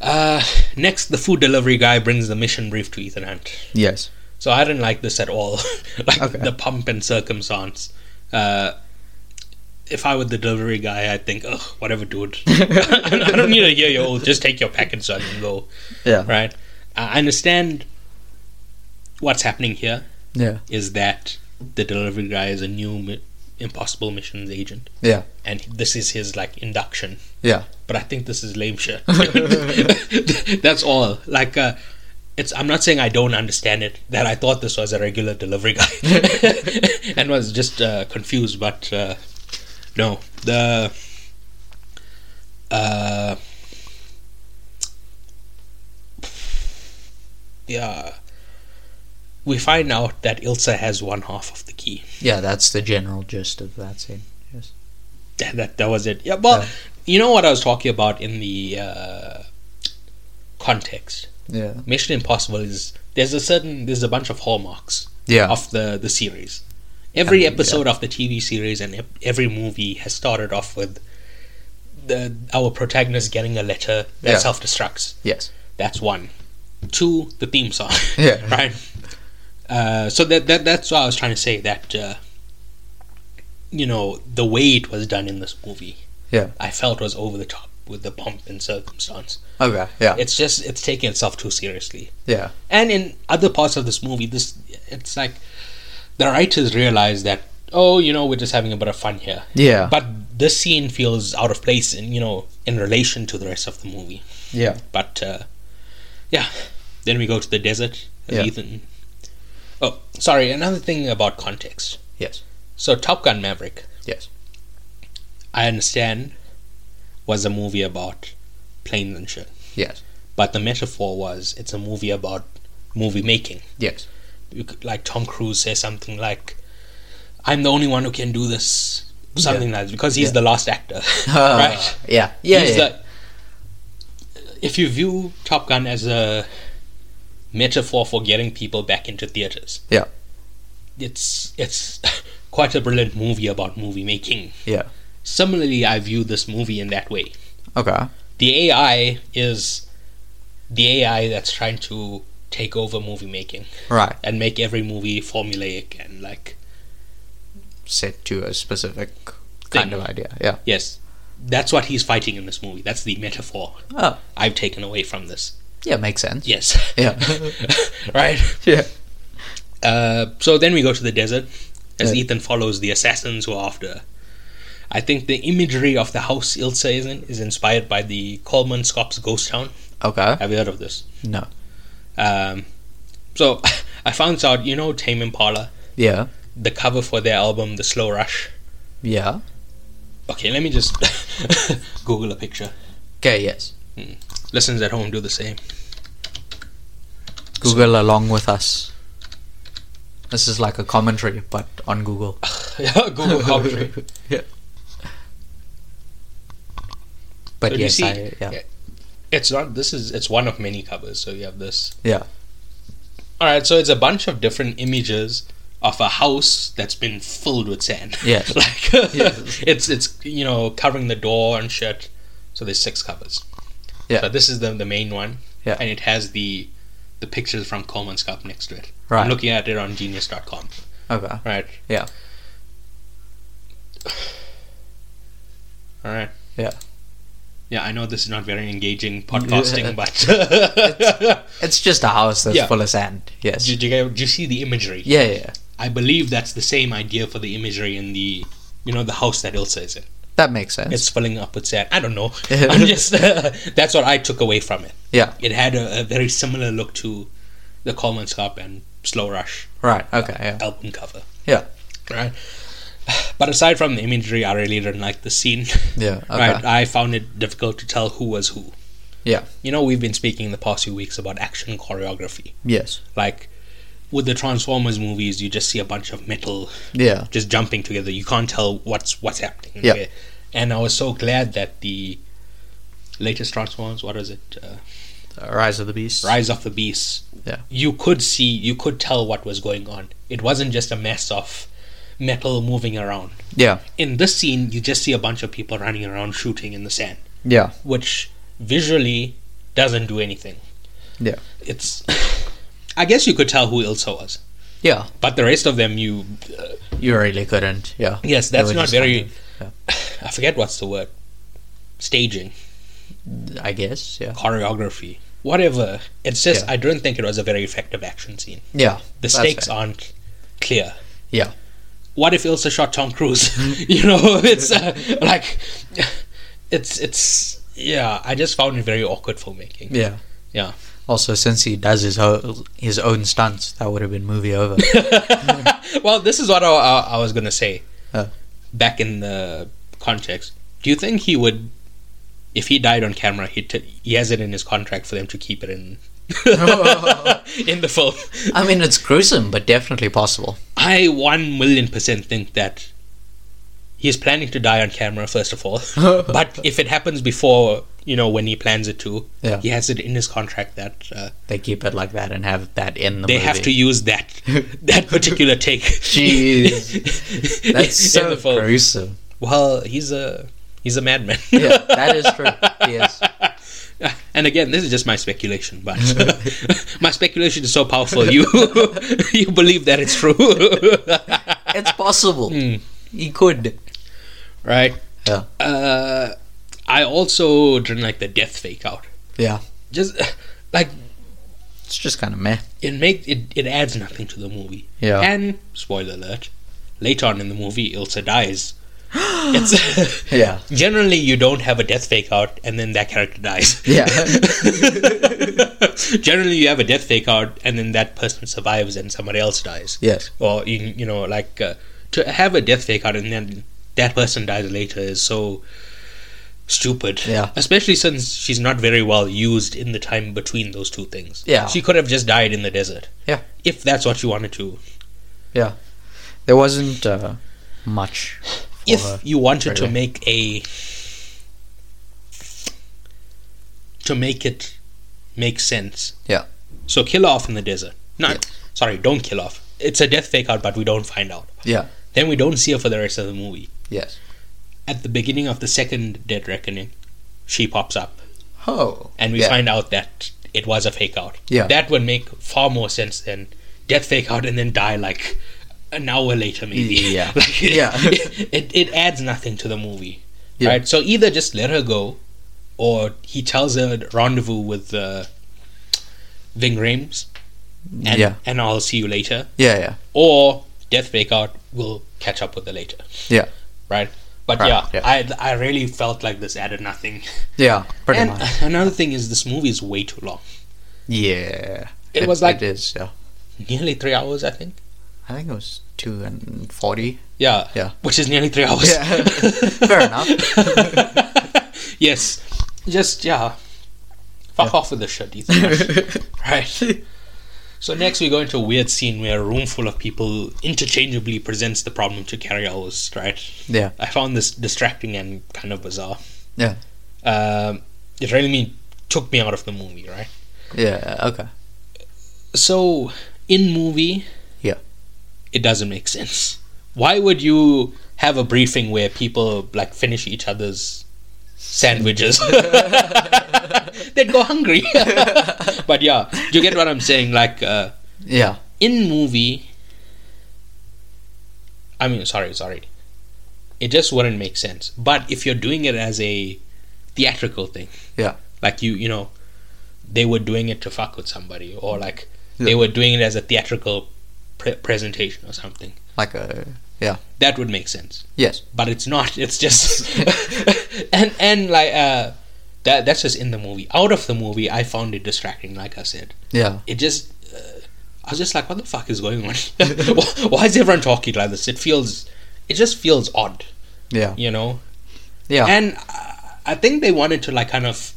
A: Uh, next, the food delivery guy brings the mission brief to Ethan Hunt.
B: Yes.
A: So I didn't like this at all. like
B: Okay.
A: the pomp and circumstance. Uh, if I were the delivery guy, I'd think, ugh, whatever, dude. I don't need to hear your oath. Just take your package so I can go.
B: Yeah.
A: Right? I understand what's happening here
B: Yeah.
A: is that the delivery guy is a new mi- Impossible Missions agent.
B: Yeah.
A: And this is his, like, induction
B: Yeah.
A: but I think this is lame shit. That's all. Like, uh, it's. I'm not saying I don't understand it. That I thought this was a regular delivery guy and was just uh, confused. But uh, no, the. Uh, yeah. We find out that Ilsa has one half of the key.
B: Yeah, that's the general gist of that scene.
A: Yeah, that that was it. Yeah, well,
B: Yeah.
A: you know what I was talking about in the uh, context.
B: Yeah.
A: Mission Impossible is there's a certain there's a bunch of hallmarks
B: Yeah.
A: of the the series. Every
B: And, yeah.
A: episode of the TV series and ep- every movie has started off with the our protagonist getting a letter that
B: Yeah.
A: self destructs.
B: Yes.
A: That's one. Two, the theme song.
B: Yeah.
A: right. Uh, so that that that's what I was trying to say. That uh, you know the way it was done in this movie,
B: Yeah.
A: I felt was over the top with the pomp and circumstance.
B: Okay. Yeah.
A: It's just it's taking itself too seriously.
B: Yeah.
A: And in other parts of this movie, this it's like the writers realize that oh you know we're just having a bit of fun here,
B: Yeah.
A: but this scene feels out of place in you know in relation to the rest of the movie.
B: yeah.
A: But uh, yeah, then we go to the desert. and
B: Yeah.
A: Ethan. Oh, sorry. Another thing about context.
B: Yes.
A: So Top Gun Maverick,
B: Yes.
A: I understand, was a movie about planes and shit.
B: Yes.
A: But the metaphor was it's a movie about movie making.
B: Yes.
A: You could- Like Tom Cruise says something like, "I'm the only one who can do this." Something like that because he's
B: Yeah.
A: the last actor, right?
B: Uh, Yeah. Yeah.
A: He's
B: yeah.
A: the- if you view Top Gun as a metaphor for getting people back into theaters,
B: Yeah.
A: it's it's quite a brilliant movie about movie making.
B: Yeah.
A: Similarly, I view this movie in that way.
B: Okay.
A: The AI is the AI that's trying to take over movie making
B: Right.
A: and make every movie formulaic and like
B: Set to a specific kind
A: Thing.
B: of idea. Yeah.
A: yes, that's what he's fighting in this movie. That's the metaphor
B: Oh.
A: I've taken away from this.
B: Yeah. Makes sense.
A: Yes.
B: Yeah.
A: right.
B: Yeah.
A: Uh, so then we go to the desert as
B: Yeah.
A: Ethan follows the assassins who are after. I think the imagery of the house Ilsa is in is inspired by the Coleman Scops ghost town.
B: Okay.
A: Have you heard of this?
B: No.
A: Um, so I found out, you know, Tame Impala,
B: Yeah.
A: the cover for their album, The Slow Rush.
B: Yeah.
A: Okay, let me just Google a picture.
B: Okay. Yes.
A: Listeners at home do the same.
B: Google along with us. This is like a commentary, but on Google.
A: Google commentary.
B: yeah. But
A: So do you
B: yes,
A: see-
B: I, yeah,
A: It's not. This is. It's one of many covers. So you have this.
B: yeah,
A: All right, so it's a bunch of different images of a house that's been filled with sand.
B: Yes.
A: like
B: Yes.
A: it's it's you know covering the door and shit. So there's six covers.
B: Yeah.
A: So this is the the main one.
B: Yeah.
A: And it has the the pictures from Coleman's Cup next to it.
B: Right.
A: I'm looking at it on Genius.com.
B: okay,
A: Right.
B: Yeah.
A: All right.
B: Yeah.
A: Yeah, I know this is not very engaging podcasting, but
B: it's just a house that's
A: Yeah.
B: full of sand. Yes,
A: did you, get- did you see the imagery?
B: yeah, yeah, yeah.
A: I believe that's the same idea for the imagery in the, you know, the house that Ilsa is in.
B: that makes sense.
A: It's filling up with sand. I don't know. I'm just that's what I took away from it.
B: yeah,
A: It had a, a very similar look to the Coleman's Cup and Slow Rush
B: Right. Okay. Yeah.
A: album cover.
B: Yeah.
A: Right. But aside from the imagery, I really didn't like the scene.
B: Yeah. Okay.
A: Right. I found it difficult to tell who was who.
B: Yeah.
A: You know, we've been speaking the past few weeks about action choreography.
B: Yes.
A: Like with the Transformers movies, you just see a bunch of metal
B: Yeah.
A: just jumping together. You can't tell what's what's happening. and
B: Yeah.
A: where. And I was so glad that the latest Transformers, what is it, uh,
B: Rise of the Beast.
A: Rise of the Beast?
B: Yeah.
A: You could see, you could tell what was going on. It wasn't just a mess of metal moving around.
B: Yeah.
A: In this scene, you just see a bunch of people running around shooting in the sand,
B: Yeah.
A: which visually doesn't do anything.
B: Yeah.
A: It's. I guess you could tell who Ilsa was,
B: Yeah.
A: but the rest of them, you. Uh,
B: You really couldn't. Yeah.
A: yes,
B: They
A: that's
B: were
A: not
B: just
A: very.
B: kind
A: I forget what's the word. Staging.
B: of- I guess. Yeah.
A: choreography, whatever. It's just
B: Yeah.
A: I don't think it was a very effective action scene.
B: Yeah.
A: The
B: That's
A: stakes
B: fair.
A: aren't clear.
B: Yeah.
A: What if Ilsa shot Tom Cruise? you know, it's uh, like it's it's yeah. I just found it very awkward filmmaking.
B: Yeah.
A: Yeah.
B: Also, since he does his own, his own stunts, that would have been movie over.
A: well, this is what I, I, I was gonna say.
B: Huh.
A: Back in the context, do you think he would? If he died on camera, he t- he has it in his contract for them to keep it in in the film.
B: I mean, it's gruesome, but definitely possible.
A: I one million percent think that he's planning to die on camera, first of all. but if it happens before, you know, when he plans it to,
B: Yeah.
A: he has it in his contract that uh,
B: They keep it like that and have that in the
A: they
B: movie.
A: have to use that that particular take.
B: Jeez. That's
A: In
B: so
A: the film.
B: gruesome.
A: Well, he's a he's a madman.
B: Yeah, that is true. Yes.
A: And again, this is just my speculation, but my speculation is so powerful. You you believe that it's true,
B: It's possible. He could.
A: right?
B: Hmm. Yeah.
A: Uh, I also didn't like the death fake out.
B: Yeah.
A: just like
B: It's just kind of meh.
A: it make it, it adds nothing to the movie.
B: Yeah.
A: And spoiler alert, later on in the movie, Ilsa dies. it's
B: Yeah.
A: generally you don't have a death fake out and then that character dies.
B: Yeah.
A: generally, you have a death fake out and then that person survives and somebody else dies.
B: Yes.
A: Or you you know like uh, to have a death fake out and then that person dies later is so stupid.
B: Yeah.
A: Especially since she's not very well used in the time between those two things.
B: Yeah.
A: She could have just died in the desert.
B: Yeah.
A: If that's what you wanted to.
B: Yeah. There wasn't uh, much. for her.
A: if you wanted to
B: really.
A: make a to make it make sense.
B: Yeah.
A: So kill her off in the desert. Not sorry, don't kill off. It's a death fake out, but we don't find out.
B: Yeah.
A: Then we don't see her for the rest of the movie.
B: Yes.
A: At the beginning of the second Dead Reckoning, she pops up,
B: Oh.
A: and we
B: yeah.
A: find out that it was a fake out.
B: Yeah.
A: that would make far more sense than death fake out and then die like an hour later, maybe.
B: Yeah.
A: like,
B: Yeah.
A: it, it it adds nothing to the movie.
B: Yeah.
A: Right. So either just let her go, or he tells her rendezvous with uh, Ving Rhames, and
B: Yeah.
A: and I'll see you later,
B: Yeah. Yeah.
A: or death fake out. We'll catch up with her later.
B: Yeah.
A: Right. But
B: Right,
A: yeah,
B: yeah.
A: I I really felt like this added nothing.
B: Yeah. Pretty
A: and
B: much.
A: another thing is this movie is way too long.
B: Yeah.
A: It was like-
B: it is. Yeah.
A: Nearly three hours, I think.
B: I think it was two and forty.
A: Yeah.
B: Yeah.
A: Which is nearly three hours.
B: Yeah. Fair enough.
A: yes. Just yeah. Fuck off with the shit, Ethan. Rush. right. So next we go into a weird scene where a room full of people interchangeably presents the problem to carry ours, right?
B: Yeah.
A: I found this distracting and kind of bizarre.
B: Yeah.
A: Um, it really me- took me out of the movie, right?
B: Yeah. Okay.
A: So in movie,
B: Yeah.
A: it doesn't make sense. Why would you have a briefing where people like finish each other's sandwiches? They'd go hungry. but yeah, you get what I'm saying. Like uh,
B: Yeah.
A: in movie, I mean, sorry, sorry, it just wouldn't make sense. But if you're doing it as a theatrical thing,
B: Yeah.
A: like you, you know, they were doing it to fuck with somebody, or like
B: Yeah.
A: they were doing it as a theatrical pre- presentation or something.
B: Like a yeah.
A: That would make sense
B: Yes.
A: but it's not. It's just and and like uh, that. That's just in the movie. Out of the movie, I found it distracting. Like I said,
B: Yeah.
A: it just uh, I was just like, what the fuck is going on? Why- Why is everyone talking like this? It feels, it just feels odd,
B: Yeah.
A: you know.
B: Yeah.
A: And uh, I think they wanted to like kind of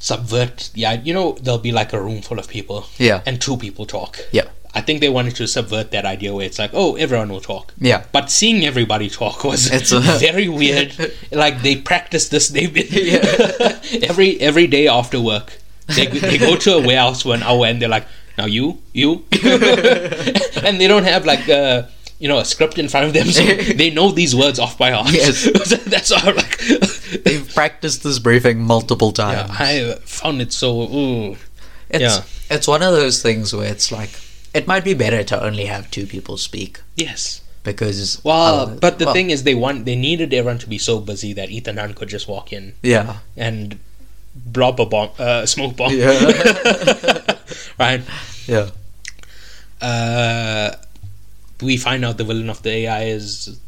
A: subvert the idea. You know, there'll be like a room full of people,
B: Yeah.
A: and two people talk.
B: Yeah.
A: I think they wanted to subvert that idea where it's like, oh, everyone will talk.
B: Yeah.
A: But seeing everybody talk was
B: It's a-
A: very weird. like they practice this. They
B: Yeah.
A: every every day after work, they go- they go to a warehouse for an hour and they're like, now you you, and they don't have like uh, you know a script in front of them, so they know these words off by heart.
B: Yes.
A: So that's all. Like
B: They've practiced this briefing multiple times.
A: I found it so. Ooh.
B: It's it's one of those things where it's like it might be better to only have two people speak
A: Yes.
B: because
A: Well,
B: uh,
A: but the
B: well,
A: thing is, they want they needed everyone to be so busy that Ethan Hunt could just walk in
B: yeah
A: and blob a bomb, uh, smoke bomb.
B: Yeah.
A: right.
B: yeah
A: Uh, we find out the villain of the AI is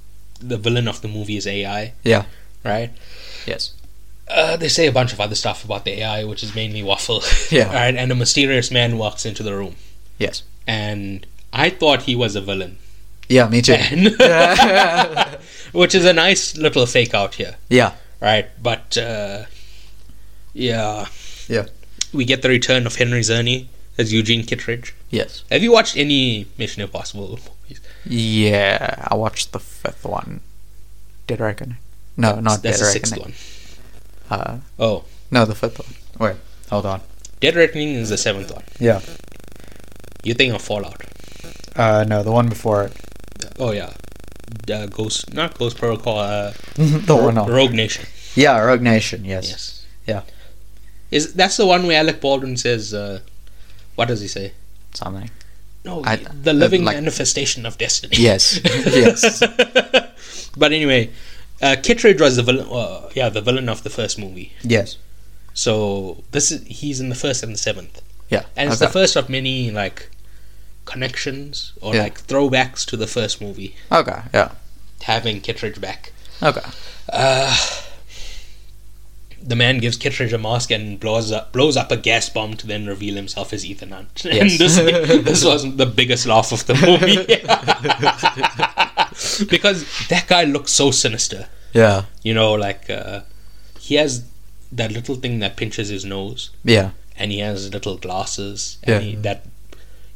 A: the villain of the movie is AI.
B: yeah
A: Right.
B: yes
A: Uh, they say a bunch of other stuff about the AI, which is mainly waffle.
B: Yeah.
A: Right. And a mysterious man walks into the room,
B: yes
A: and I thought he was a villain,
B: yeah me too
A: And- which is a nice little fake out here.
B: yeah
A: right? But uh, yeah,
B: Yeah.
A: we get the return of Henry Zerny as Eugene Kittredge.
B: yes
A: Have you watched any Mission Impossible movies?
B: yeah I watched the fifth one Dead Reckoning no not
A: That's the
B: Dead
A: sixth
B: Reckoning
A: one.
B: uh
A: Oh,
B: no the fifth one wait hold on
A: Dead Reckoning is the seventh one.
B: yeah
A: You think of Fallout?
B: uh no the one before it
A: Oh yeah, uh, Ghost, not Ghost Protocol, uh,
B: the one on
A: Rogue Nation.
B: yeah Rogue Nation yes
A: Yes.
B: Yeah.
A: Is that's the one where Alec Baldwin says, uh, "What does he say?"
B: something
A: No,
B: I-
A: the living
B: uh, like-
A: manifestation of destiny.
B: yes yes
A: but anyway, uh, Kittredge was the villain. Uh, yeah, the villain of the first movie.
B: yes
A: So this is he's in the first and the seventh,
B: yeah
A: and it's
B: okay.
A: the first of many like connections or
B: Yeah.
A: like throwbacks to the first movie.
B: okay yeah
A: Having Kittredge back,
B: okay
A: uh, the man gives Kittredge a mask and blows up blows up a gas bomb to then reveal himself as Ethan Hunt.
B: Yes.
A: and this this was the biggest laugh of the movie because that guy looks so sinister.
B: yeah
A: You know, like uh, he has that little thing that pinches his nose,
B: yeah
A: and he has little glasses,
B: Yeah.
A: and he, that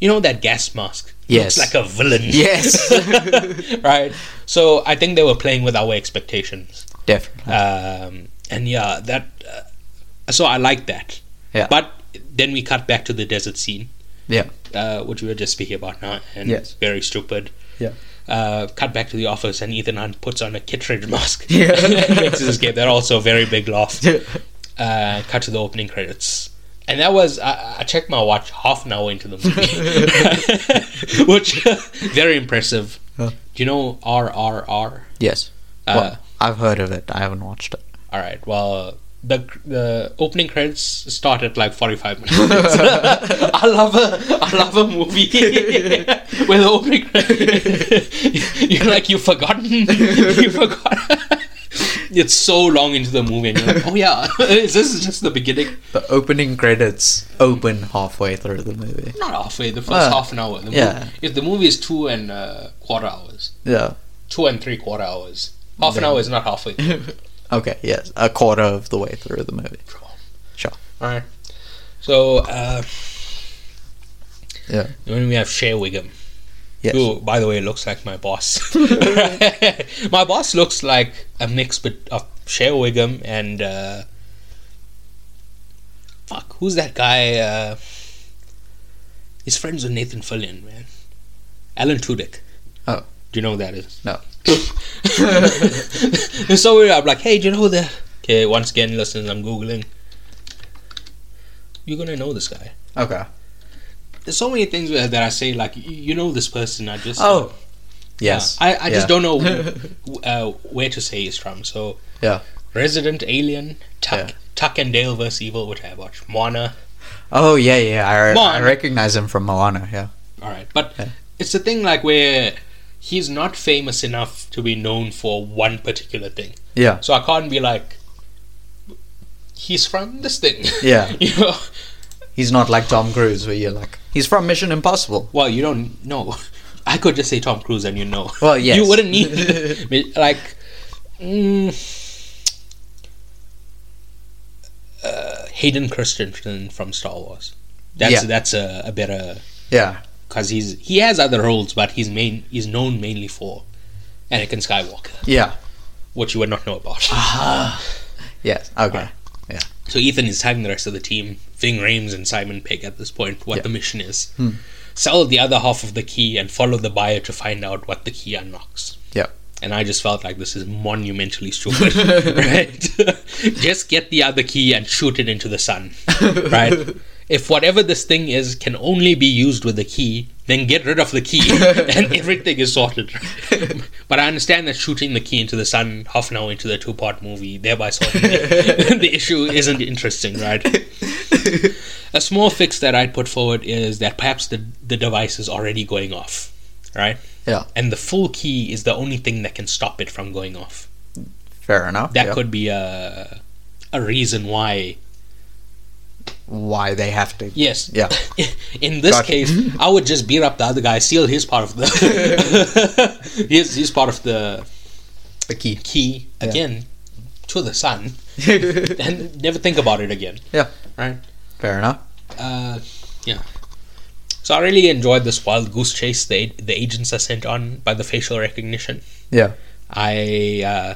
A: you know that gas mask.
B: Yes.
A: looks like a villain.
B: yes
A: right. So I think they were playing with our expectations,
B: definitely Ah.
A: um, and yeah, that. Uh, so I like that.
B: Yeah.
A: But then we cut back to the desert scene.
B: Yeah.
A: Uh, which we were just speaking about now, and
B: Yes.
A: very stupid.
B: Yeah.
A: Uh, cut back to the office, and Ethan Hunt puts on a Kittredge mask.
B: Yeah.
A: and makes his escape. That also a very big laugh.
B: Yeah.
A: uh, cut to the opening credits. And that was I, I checked my watch half an hour into the movie, which very impressive.
B: Huh.
A: Do you know RRR?
B: Yes.
A: Uh,
B: well, I've heard of it. I haven't watched it.
A: All right. Well, the the opening credits start at like forty five minutes. I love a I love a movie where the opening credits you're like you've forgotten you forgot. It's so long into the movie, and you're like, "Oh yeah, is this just the beginning?"
B: The opening credits open halfway through the movie.
A: Not halfway. The first
B: Well,
A: half an hour. The
B: Ah, yeah.
A: Movie, if the movie is two and uh, quarter hours,
B: Yeah.
A: two and three quarter hours, half an
B: Then-
A: hour is not halfway. through.
B: Okay. Yes. A quarter of the way through the movie.
A: All right. So uh,
B: Yeah.
A: when we have Shea Wiggum,
B: Yes.
A: who by the way looks like my boss. my boss looks like a mix bet- of Shea Wiggum and uh, fuck, who's that guy? Uh, he's friends with Nathan Fillion, man. Alan Tudyk.
B: Oh.
A: do you know who that is?
B: No.
A: and so we're, I'm like, hey, do you know the? Okay, once again, listeners, I'm googling. You're gonna know this guy.
B: Okay.
A: There's so many things where- that I say like, y- you know this person. I just
B: Oh. Yes.
A: Yeah, I, I
B: Yeah.
A: just don't know wh- uh, where to say he's from. So
B: Yeah.
A: Resident Alien, Tuck,
B: Yeah.
A: Tuck and Dale vs Evil, which I watched. Moana.
B: Oh yeah, yeah. I, re- I
A: Moana.
B: recognize him from Moana. Yeah.
A: All right, but
B: Yeah.
A: it's the thing like where he's not famous enough to be known for one particular thing.
B: Yeah.
A: So I can't be like, he's from this thing.
B: Yeah.
A: you know,
B: He's not like Tom Cruise, where you're like, he's from Mission Impossible.
A: Well, you don't know. I could just say Tom Cruise and you know.
B: Well, yes.
A: You wouldn't need like. Mm, uh, Hayden Christensen from Star Wars. That's
B: Yeah.
A: that's a, a better
B: Yeah,
A: because he's he has other roles, but he's main he's known mainly for Anakin Skywalker,
B: yeah,
A: which you would not know about.
B: Ah. yes. Okay,
A: So Ethan is telling the rest of the team, Ving Rames and Simon Pegg at this point, what the mission is.
B: Hmm.
A: Sell the other half of the key and follow the buyer to find out what the key unlocks.
B: Yeah.
A: And I just felt like this is monumentally stupid, right? just get the other key and shoot it into the sun, right? If whatever this thing is can only be used with the key, then get rid of the key and everything is sorted. but I understand that shooting the key into the sun half an hour into the two part movie, thereby solving the, the issue, isn't interesting, right? A small fix that I'd put forward is that perhaps the, the device is already going off, right?
B: yeah,
A: And the full key is the only thing that can stop it from going off.
B: fair enough.
A: That
B: yeah.
A: could be a, a reason why.
B: why they have to.
A: Yes.
B: Yeah.
A: In this
B: Gotcha. Mm-hmm.
A: case, I would just beat up the other guy, steal his part of the. his, his part of the
B: The key.
A: key again to the sun
B: yeah,
A: and never think about it again, right?
B: fair enough.
A: uh, yeah. So I really enjoyed this wild goose chase the the agents are sent on by the facial recognition.
B: Yeah,
A: I uh,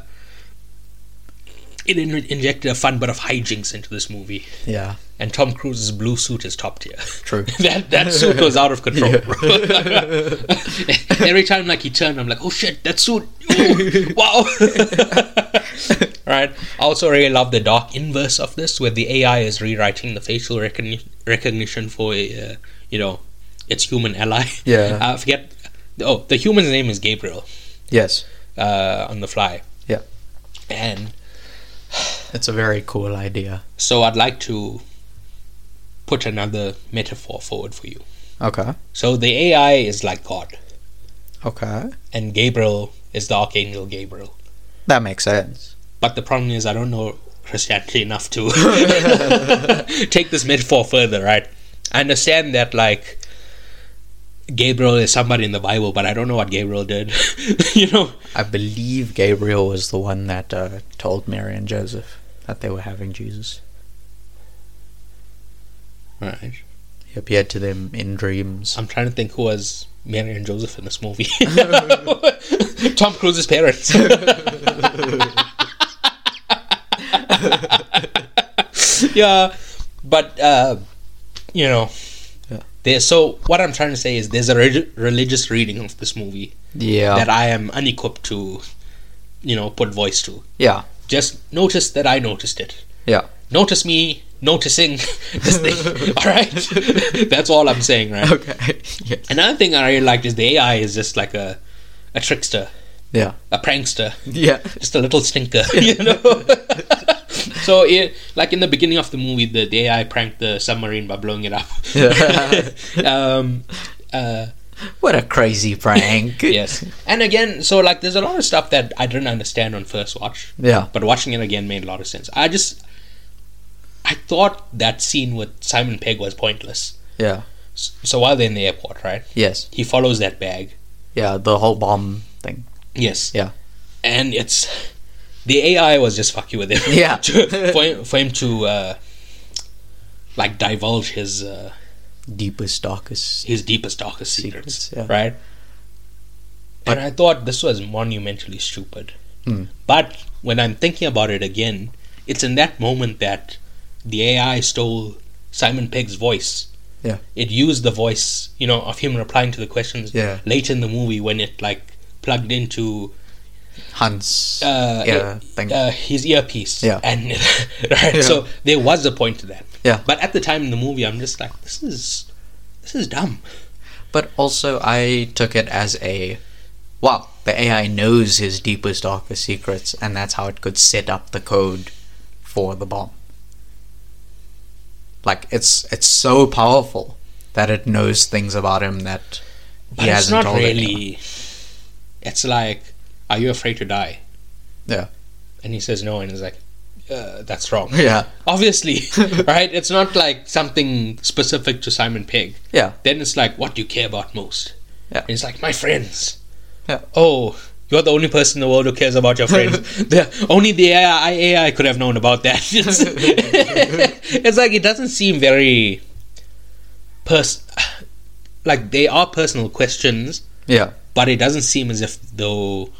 A: it in- injected a fun bit of hijinks into this movie,
B: yeah,
A: and Tom Cruise's blue suit is top tier.
B: true.
A: that that suit was out of control.
B: Yeah.
A: bro. Every time like he turned, I'm like, oh shit, that suit! Ooh, wow. right. I also really love the dark inverse of this, where the AI is rewriting the facial recogni- recognition for, uh, you know, its human ally.
B: Yeah.
A: I forget. Oh, the human's name is Gabriel
B: yes,
A: uh, on the fly.
B: Yeah.
A: And
B: it's a very cool idea.
A: so I'd like to put another metaphor forward for you.
B: Okay,
A: So the AI is like God.
B: okay,
A: and Gabriel is the Archangel Gabriel.
B: that makes sense.
A: But the problem is, I don't know Christianity enough to take this metaphor further, right? I understand that, like, Gabriel is somebody in the Bible, but I don't know what Gabriel did. you know?
B: I believe Gabriel was the one that uh, told Mary and Joseph that they were having Jesus.
A: Right.
B: He appeared to them in dreams.
A: I'm trying to think who was Mary and Joseph in this movie. Tom Cruise's parents. yeah, but uh, you know,
B: Yeah.
A: there. So what I'm trying to say is, there's a re- religious reading of this movie
B: Yeah,
A: that I am unequipped to, you know, put voice to.
B: yeah,
A: Just notice that I noticed it.
B: yeah.
A: Notice me noticing this thing. all right, that's all I'm saying. Right.
B: Okay. yeah.
A: Another thing I really liked is the AI is just like a a trickster,
B: Yeah.
A: a prankster,
B: Yeah.
A: just a little stinker, you know. so, it, like in the beginning of the movie, the, the AI pranked the submarine by blowing it up.
B: Yeah.
A: um, uh,
B: What a crazy prank.
A: yes, and again, so like there's a lot of stuff that I didn't understand on first watch,
B: Yeah.
A: but watching it again made a lot of sense. I just I thought that scene with Simon Pegg was pointless.
B: Yeah.
A: S- So while they're in the airport, right,
B: Yes.
A: he follows that bag.
B: Yeah. The whole bomb thing.
A: Yes.
B: Yeah.
A: And it's the AI was just fucking with him.
B: Yeah.
A: To- for him, for him to uh, like divulge his uh,
B: Deepest, darkest.
A: his deepest darkest secrets,
B: Secrets, yeah.
A: right? And I thought this was monumentally stupid.
B: Hmm.
A: But when I'm thinking about it again, it's in that moment that the AI stole Simon Pegg's voice.
B: Yeah.
A: It used the voice, you know, of him replying to the questions
B: Yeah.
A: later in the movie when it like plugged into
B: Hans.
A: uh,
B: yeah.
A: it-
B: thing.
A: uh, his earpiece.
B: Yeah.
A: And right,
B: Yeah.
A: so there was a point to that.
B: Yeah.
A: But at the time in the movie, I'm just like, this is this is dumb.
B: but also, I took it as a. Wow, the AI knows his deepest, darkest secrets, and that's how it could set up the code for the bomb. Like it's it's so powerful that it knows things about him that
A: But
B: he
A: it's
B: hasn't
A: not
B: told anyone.
A: really. It's like, are you afraid to die?
B: Yeah.
A: And he says no, and he's like, uh, that's wrong.
B: Yeah.
A: Obviously, right? It's not like something specific to Simon Pegg.
B: Yeah.
A: Then it's like, what do you care about most?
B: Yeah.
A: And it's like, my friends.
B: Yeah.
A: Oh, you're the only person in the world who cares about your friends. the, only the AI, AI could have known about that. it's, it's like, it doesn't seem very. Pers- like, they are personal questions,
B: Yeah.
A: but it doesn't seem as if, though,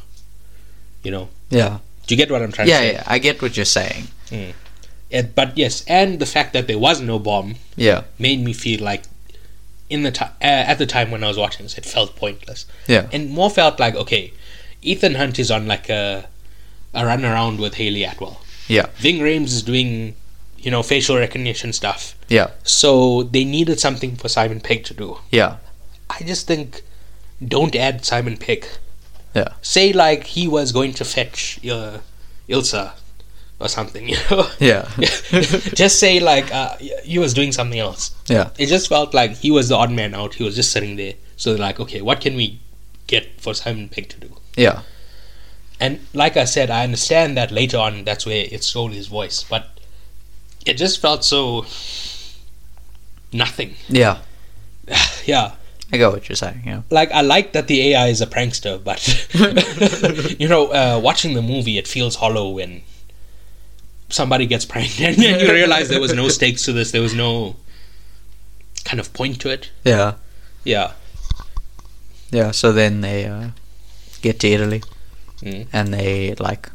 A: you know.
B: Yeah.
A: Do you get what I'm trying to
B: Yeah,
A: say?
B: yeah. I get what you're saying.
A: And- but yes, and the fact that there was no bomb
B: Yeah.
A: made me feel like in the ti uh, at the time when I was watching this, it felt pointless,
B: Yeah.
A: and more felt like okay, Ethan Hunt is on like a a run around with Haley Atwell.
B: Yeah.
A: Ving Rhames is doing you know facial recognition stuff,
B: Yeah.
A: so they needed something for Simon Pegg to do.
B: Yeah.
A: I just think don't add Simon Pegg.
B: Yeah.
A: Say like he was going to fetch uh, Ilsa or something, you know.
B: Yeah.
A: just say like uh, he was doing something else.
B: Yeah.
A: It just felt like he was the odd man out. He was just sitting there. So they're like, okay, what can we get for Simon Pegg to do?
B: Yeah.
A: And like I said, I understand that later on that's where it stole his voice, but it just felt so nothing.
B: Yeah.
A: yeah,
B: I get what you're saying. Yeah.
A: like I like that the AI is a prankster, but you know, uh, watching the movie, it feels hollow when somebody gets pranked and then you realize there was no stakes to this. There was no kind of point to it.
B: Yeah.
A: Yeah.
B: Yeah. So then they uh, get to Italy,
A: Mm.
B: and they like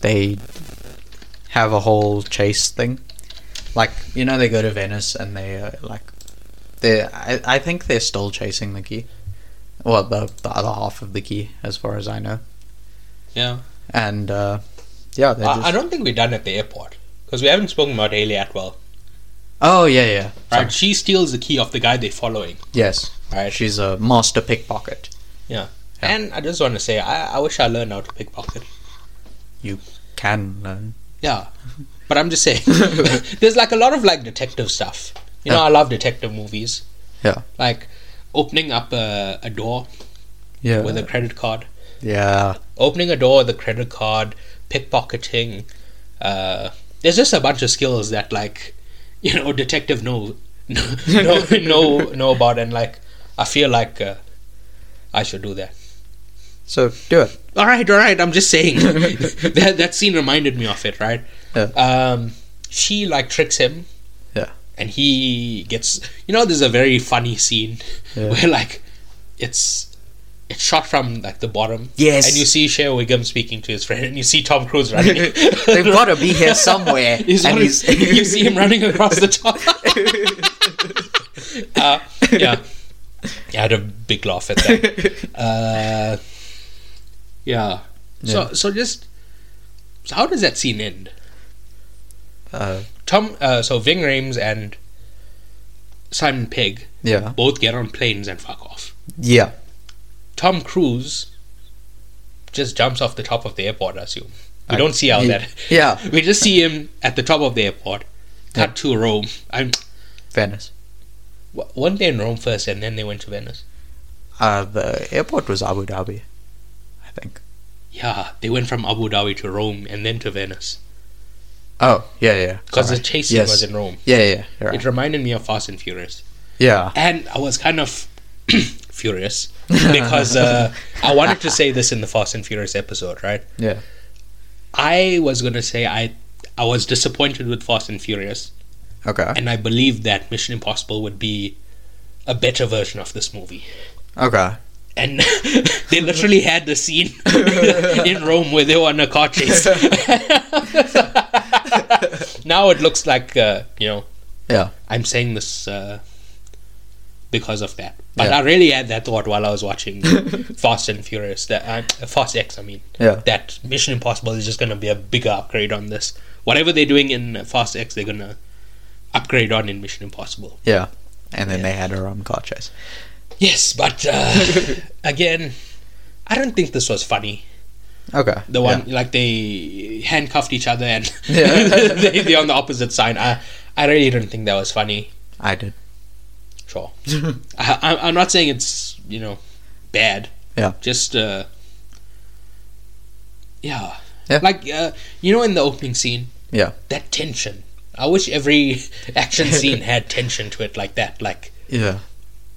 B: they have a whole chase thing. Like you know, they go to Venice, and they uh, like they. I, I think they're still chasing the key. Well, the the other half of the key, as far as I know,
A: Yeah.
B: and uh, yeah, they just.
A: I, I don't think we're done at the airport because we haven't spoken about Haley Atwell.
B: oh yeah, yeah.
A: Right?
B: Sorry.
A: She steals the key of the guy they're following.
B: Yes,
A: Right.
B: she's a master pickpocket.
A: yeah.
B: Yeah.
A: And I just want to say, I, I wish I learned how to pickpocket.
B: Can learn.
A: Yeah, but I'm just saying, there's like a lot of like detective stuff. You know,
B: Yeah.
A: I love detective movies.
B: Yeah.
A: Like opening up a, a door
B: Yeah.
A: with a credit card,
B: yeah.
A: opening a door with a credit card, pickpocketing. Uh, there's just a bunch of skills that like, you know, detective know know know, know about, and like, I feel like uh, I should do that.
B: So do it.
A: All right, all right. I'm just saying that that scene reminded me of it. Right.
B: Yeah.
A: Um, she like tricks him.
B: Yeah.
A: And he gets. You know, there's a very funny scene
B: Yeah.
A: where like it's it's shot from like the bottom.
B: Yes.
A: And you see Shea Wiggum speaking to his friend, and you see Tom Cruise running.
B: They've got to be here somewhere.
A: He's
B: and
A: running-
B: he's-
A: you see him running across the top. uh, yeah. Yeah, I had a big laugh at that. Uh, yeah. So so just so how does that scene end?
B: Uh,
A: Tom uh, so Ving Rhames and Simon Pegg
B: yeah.
A: both get on planes and fuck off.
B: Yeah.
A: Tom Cruise just jumps off the top of the airport, I assume. We
B: I-
A: don't see how
B: he-
A: that
B: Yeah.
A: we just see him at the top of the airport. Cut to Rome. I'm
B: Venice.
A: w- weren't they in Rome first and then they went to Venice?
B: Uh, the airport was Abu Dhabi, I think.
A: Yeah, they went from Abu Dhabi to Rome and then to Venice.
B: Oh, yeah, yeah.
A: Because
B: Sorry.
A: the chase scene
B: Yes.
A: was in Rome.
B: Yeah, yeah, you're right.
A: It reminded me of Fast and Furious.
B: Yeah.
A: and I was kind of furious because uh, I wanted to say this in the Fast and Furious episode, right?
B: Yeah.
A: I was gonna say I I was disappointed with Fast and Furious,
B: Okay.
A: and I believed that Mission Impossible would be a better version of this movie.
B: Okay.
A: And they literally had the scene in Rome where they were on a car chase. now it looks like uh, you know
B: Yeah.
A: I'm saying this uh, because of that. But
B: Yeah.
A: I really had that thought while I was watching Fast and Furious, that uh, Fast X, I mean,
B: Yeah.
A: that Mission Impossible is just going to be a bigger upgrade on this. Whatever they're doing in Fast X, they're going to upgrade on in Mission Impossible.
B: Yeah. And then they had a rum car chase.
A: Yes, but uh, again, I don't think this was funny.
B: Okay.
A: The one like they handcuffed each other and
B: Yeah.
A: they, they're on the opposite side. I I really don't think that was funny.
B: Yeah. I did.
A: Sure. I, I- I'm not saying it's you know bad.
B: Yeah.
A: Just uh, yeah.
B: Yeah.
A: Like uh, you know, in the opening scene,
B: Yeah.
A: that tension. I wish every action scene had tension to it like that. Like
B: Yeah.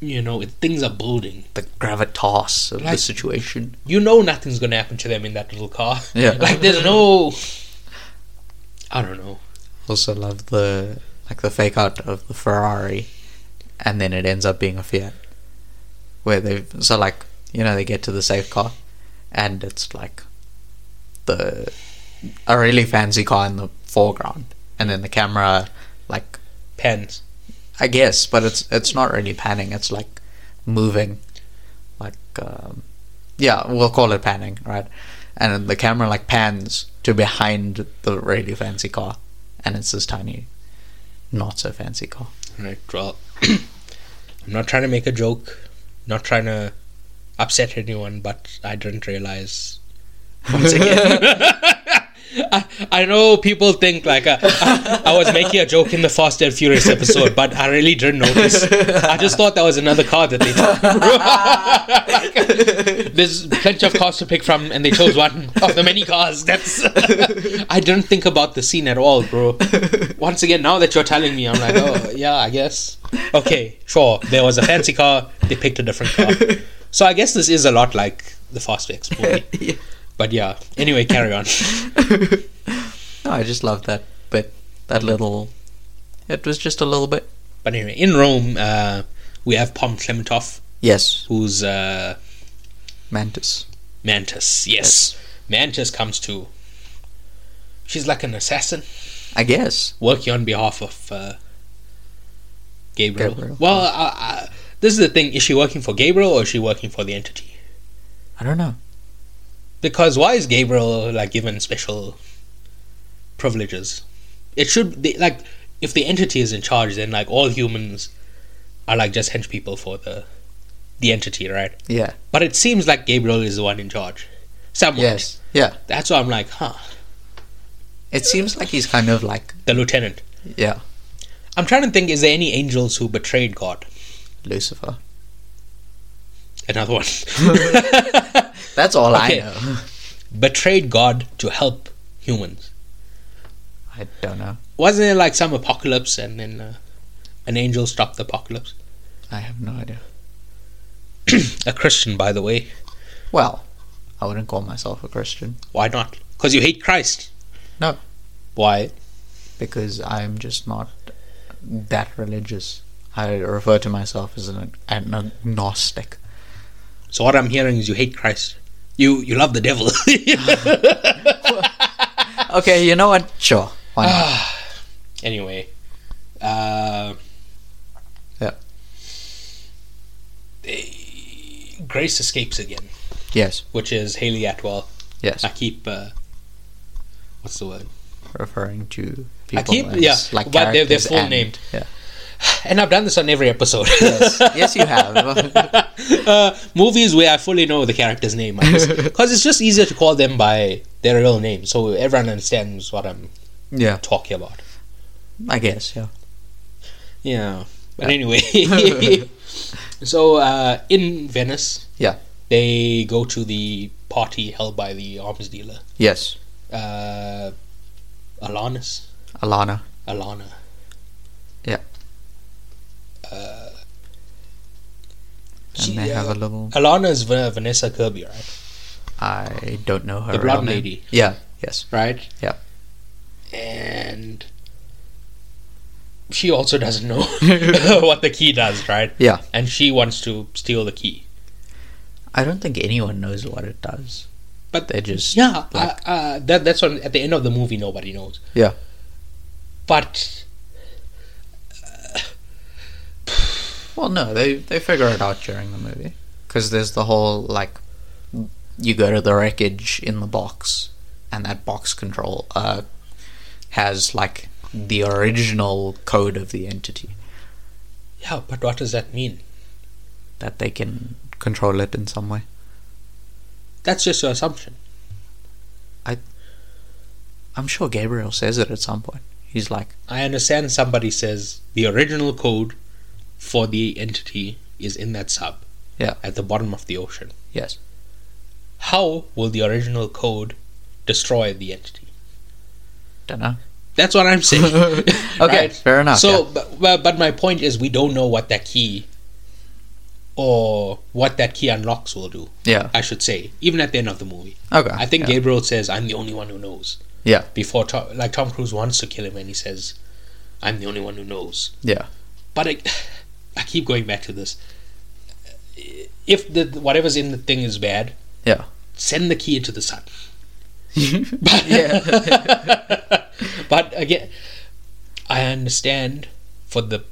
A: you know, it, things are building.
B: The gravitas of the
A: Like-
B: situation.
A: You know, nothing's gonna happen to them in that little car.
B: Yeah.
A: like there's no. I don't know.
B: Also love the like the fake out of the Ferrari, and then it ends up being a Fiat, where they so like you know they get to the safe car, and it's like the a really fancy car in the foreground, and then the camera like
A: Pens.
B: I guess, but it's it's not really panning. It's like moving, like um, yeah, we'll call it panning, right? And then the camera like pans to behind the really fancy car, and it's this tiny, not so fancy car.
A: Right. Well, I'm not trying to make a joke. Not trying to upset anyone, but I didn't realize
B: Once again,
A: I, I know people think like uh, I, I was making a joke in the Fast and Furious episode, but I really didn't notice. I just thought that was another car that they took. There's plenty of cars to pick from, and they chose one of the many cars. That's I didn't think about the scene at all, bro. Once again, now that you're telling me, I'm like, oh yeah, I guess. Okay, sure. There was a fancy car. They picked a different car. So I guess this is a lot like the Fast X movie.
B: Yeah.
A: But yeah. Anyway, carry on.
B: no, I just love that bit, that little. It was just a little bit.
A: But anyway, in Rome, uh, we have Pom Klementov,
B: Yes,
A: who's uh,
B: mantis.
A: Mantis. Yes. Mantis comes to. She's like an assassin
B: I guess.
A: working on behalf of uh, Gabriel.
B: Gabriel.
A: Well, uh, uh, this is the thing is she working for Gabriel or is she working for the entity?
B: I don't know.
A: Because why is Gabriel like given special privileges? It should be like if the entity is in charge, then like all humans are like just hench people for the the entity, right?
B: Yeah.
A: But it seems like Gabriel is the one in charge. Someone.
B: Yes. Yeah.
A: That's why I'm like, huh,
B: It seems like he's kind of like
A: the lieutenant.
B: yeah,
A: I'm trying to think, is there any angels who betrayed God?
B: Lucifer.
A: Another one.
B: That's all
A: Okay.
B: I know.
A: betrayed God to help humans.
B: I don't know.
A: Wasn't there like some apocalypse and then uh, an angel stopped the apocalypse?
B: I have no idea.
A: A Christian, by the way.
B: Well, I wouldn't call myself a Christian
A: Why not? Because you hate Christ.
B: No.
A: Why?
B: because I'm just not that religious. I refer to myself as an, an agnostic.
A: So what I'm hearing is you hate Christ. You you love the devil.
B: Okay, you know what? Sure. Why not?
A: Ah. anyway, uh,
B: Yeah.
A: they- Grace escapes again,
B: yes,
A: which is Haley Atwell.
B: yes.
A: I keep uh, what's the word?
B: Referring to people
A: keep-
B: as
A: yeah,
B: like
A: but they're- they're
B: characters
A: full
B: and-
A: named.
B: Yeah.
A: And I've done this on every episode.
B: Yes, yes, you have.
A: uh, movies where I fully know the character's name, because it's just easier to call them by their real name, so everyone understands what I'm
B: yeah,
A: talking about.
B: I guess. Yeah.
A: Yeah. But anyway, so uh, in Venice,
B: Yeah.
A: they go to the party held by the arms dealer,
B: Yes,
A: uh, Alanis,
B: Alana.
A: Alana.
B: Yeah.
A: Uh,
B: And
A: she-
B: they have
A: uh,
B: a little.
A: Alana is Va- Vanessa Kirby, right?
B: I don't know her.
A: The blonde
B: real name.
A: lady.
B: Yeah. Yes.
A: Right.
B: Yeah.
A: And she also doesn't know what the key does, right?
B: Yeah.
A: And she wants to steal the key.
B: I don't think anyone knows what it does.
A: But
B: They just
A: Yeah, uh,
B: like-
A: uh, that that's on at the end of the movie. Nobody knows.
B: Yeah.
A: But
B: Well, no, they they figure it out during the movie because there's the whole like you go to the wreckage in the box, and that box control uh has like the original code of the entity
A: yeah, but what does that mean?
B: that they can control it in some way.
A: That's just your assumption.
B: I'm sure Gabriel says it at some point. He's like,
A: I understand somebody says the original code for the entity is in that sub.
B: Yeah.
A: At the bottom of the ocean.
B: yes,
A: How will the original code destroy the entity.
B: Don't know.
A: That's what I'm saying.
B: okay,
A: Right?
B: fair enough.
A: so,
B: yeah.
A: but, but but my point is, we don't know what that key or what that key unlocks will do.
B: yeah,
A: I should say, even at the end of the movie,
B: okay.
A: I think
B: yeah.
A: Gabriel says, "I'm the only one who knows."
B: Yeah.
A: Before Tom, like Tom Cruise wants to kill him, and he says, "I'm the only one who knows."
B: Yeah.
A: But I, I keep going back to this. If the whatever's in the thing is bad,
B: Yeah.
A: send the key into the sun.
B: yeah,
A: but again, I understand for the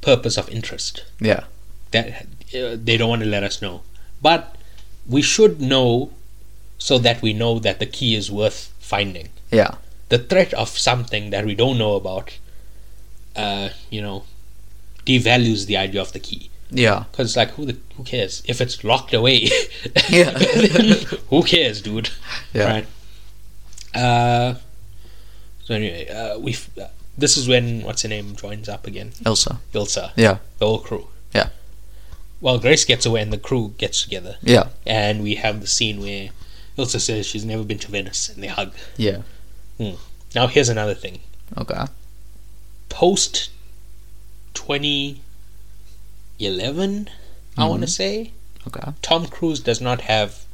A: purpose of interest
B: yeah,
A: that uh, they don't want to let us know. But we should know so that we know that the key is worth finding.
B: yeah,
A: The threat of something that we don't know about, uh, you know, devalues the idea of the key.
B: yeah,
A: Because like, who the, who cares if it's locked away?
B: Yeah.
A: then who cares, dude?
B: yeah.
A: Right. Uh, so anyway, uh, we uh, this is when what's her name joins up again,
B: Elsa.
A: Ilsa.
B: Yeah.
A: The whole crew.
B: Yeah.
A: Well, Grace gets away and the crew gets together,
B: Yeah,
A: and we have the scene where Ilsa says she's never been to Venice, and they hug. Hmm.
B: yeah.
A: Now here's another thing.
B: Okay.
A: Post twenty eleven, I want to
B: Mm-hmm.
A: say
B: Okay.
A: Tom Cruise does not have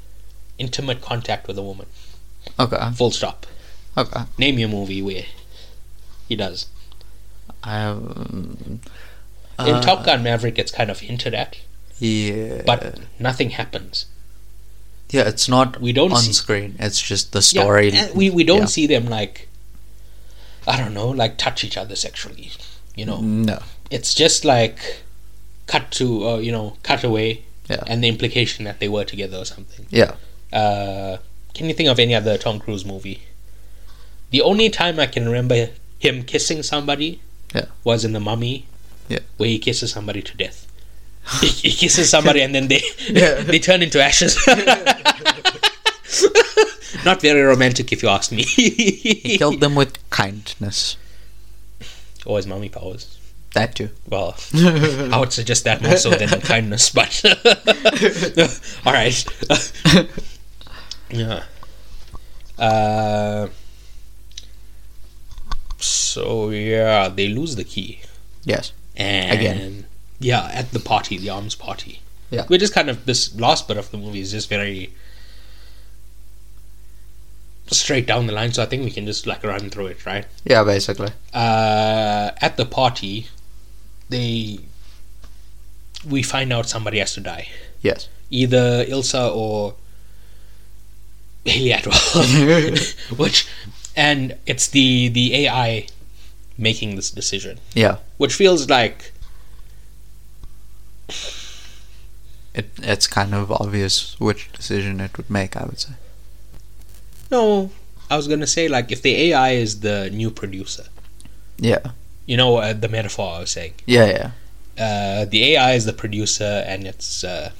A: intimate contact with a woman.
B: Okay.
A: Full stop.
B: Okay.
A: Name your movie where he does.
B: I have. Um,
A: In
B: uh,
A: Top Gun Maverick, it's kind of hinted at,
B: Yeah.
A: but nothing happens.
B: yeah, it's not
A: We don't
B: on
A: see-
B: screen. It's just the
A: Yeah,
B: story.
A: and we we don't
B: yeah.
A: see them like, I don't know, like touch each other sexually. You know,
B: No.
A: it's just like cut to uh, you know cut away,
B: Yeah.
A: and the implication that they were together or something.
B: Yeah.
A: Uh, can you think of any other Tom Cruise movie? The only time I can remember him kissing somebody
B: Yeah.
A: was in The Mummy,
B: Yeah.
A: where he kisses somebody to death. he, he kisses somebody and then they
B: Yeah.
A: they turn into ashes. Not very romantic, if you ask me.
B: He killed them with kindness.
A: or his mummy powers.
B: That too.
A: Well, I would suggest that more so than kindness, but all right. yeah. Uh, so yeah, they lose the key
B: Yes.
A: and
B: Again.
A: Yeah, at the party, the arms party.
B: Yeah.
A: which is kind of this last bit of the movie is just very straight down the line. So I think we can just like run through it, right?
B: Yeah, basically.
A: uh, at the party, they we find out somebody has to die,
B: Yes.
A: either Ilsa or Haley Atwell, which and it's the the AI making this decision,
B: Yeah.
A: which feels like
B: It, it's kind of obvious which decision it would make, I would say.
A: no. I was gonna say like if the AI is the new producer,
B: Yeah.
A: you know uh, the metaphor I was saying.
B: Yeah, yeah.
A: Uh, the AI is the producer, and it's uh,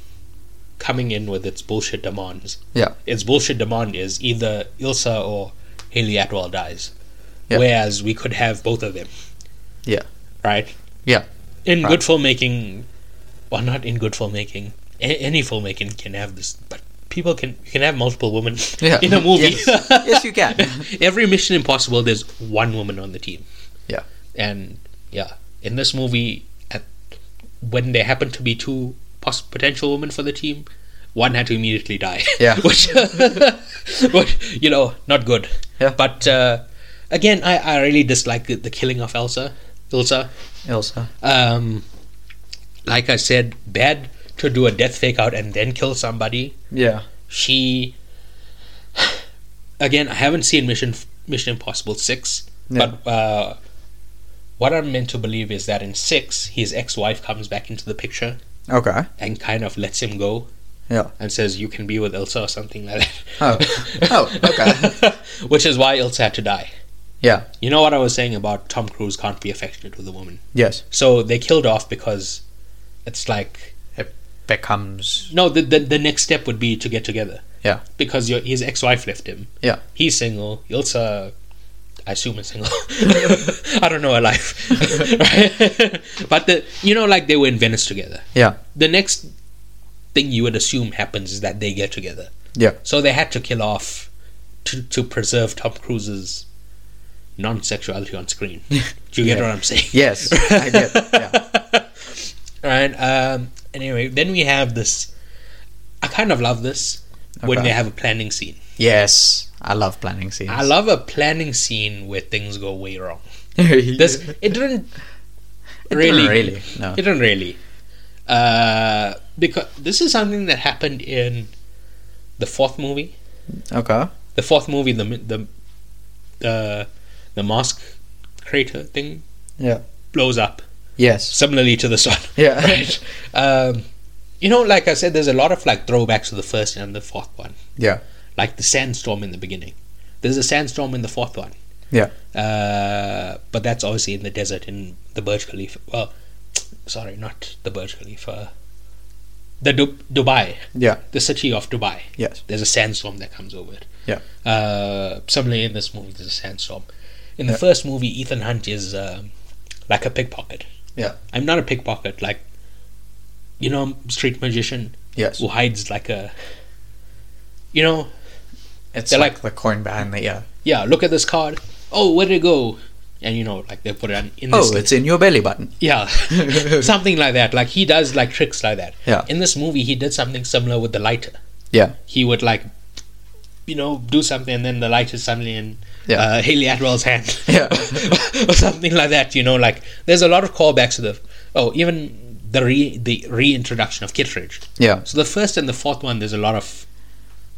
A: coming in with its bullshit demands.
B: Yeah.
A: Its bullshit demand is either Ilsa or Haley Atwell dies,
B: Yeah.
A: whereas we could have both of them.
B: Yeah.
A: Right.
B: Yeah.
A: In
B: Right.
A: good filmmaking, well, not in good filmmaking. A- any filmmaking can have this, but people can you can have multiple women
B: Yeah.
A: in a movie.
B: Yes. Yes, you can.
A: Every Mission Impossible, there's one woman on the team.
B: Yeah.
A: And yeah, in this movie, at, when there happened to be two poss- potential women for the team, one had to immediately die.
B: Yeah.
A: which, which, you know, not good.
B: Yeah.
A: But uh, again, I, I really dislike the, the killing of Elsa. Elsa.
B: Elsa.
A: Um, like I said, bad to do a death fake out and then kill somebody
B: Yeah.
A: she again i haven't seen mission mission impossible 6
B: Yeah.
A: but uh, what i'm meant to believe is that in 6 his ex-wife comes back into the picture
B: Okay.
A: and kind of lets him go
B: Yeah.
A: and says you can be with Ilsa or something like
B: Oh. Oh, okay.
A: that which is why Ilsa had to die
B: Yeah.
A: you know what i was saying about tom cruise can't be affectionate with a woman
B: Yes.
A: so they killed off because it's like
B: Becomes.
A: no the, the, the next step would be to get together
B: Yeah.
A: because your, his ex-wife left him
B: Yeah.
A: he's single. Ilsa, I assume, is single. I don't know her life, right? but the you know, like they were in Venice together.
B: Yeah.
A: The next thing you would assume happens is that they get together.
B: Yeah.
A: So they had to kill off to, to preserve Tom Cruise's non sexuality on screen. Do you get
B: Yeah.
A: what I'm saying?
B: Yes, I get. it, Yeah.
A: Alright, um, anyway, then we have this. I kind of love this when
B: Okay.
A: they have a planning scene.
B: Yes, I love planning scenes.
A: I love a planning scene where things go way wrong. This
B: this.
A: it didn't
B: It
A: really,
B: didn't really, no.
A: it didn't really. Uh, because this is something that happened in the fourth movie.
B: Okay.
A: The fourth movie, the the the, the mask crater thing
B: Yeah.
A: blows up
B: Yes.
A: similarly to this one.
B: Yeah.
A: right. Um, you know, like I said, there's a lot of like throwbacks to the first and the fourth one.
B: Yeah.
A: Like the sandstorm in the beginning. There's a sandstorm in the fourth one.
B: Yeah.
A: Uh, but that's obviously in the desert in the Burj Khalifa. Well, sorry, not the Burj Khalifa. The du- Dubai,
B: Yeah.
A: the city of Dubai.
B: Yes.
A: There's a sandstorm that comes over it.
B: Yeah.
A: Uh, similarly, in this movie, there's a sandstorm. In the
B: Yeah.
A: first movie, Ethan Hunt is um, like a pickpocket.
B: Yeah.
A: I'm not a pickpocket, like you know, street magician
B: Yes.
A: who hides like a. You know,
B: It's
A: They're
B: like, the coin behind the ear.
A: yeah. Look at this card. Oh, where did it go? And you know, like they put it on in this.
B: Oh, it's in your belly button.
A: Yeah, something like that. Like he does like tricks like that.
B: Yeah.
A: In this movie, he did something similar with the lighter.
B: Yeah.
A: He would like, you know, do something, and then the lighter suddenly in
B: Yeah.
A: uh, Haley Atwell's hand.
B: Yeah.
A: or something like that. You know, like there's a lot of callbacks to the. Oh, even the re the reintroduction of Kittredge.
B: Yeah.
A: So the first and the fourth one, there's a lot of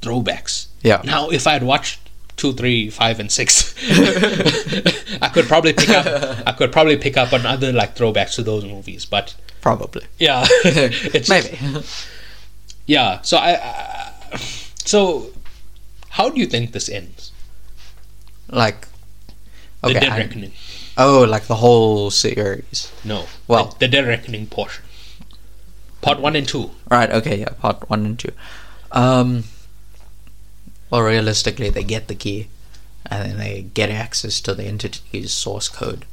A: throwbacks.
B: Yeah.
A: Now, if I had watched two, three, five, and six, I could probably pick up. I could probably pick up on other like throwbacks to those movies. But
B: Probably.
A: yeah, it's
B: Maybe.
A: yeah. So I, I. So, how do you think this ends?
B: Like.
A: The
B: Okay.
A: Dead
B: I-
A: Reckoning.
B: oh, like the whole series.
A: No.
B: Well-
A: the, the Dead Reckoning portion. Part one and two.
B: Right. Okay. Yeah. Part one and two. Um. Well, realistically, they get the key, and then they get access to the entity's source code,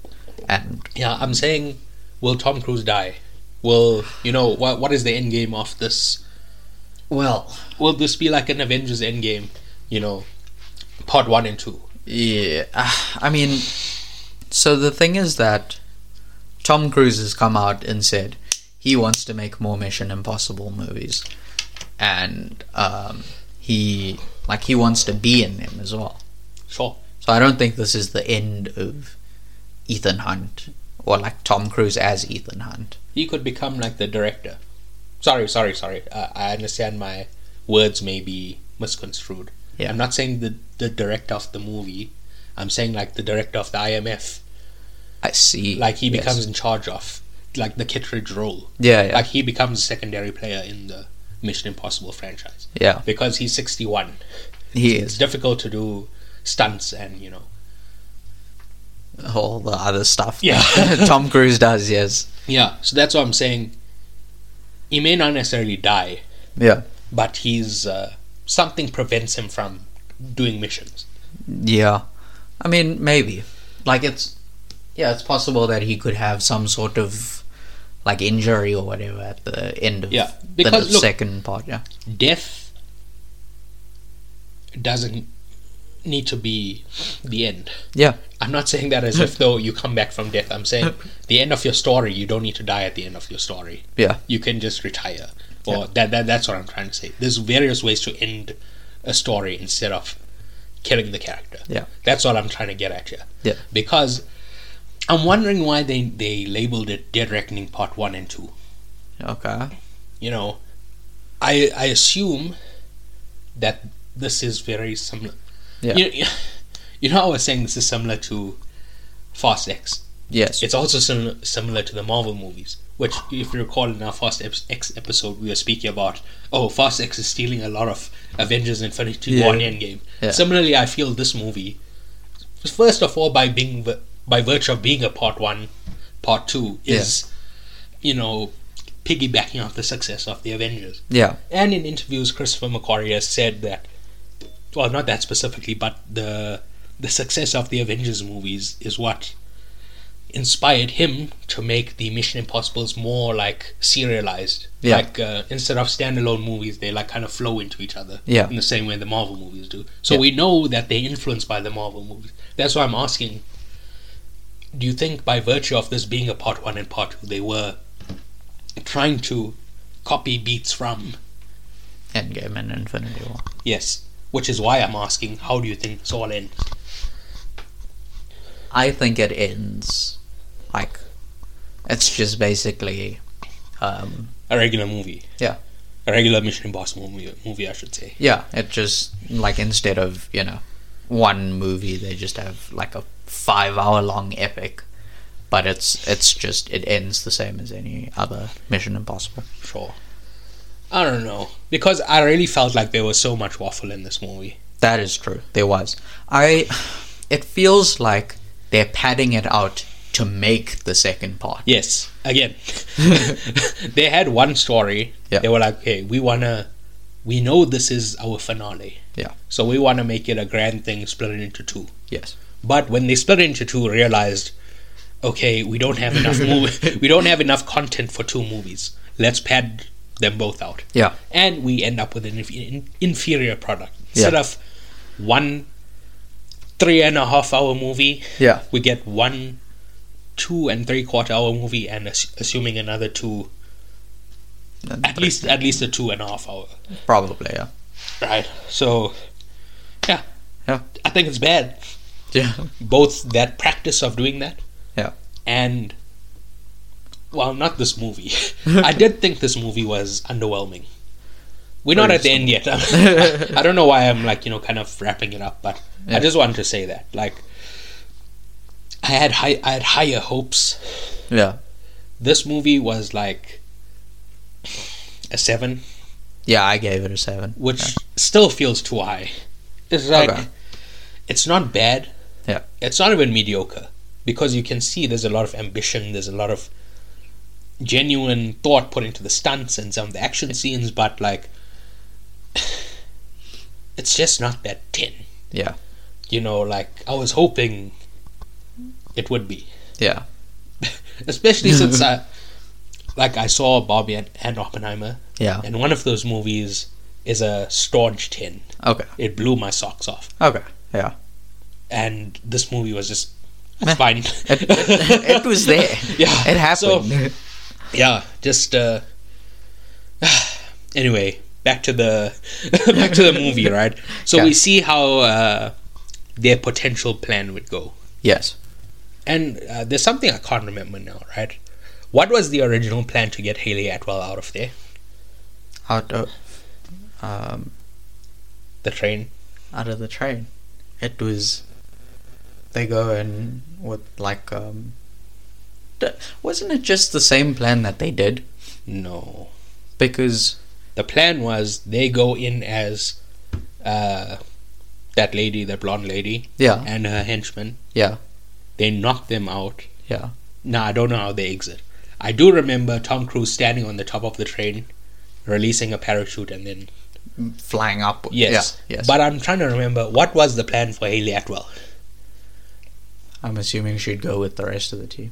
B: and
A: Yeah, I'm saying, will Tom Cruise die? Will you know what? What is the end game of this?
B: well,
A: will this be like an Avengers Endgame? You know, part one and two.
B: yeah. ah, I mean, so the thing is that Tom Cruise has come out and said he wants to make more Mission Impossible movies, and um, he like he wants to be in them as well.
A: Sure.
B: So I don't think this is the end of Ethan Hunt or like Tom Cruise as Ethan Hunt.
A: He could become like the director. Sorry, sorry, sorry. Uh, I understand my words may be misconstrued.
B: Yeah.
A: I'm not saying the the director of the movie. I'm saying like the director of the IMF.
B: I see.
A: Like he
B: Yes.
A: becomes in charge of like the Kittredge role.
B: Yeah, yeah,
A: Like he becomes a secondary player in the Mission Impossible franchise
B: yeah.
A: because he's 61.
B: He
A: It's
B: is
A: difficult to do stunts and you know
B: all the other stuff.
A: Yeah.
B: that Tom Cruise does. Yes.
A: Yeah, so that's what I'm saying. He may not necessarily die,
B: Yeah.
A: but he's uh, something prevents him from doing missions.
B: Yeah. I mean, maybe. Like it's, yeah, it's possible that he could have some sort of like injury or whatever at the end of
A: Yeah,
B: the
A: because, look-
B: second part. Yeah.
A: Death doesn't need to be the end.
B: Yeah.
A: I'm not saying that as if though you come back from death. I'm saying the end of your story. You don't need to die at the end of your story.
B: Yeah.
A: You can just retire. Or that, that that's what I'm trying to say. There's various ways to end a story instead of killing the character.
B: Yeah.
A: That's what I'm trying to get at here.
B: Yeah.
A: Because I'm wondering why they, they labeled it Dead Reckoning Part 1 and 2.
B: Okay.
A: You know, I I assume that this is very similar.
B: Yeah.
A: You, you know, I was saying this is similar to Fast X.
B: Yes.
A: It's also similar, similar to the Marvel movies, which, if you recall in our Fast Ep- X episode, we were speaking about, oh, Fast X is stealing a lot of Avengers Infinity War and
B: Yeah.
A: Endgame.
B: Yeah.
A: Similarly, I feel this movie, first of all, by being v- by virtue of being a part one, part two, is, you know, piggybacking off the success of the Avengers.
B: yeah.
A: And in interviews, Christopher McQuarrie has said that, well, not that specifically, but the the success of the Avengers movies is what inspired him to make the Mission Impossibles more like serialized.
B: Yeah.
A: Like uh, instead of standalone movies, they like kind of flow into each other.
B: Yeah.
A: In the same way the Marvel movies do. So
B: Yeah.
A: we know that they're influenced by the Marvel movies. That's why I'm asking. Do you think, by virtue of this being a part one and part two, they were trying to copy beats from?
B: Endgame and Infinity War.
A: Yes. Which is why I'm asking, how do you think this all ends?
B: I think it ends like it's just basically um
A: A regular movie.
B: Yeah.
A: A regular Mission Impossible movie, movie I should say.
B: yeah, it just like instead of, you know, one movie they just have like a 5 hour long epic but it's it's just it ends the same as any other Mission Impossible.
A: Sure. I don't know because I really felt like there was so much waffle in this movie.
B: That is true. There was. I it feels like they're padding it out to make the second part.
A: Yes, again, they had one story.
B: Yeah.
A: They were like, "Hey, we wanna, we know this is our finale.
B: Yeah.
A: So we wanna make it a grand thing, split it into two.
B: Yes.
A: But when they split it into two, realized, okay, we don't have enough movie, we don't have enough content for two movies. Let's pad them both out.
B: Yeah.
A: and we end up with an inf- in- inferior product instead
B: Yeah.
A: of one three and a half hour movie
B: Yeah.
A: we get one two and three quarter hour movie and ass- assuming another two at least at least a two and a half hour
B: probably, yeah.
A: right so yeah
B: Yeah.
A: i think it's bad
B: Yeah.
A: both that practice of doing that
B: Yeah.
A: and well not this movie i did think this movie was underwhelming we're not
B: Very
A: at the end yet I, don't know why i'm like you know kind of wrapping it up but i
B: Yeah.
A: just wanted to say that like i had high i had higher hopes
B: Yeah.
A: this movie was like a seven
B: Yeah, I gave it a 7.
A: which still feels too high. It's like
B: Okay.
A: it's not bad.
B: Yeah.
A: It's not even mediocre because you can see there's a lot of ambition, there's a lot of genuine thought put into the stunts and some of the action scenes, but like it's just not that tin.
B: Yeah.
A: You know, like I was hoping it would be.
B: Yeah.
A: Especially since I like I saw Barbie and, and Oppenheimer
B: Yeah.
A: and one of those movies is a staunch tin
B: Okay.
A: it blew my socks off.
B: Okay. Yeah.
A: And this movie was just
B: Meh.
A: it's fine.
B: It, it was there.
A: Yeah.
B: It happened.
A: yeah, just uh anyway, back to the back to the movie, right? So
B: Yeah.
A: we see how uh their potential plan would go.
B: yes.
A: And uh, there's something I can't remember now, right? What was the original plan to get Haley Atwell out of there?
B: Out of um
A: The train?
B: out of the train. It was they go in with like um d- wasn't it just the same plan that they did?
A: No.
B: Because
A: The plan was they go in as uh that lady, the blonde lady,
B: yeah,
A: and her henchman.
B: yeah,
A: They knock them out.
B: yeah.
A: No, I don't know how they exit. I do remember Tom Cruise standing on the top of the train, releasing a parachute, and then
B: Flying up.
A: yes,
B: Yeah, yes.
A: But I'm trying to remember what was the plan for Haley Atwell.
B: I'm assuming she'd go with the rest of the team.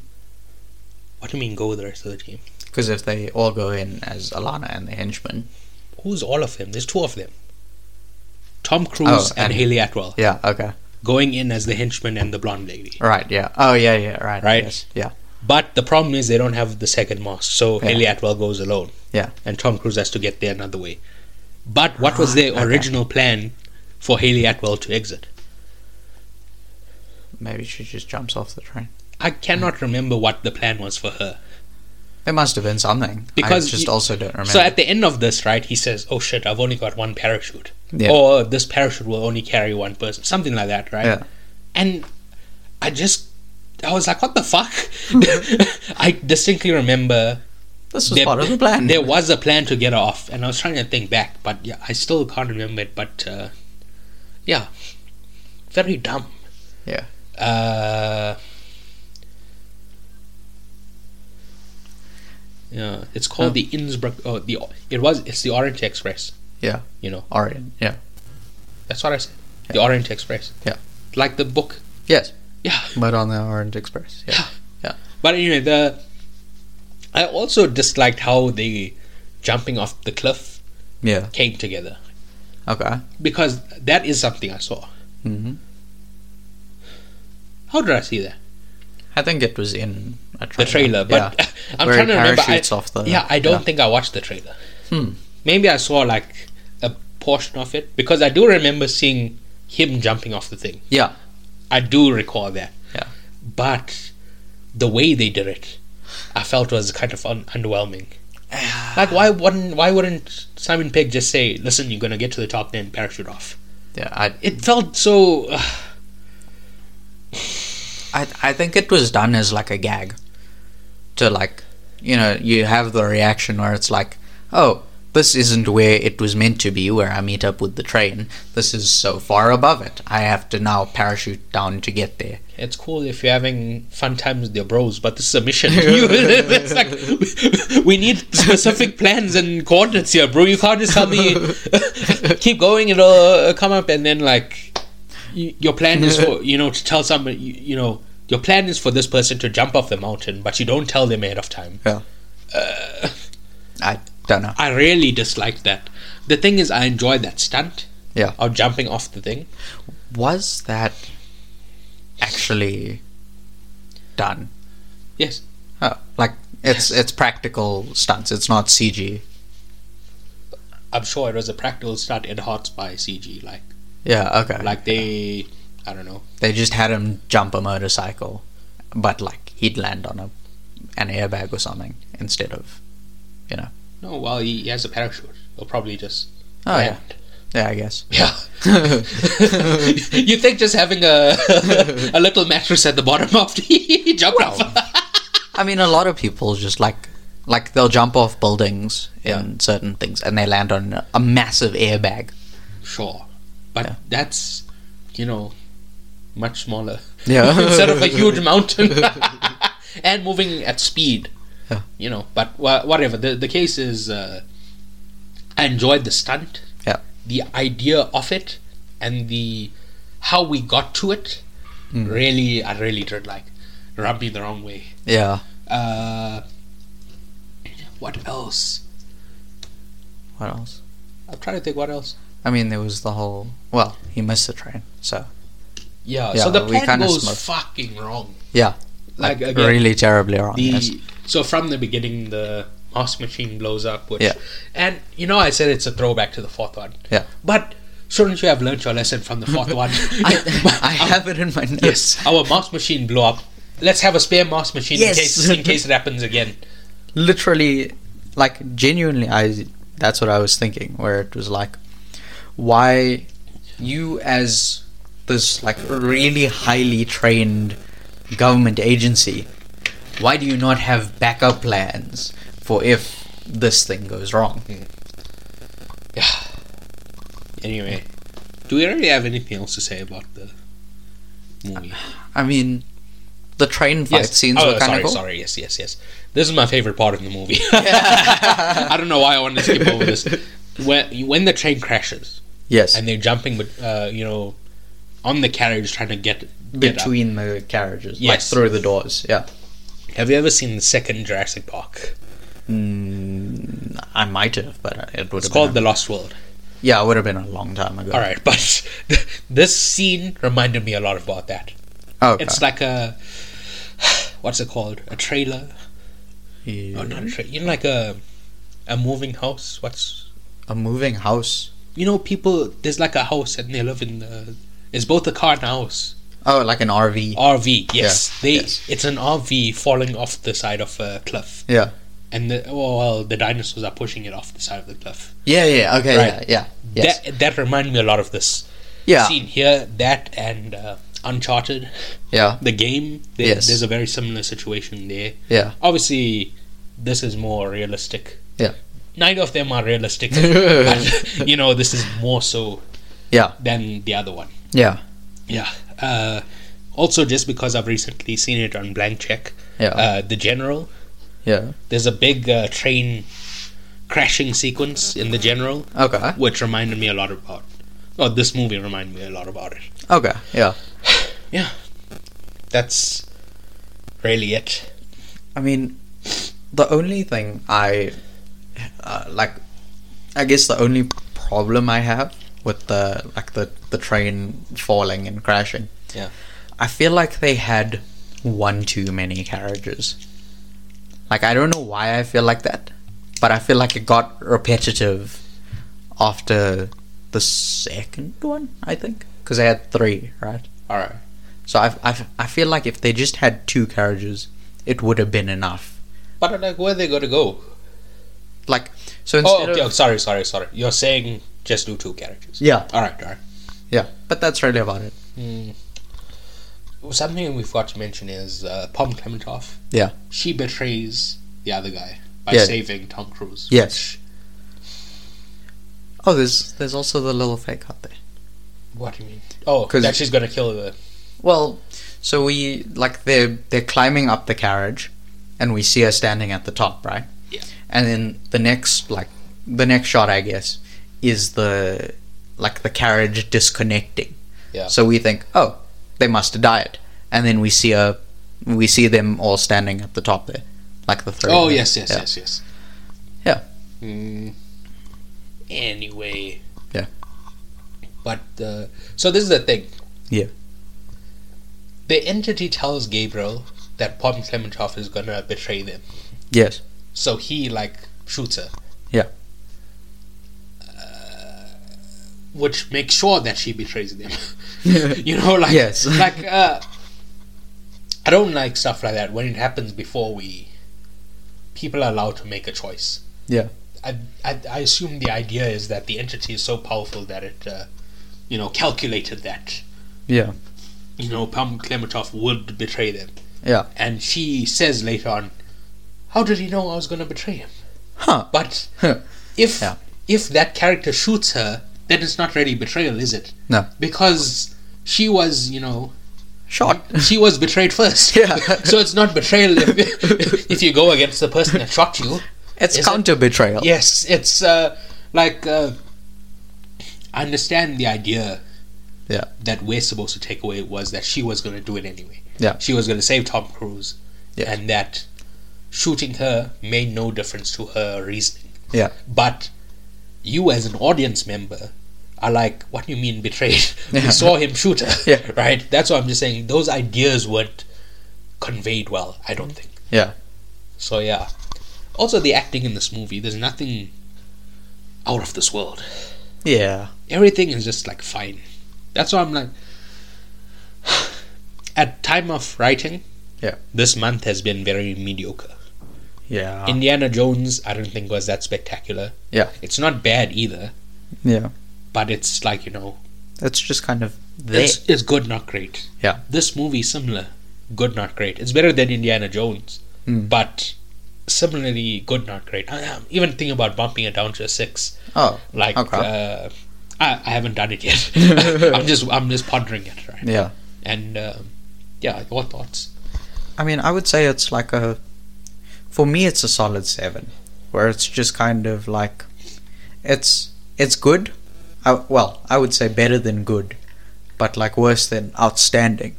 A: What do you mean go with the rest of the team?
B: Because if they all go in as Alana and the henchmen,
A: Who's all of them? There's two of them. Tom Cruise
B: Oh,
A: and,
B: and-
A: Haley Atwell
B: yeah, okay,
A: going in as the henchman and the blonde lady.
B: right, yeah, oh yeah, yeah, right,
A: Right.
B: yes, yeah,
A: But the problem is they don't have the second mask, so
B: Yeah.
A: Haley Atwell goes alone.
B: Yeah.
A: And Tom Cruise has to get there another way. But what was their
B: Right, Ah, okay.
A: original plan for Haley Atwell to exit?
B: maybe she just jumps off the train.
A: I cannot remember what the plan was for her.
B: There must have been something.
A: Because
B: I just
A: you-
B: also don't remember.
A: So at the end of this, right, he says, "Oh shit, I've only got one parachute,
B: Yeah.
A: or this parachute will only carry one person," something like that, right?
B: Yeah.
A: And I just, I was like, "What the fuck?" I distinctly remember
B: this was part of the plan.
A: There was a plan to get her off, and I was trying to think back, but yeah, I still can't remember it. But uh, yeah, very dumb.
B: Yeah.
A: Uh, yeah, it's called
B: Oh.
A: the Innsbruck. Oh, the it was it's the Orient Express.
B: Yeah.
A: You know,
B: Orion. Yeah.
A: that's what I said. The Orient Express.
B: Yeah.
A: Like the book.
B: Yes.
A: Yeah.
B: But on the Orange Express. Yeah.
A: Yeah.
B: Yeah.
A: But anyway, the I also disliked how the jumping off the cliff
B: Yeah.
A: came together
B: Okay.
A: because that is something I saw.
B: hmm
A: How did I see that?
B: I think it was in a trailer.
A: The trailer, but
B: yeah.
A: I'm
B: Where
A: trying
B: he
A: to remember. I,
B: parachutes off the-
A: yeah, I don't
B: yeah.
A: think I watched the trailer.
B: Hmm.
A: Maybe I saw like a portion of it because I do remember seeing him jumping off the thing.
B: yeah.
A: I do recall that.
B: Yeah.
A: But the way they did it, I felt was kind of un- underwhelming. Like why wouldn't why wouldn't Simon Pegg just say, "Listen, you're gonna get to the top, then parachute off."
B: Yeah. I,
A: It felt so. uh, ugh,
B: I I think it was done as like a gag, to like, you know, you have the reaction where it's like, oh, this isn't where it was meant to be, where I meet up with the train. This is so far above it. I have to now parachute down to get there.
A: it's cool if you're having fun times with your bros, but this is a mission. You- it's like we need specific plans and coordinates here, bro. You can't just tell me keep going; it'll uh, come up, and then like y- your plan is for you know to tell somebody you, you know your plan is for this person to jump off the mountain, but you don't tell them ahead of time.
B: I don't know.
A: I really disliked that. The thing is, I enjoyed that stunt.
B: Yeah.
A: Of jumping off the thing.
B: Was that actually done?
A: Yes.
B: Oh, like it's it's practical stunts. It's not CG.
A: I'm sure it was a practical stunt enhanced by CG. Like,
B: Yeah. Okay.
A: like they, I don't know.
B: They just had him jump a motorcycle, but like he'd land on a an airbag or something instead of, you know.
A: No, well, he, he has a parachute. He'll probably just.
B: Oh yeah,
A: land.
B: yeah, I guess.
A: Yeah. you think just having a a little mattress at the bottom after he jumped off?
B: I mean, a lot of people just like like they'll jump off buildings in certain things and they land on a massive airbag.
A: sure, but
B: Yeah.
A: that's you know much smaller.
B: Yeah.
A: instead of a huge mountain and moving at speed.
B: Yeah.
A: You know, but wha- whatever. The the case is, uh, I enjoyed the stunt,
B: Yeah.
A: the idea of it, and the how we got to it.
B: Hmm.
A: Really, I really did like rub me the wrong way.
B: Yeah.
A: Uh, what else?
B: What else?
A: I'm trying to think. What else?
B: I mean, there was the whole. Well, he missed the train, so
A: Yeah.
B: Yeah,
A: so the
B: we
A: plan
B: kinda
A: goes
B: smoked.
A: fucking wrong.
B: yeah,
A: Like,
B: like,
A: again,
B: really terribly wrong.
A: the
B: yes.
A: so from the beginning the mask machine blows up which
B: Yeah.
A: and you know i said it's a throwback to the fourth one
B: Yeah.
A: but shouldn't you have learned your lesson from the fourth one
B: I, I have it in my notes.
A: yes our mask machine blew up let's have a spare mask machine
B: Yes.
A: in case in case it happens again
B: literally like genuinely i that's what i was thinking where it was like why you as this like really highly trained government agency why do you not have backup plans for if this thing goes wrong
A: Hmm. anyway do we really have anything else to say about the movie
B: i mean the train fight scenes
A: oh,
B: were kind
A: sorry
B: of cool
A: sorry yes yes yes this is my favorite part of the movie i don't know why i wanted to skip over this when, when the train crashes
B: yes
A: and they're jumping, but uh, you know, on the carriage trying to get, get up.
B: between the carriages
A: Yes.
B: like through the doors yeah
A: Have you ever seen the second Jurassic Park?
B: mm, i might have but it would
A: It's
B: have
A: called
B: been
A: The Lost World.
B: a, yeah it would have been a long time ago
A: All right, but this scene reminded me a lot about that.
B: oh okay.
A: It's like a what's it called? A trailer? Oh,
B: Mm-hmm.
A: not a trailer. You know, like a a moving house. What's
B: a moving house.
A: you know, people. There's like a house, and they live in the. It's both a car and a house.
B: Oh, like an RV.
A: RV, yes.
B: Yeah,
A: they.
B: yes.
A: It's an RV falling off the side of a cliff.
B: Yeah.
A: and the well, well the dinosaurs are pushing it off the side of the cliff.
B: Yeah, yeah, okay,
A: Right.
B: yeah, yeah. Yes.
A: That that reminded me a lot of this
B: yeah.
A: scene here. That and uh, Uncharted,
B: Yeah.
A: the game. There,
B: Yes.
A: there's a very similar situation there.
B: Yeah.
A: Obviously, this is more realistic.
B: Yeah.
A: Neither of them are realistic, but you know this is more so
B: Yeah.
A: than the other one.
B: Yeah.
A: Yeah. Uh, also, just because I've recently seen it on Blank Check,
B: Yeah.
A: uh, the General.
B: yeah.
A: There's a big uh, train crashing sequence in the General.
B: Okay.
A: which reminded me a lot about oh this movie reminded me a lot about it
B: Okay. Yeah.
A: that's really it
B: I mean, the only thing I uh, like, I guess the only problem I have with the like the the train falling and crashing,
A: Yeah.
B: I feel like they had one too many carriages. Like I don't know why I feel like that, but I feel like it got repetitive after the second one. I think because they had three, right?
A: All right.
B: So I, I, I feel like if they just had two carriages, it would have been enough.
A: But uh, like, where they gonna go?
B: Like so
A: Oh,
B: instead
A: okay, oh,
B: of
A: sorry, sorry, sorry. You're saying just do two carriages.
B: yeah
A: All right, all right.
B: yeah, but that's really about it.
A: Mm. Something we forgot to mention is uh, Pom Klementoff.
B: Yeah.
A: She betrays the other guy by
B: Yeah.
A: saving Tom Cruise.
B: Yes. Oh, there's there's also the little fake out there.
A: which- what do you mean? Oh,
B: 'Cause-
A: that she's gonna kill the.
B: Well, so we like they're they're climbing up the carriage, and we see her standing at the top, right?
A: Yeah.
B: And then the next like the next shot, I guess, is the like the carriage disconnecting.
A: Yeah.
B: So we think, oh, they must have died, and then we see a we see them all standing at the top there, like the three.
A: Oh
B: of them.
A: yes, yes,
B: Yeah.
A: yes, yes.
B: Yeah.
A: Mm. Anyway.
B: Yeah.
A: But uh, so this is the thing.
B: Yeah.
A: The entity tells Gabriel that Pom Klementoff is gonna betray them.
B: Yes.
A: So he like shoots her.
B: Yeah.
A: Uh, Which makes sure that she betrays them. you know, like
B: Yes.
A: like uh, I don't like stuff like that when it happens before we people are allowed to make a choice.
B: Yeah.
A: I, I, I assume the idea is that the entity is so powerful that it, uh, you know, calculated that
B: Yeah.
A: you know Pam Klementov would betray them,
B: Yeah.
A: and she says later on, "How did he know I was going to betray him?"
B: Huh.
A: But
B: Huh.
A: if
B: Yeah.
A: if that character shoots her, then it's not really betrayal, is it?
B: No.
A: Because she was, you know,
B: Shot.
A: she was betrayed first.
B: Yeah.
A: so it's not betrayal if, if you go against the person that shot you.
B: It's
A: Is it-
B: counter betrayal.
A: Yes, it's uh, like uh, I understand the idea.
B: Yeah.
A: That we're supposed to take away was that she was going to do it anyway.
B: Yeah.
A: She was going to save Tom Cruise,
B: Yes.
A: and that shooting her made no difference to her reasoning.
B: Yeah.
A: But you, as an audience member, are like, "What do you mean betrayed?
B: Yeah.
A: We saw him shoot her,
B: Yeah.
A: right?" That's why I'm just saying those ideas weren't conveyed well. I don't think.
B: Yeah.
A: So yeah. Also, the acting in this movie, there's nothing out of this world.
B: Yeah.
A: Everything is just like fine. That's why I'm like. At time of writing,
B: Yeah.
A: this month has been very mediocre.
B: Yeah.
A: Indiana Jones, I don't think was that spectacular.
B: Ah. Yeah.
A: it's not bad either,
B: yeah.
A: but it's like you know,
B: It's just kind of there.
A: it's, it's good, not great.
B: Yeah.
A: this movie similar, good, not great. It's better than Indiana Jones,
B: Mm.
A: but similarly good, not great. I, am even thinking about bumping it down to a six.
B: Oh.
A: Like,
B: Okay.
A: uh, I, I haven't done it yet. I'm just I'm just pondering it, right?
B: Yeah.
A: And um, yeah, your thoughts?
B: I mean, I would say it's like a. For me, it's a solid seven, where it's just kind of like, it's it's good. I, well, I would say better than good, but like worse than outstanding.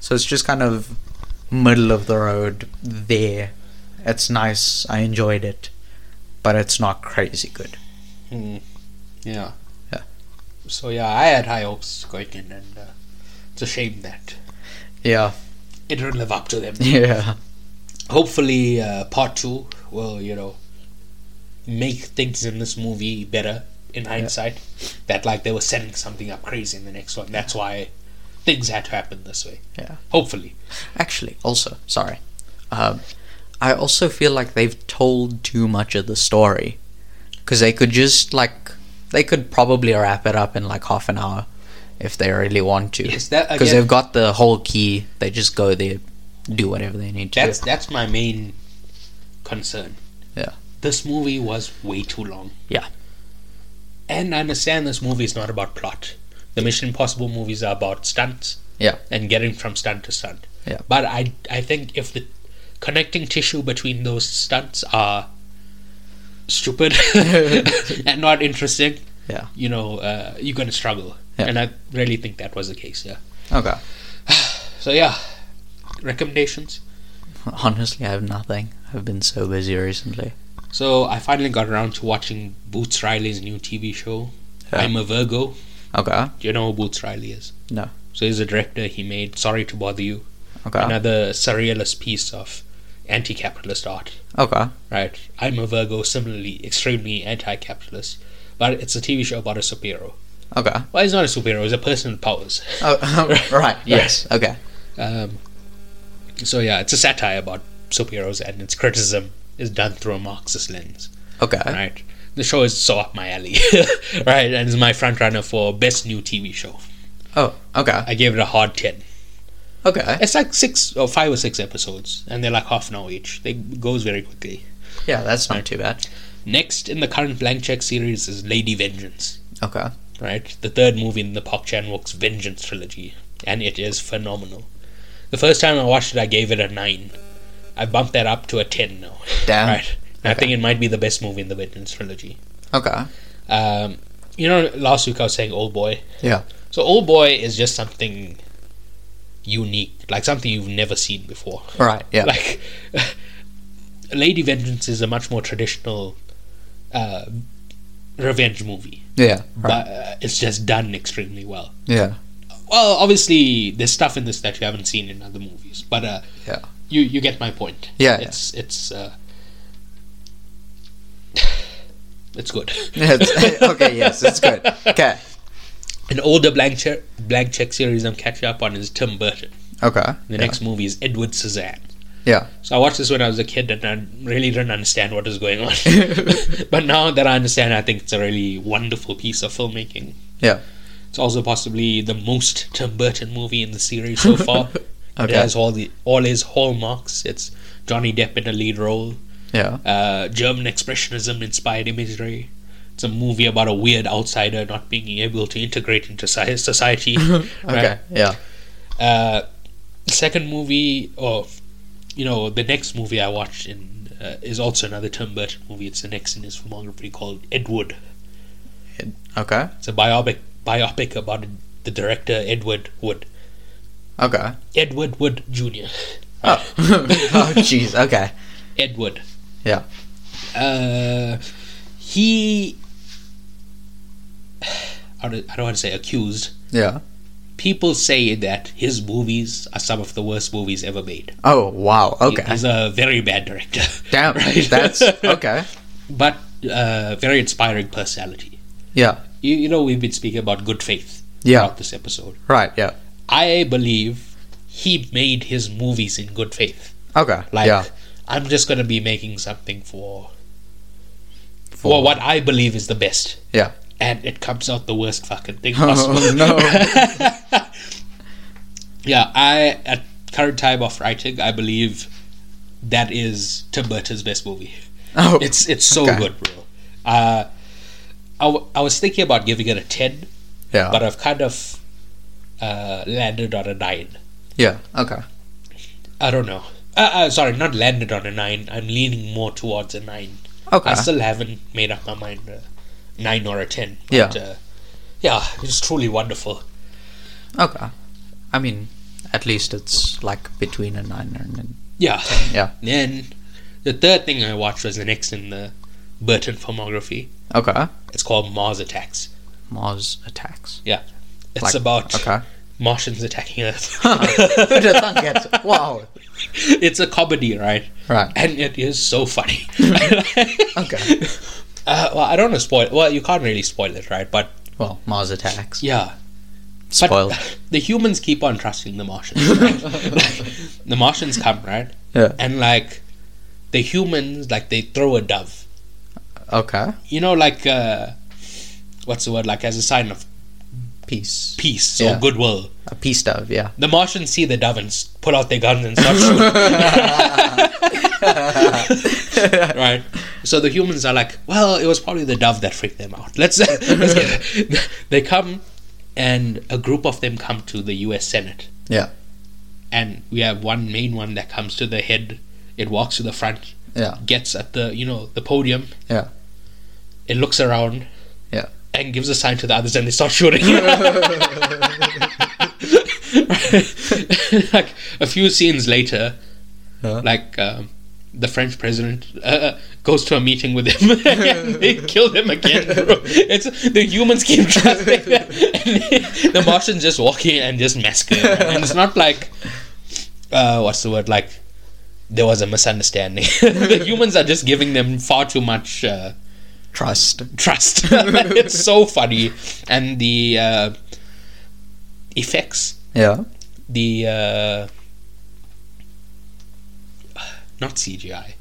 B: So it's just kind of middle of the road there. It's nice. I enjoyed it, but it's not crazy good.
A: Hmm. Yeah.
B: Yeah.
A: So yeah, I had high hopes going in, and uh, it's a shame that
B: Yeah.
A: it didn't live up to them.
B: Yeah.
A: hopefully uh, part two will you know make things in this movie better in hindsight that like they were setting something up crazy in the next one that's why things had to happen this way
B: Yeah.
A: hopefully
B: Actually, also, sorry. Um, I also feel like they've told too much of the story. Because they could just, like, they could probably wrap it up in, like, half an hour if they really want to.
A: Yes, that-
B: Because
A: again-
B: they've got the whole key. They just go there, do whatever they need to.
A: that's that's my main concern
B: Yeah.
A: this movie was way too long
B: Yeah.
A: and i understand this movie is not about plot the mission impossible movies are about stunts
B: Yeah.
A: and getting from stunt to stunt
B: Yeah.
A: but i i think if the connecting tissue between those stunts are stupid and not interesting
B: Yeah.
A: you know uh, you're gonna struggle
B: Yeah.
A: and i really think that was the case yeah
B: Okay.
A: so yeah recommendations
B: Honestly, I have nothing. I've been so busy recently.
A: So I finally got around to watching Boots Riley's new TV show.
B: Yeah.
A: I'm a Virgo.
B: Okay.
A: Do you know who Boots Riley is?
B: No. Ah.
A: So he's a director. He made Sorry to Bother You,
B: Okay.
A: another surrealist piece of anti-capitalist art.
B: Okay.
A: Right. I'm a Virgo, similarly extremely anti-capitalist. But it's a TV show about a superhero.
B: Okay.
A: Well, he's not a superhero. He's a person with powers.
B: Oh, right. Yes. Okay.
A: Um, so yeah, it's a satire about superheroes, and its criticism is done through a Marxist lens.
B: Okay.
A: Right. The show is so up my alley, right? And is my front runner for best new TV show.
B: Oh. Okay.
A: I gave it a hard ten.
B: Okay.
A: It's like six or five or six episodes, and they're like half an hour each. They it goes very quickly.
B: Yeah, that's not too bad.
A: Next in the current blank check series is Lady Vengeance.
B: Okay.
A: Right, the third movie in the Park Chan Wook's Vengeance trilogy, and it is phenomenal. The first time I watched it, I gave it a nine. I bumped that up to a ten now.
B: Damn.
A: Right, I
B: Okay.
A: think it might be the best movie in the Vengeance trilogy.
B: Okay.
A: Um, you know, last week I was saying Old Boy.
B: Yeah.
A: So Old Boy is just something unique, like something you've never seen before.
B: Right. Yeah.
A: Like Lady Vengeance is a much more traditional uh, revenge movie,
B: yeah. Right.
A: but uh, it's just done extremely well.
B: Yeah.
A: Well, obviously there's stuff in this that you haven't seen in other movies, but uh,
B: Yeah.
A: you you get my point.
B: Yeah, yeah.
A: it's it's uh, it's good.
B: Yes. okay. Yes, it's good. Okay.
A: An older blank check, blank check series I'm catching up on is Tim Burton.
B: Okay.
A: The
B: yeah.
A: next movie is Edward Scissorhands.
B: Yeah.
A: So I watched this when I was a kid and I really didn't understand what was going on. but now that I understand, I think it's a really wonderful piece of filmmaking.
B: Yeah.
A: It's also possibly the most Tim Burton movie in the series so far.
B: Okay.
A: It has all the all his hallmarks. It's Johnny Depp in a lead role,
B: Yeah.
A: uh, German expressionism inspired imagery. It's a movie about a weird outsider not being able to integrate into soci- society. right?
B: Okay. Yeah.
A: Uh, second movie, or you know, the next movie I watched in uh, is also another Tim Burton movie. It's the next in his filmography called Ed Wood.
B: Okay.
A: It's a biopic biopic about the director Edward Wood,
B: Okay.
A: Edward Wood Jr.
B: Oh. oh. Jeez. Okay.
A: Ed Wood.
B: Yeah.
A: Uh, he. I don't I don't want to say accused.
B: Yeah.
A: People say that his movies are some of the worst movies ever made.
B: Oh. Wow.
A: He-
B: Okay.
A: He's a very bad director.
B: Damn.
A: Right.
B: That's okay.
A: but uh, very inspiring personality.
B: Yeah.
A: You, you know, we've been speaking about good faith
B: Yeah.
A: throughout this episode.
B: Right. Yeah.
A: I believe he made his movies in good faith.
B: Okay.
A: Like,
B: yeah.
A: I'm just going to be making something for,
B: For-
A: for what I believe is the best.
B: Yeah.
A: And it comes out the worst fucking thing possible.
B: Oh, no.
A: yeah, I, at current time of writing, I believe that is Tim Burton's best movie.
B: Oh.
A: It's it's so
B: Okay.
A: good, bro. Uh, I, w- I was thinking about giving it a 10,
B: yeah.
A: but I've kind of uh, landed on a 9.
B: yeah. Okay.
A: I don't know. Uh, uh, sorry, not landed on a 9. I'm leaning more towards a 9.
B: Okay.
A: I still haven't made up my mind a 9 or a 10.
B: Yeah.
A: Uh, yeah, it's truly wonderful.
B: Okay. I mean, at least it's like between a nine and an
A: Yeah.
B: Yeah.
A: Then the third thing I watched was the next in the Burton filmography.
B: Okay.
A: It's called Mars Attacks.
B: Mars attacks.
A: Yeah. It's
B: Like-
A: about
B: Okay.
A: Martians attacking Earth.
B: Who the fuck gets- Wow.
A: it's a comedy, right?
B: Right.
A: And it is so funny.
B: Okay.
A: Uh, well, I don't want to spoil. Well, you can't really spoil it, right? But
B: Well, Mars attacks.
A: yeah, but
B: Spoiled.
A: the humans keep on trusting the Martians. Right? like, the Martians come, right?
B: Yeah.
A: And like the humans, like they throw a dove.
B: Okay.
A: You know, like uh, what's the word? Like as a sign of
B: Peace.
A: peace
B: Yeah.
A: or goodwill.
B: A peace dove. Yeah.
A: The Martians see the dove and s- pull out their guns and start shooting. right? So the humans are like, well, it was probably the dove that freaked them out. Let's. let's get-" they come, and a group of them come to the U.S. Senate,
B: yeah.
A: and we have one main one that comes to the head. It walks to the front,
B: Yeah.
A: gets at the you know the podium.
B: Yeah.
A: It looks around.
B: Yeah.
A: And gives a sign to the others, and they start shooting. like a few scenes later,
B: Huh?
A: Like um, the French president uh, goes to a meeting with him, and they kill him again. Bro. It's the humans keep trusting them, and they- the Martians just walk in and just massacre. Him. And it's not like uh, what's the word? Like there was a misunderstanding. the humans are just giving them far too much. Uh,
B: Trust.
A: trust. it's so funny, and the uh, effects,
B: Yeah.
A: the uh, not CGI,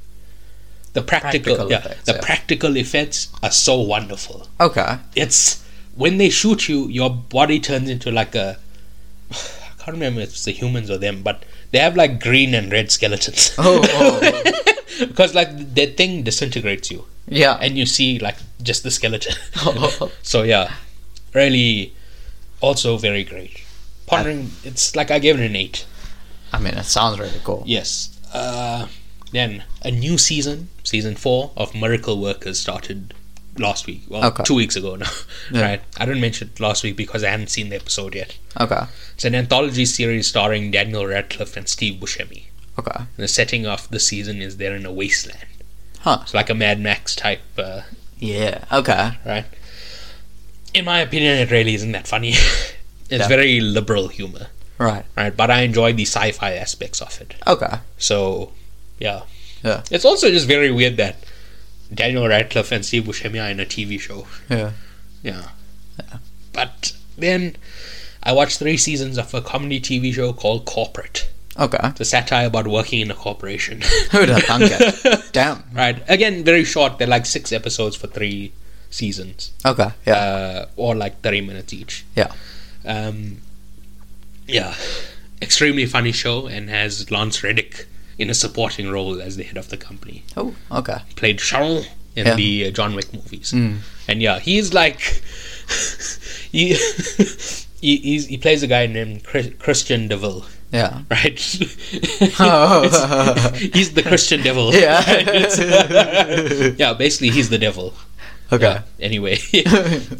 A: the practical,
B: Practical
A: yeah,
B: effects,
A: the
B: yeah.
A: practical effects are so wonderful.
B: Okay.
A: It's when they shoot you, your body turns into like a. I can't remember if it's the humans or them, but they have like green and red skeletons.
B: Oh, oh,
A: because like their thing disintegrates you
B: Yeah.
A: and you see like just the skeleton. so yeah, really, also very great. Pondering, it's like I gave it an eight.
B: I mean, it sounds really cool.
A: Yes. Uh, then a new season, season four of Miracle Workers started last week. Well,
B: Okay.
A: two weeks ago now.
B: Yeah.
A: Right. I didn't mention it last week because I hadn't seen the episode yet.
B: Okay.
A: It's an anthology series starring Daniel Radcliffe and Steve Buscemi.
B: Okay.
A: The setting of the season is they're in a wasteland.
B: Huh.
A: It's like a Mad Max type. Uh,
B: Yeah. Okay.
A: right? In my opinion, it really isn't that funny. it's
B: Yeah.
A: very liberal humor,
B: Right.
A: right? But I enjoy the sci-fi aspects of it.
B: Okay.
A: So, yeah,
B: Yeah.
A: It's also just very weird that Daniel Radcliffe and Steve Buscemi are in a TV show.
B: Yeah.
A: Yeah, but then I watched three seasons of a comedy TV show called Corporate.
B: Okay.
A: It's a satire about working in a corporation.
B: Who'd have thunk it? Damn.
A: right? Again, very short. They're like six episodes for three seasons,
B: Okay. Yeah.
A: uh, or like thirty minutes each.
B: yeah.
A: um, yeah, extremely funny show and has Lance Reddick in a supporting role as the head of the company.
B: Oh. Okay.
A: Played Charles in
B: Yeah. Mm.
A: the uh, John Wick movies, and yeah, he's like he, he he's, he plays a guy named Chris, Christian Deville.
B: Yeah.
A: Right,
B: Oh.
A: It's- he's the Christian devil.
B: Yeah.
A: It's- yeah. Basically, he's the devil.
B: Okay.
A: Yeah, anyway,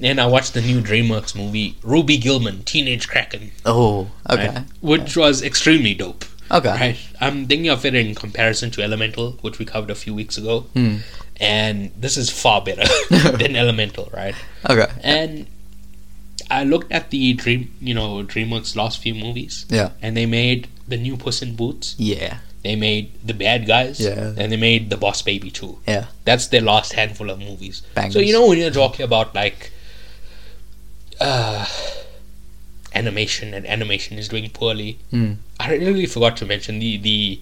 A: and I watched the new DreamWorks movie Ruby Gilman, Teenage Kraken
B: Oh. Okay.
A: right? Which was extremely dope.
B: Okay.
A: Right. I'm thinking of it in comparison to Elemental, which we covered a few weeks ago.
B: Hmm.
A: And this is far better than Elemental, right?
B: Okay.
A: And I looked at the Dream, you know, DreamWorks last few movies.
B: Yeah.
A: And they made the new Puss in Boots.
B: Yeah.
A: They made the Bad Guys.
B: Yeah.
A: And they made the Boss Baby too.
B: Yeah.
A: That's their last handful of movies.
B: Bangers.
A: So you know when you're talking about like uh, animation and animation is doing poorly.
B: Hmm.
A: I really forgot to mention the the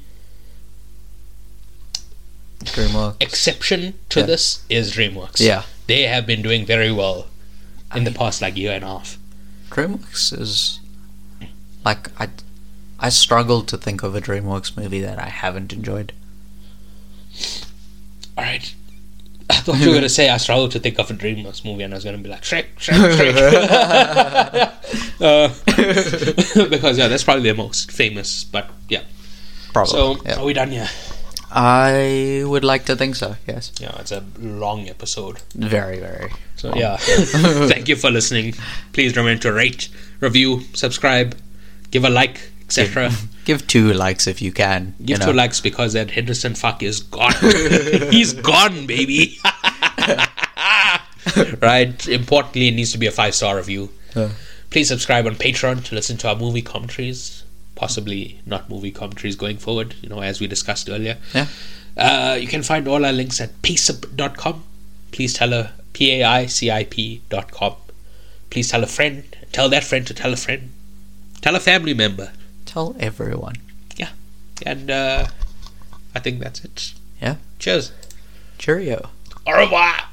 B: DreamWorks.
A: exception to
B: Yeah.
A: this is DreamWorks.
B: Yeah.
A: They have been doing very well in the past like year and a half.
B: DreamWorks is like I. I struggle to think of a DreamWorks movie that I haven't enjoyed.
A: All right. I thought you were gonna say I struggled to think of a DreamWorks movie, and I was gonna be like Shrek, Shrek, Shrek, uh, because yeah, that's probably their most famous. But yeah,
B: Probably.
A: so um,
B: yeah.
A: are we done here?
B: I would like to think so. Yes.
A: Yeah, it's a long episode.
B: Very, very. Oh.
A: So yeah, thank you for listening. Please remember to rate, review, subscribe, give a like, etc.
B: Give two likes if you can.
A: Give
B: you know.
A: two likes because that Henderson fuck is gone. He's gone, baby. right. Importantly, it needs to be a five star review.
B: Yeah.
A: Please subscribe on Patreon to listen to our movie commentaries. Possibly not movie commentaries going forward, you know, as we discussed earlier.
B: Yeah.
A: Uh, you can find all our links at paicip.com. Please tell a P A I C I P dot com. Please tell a friend. Tell that friend to tell a friend. Tell a family member.
B: Tell everyone.
A: And uh, I think that's it.
B: Yeah.
A: Cheers.
B: Cheerio.
A: Au revoir.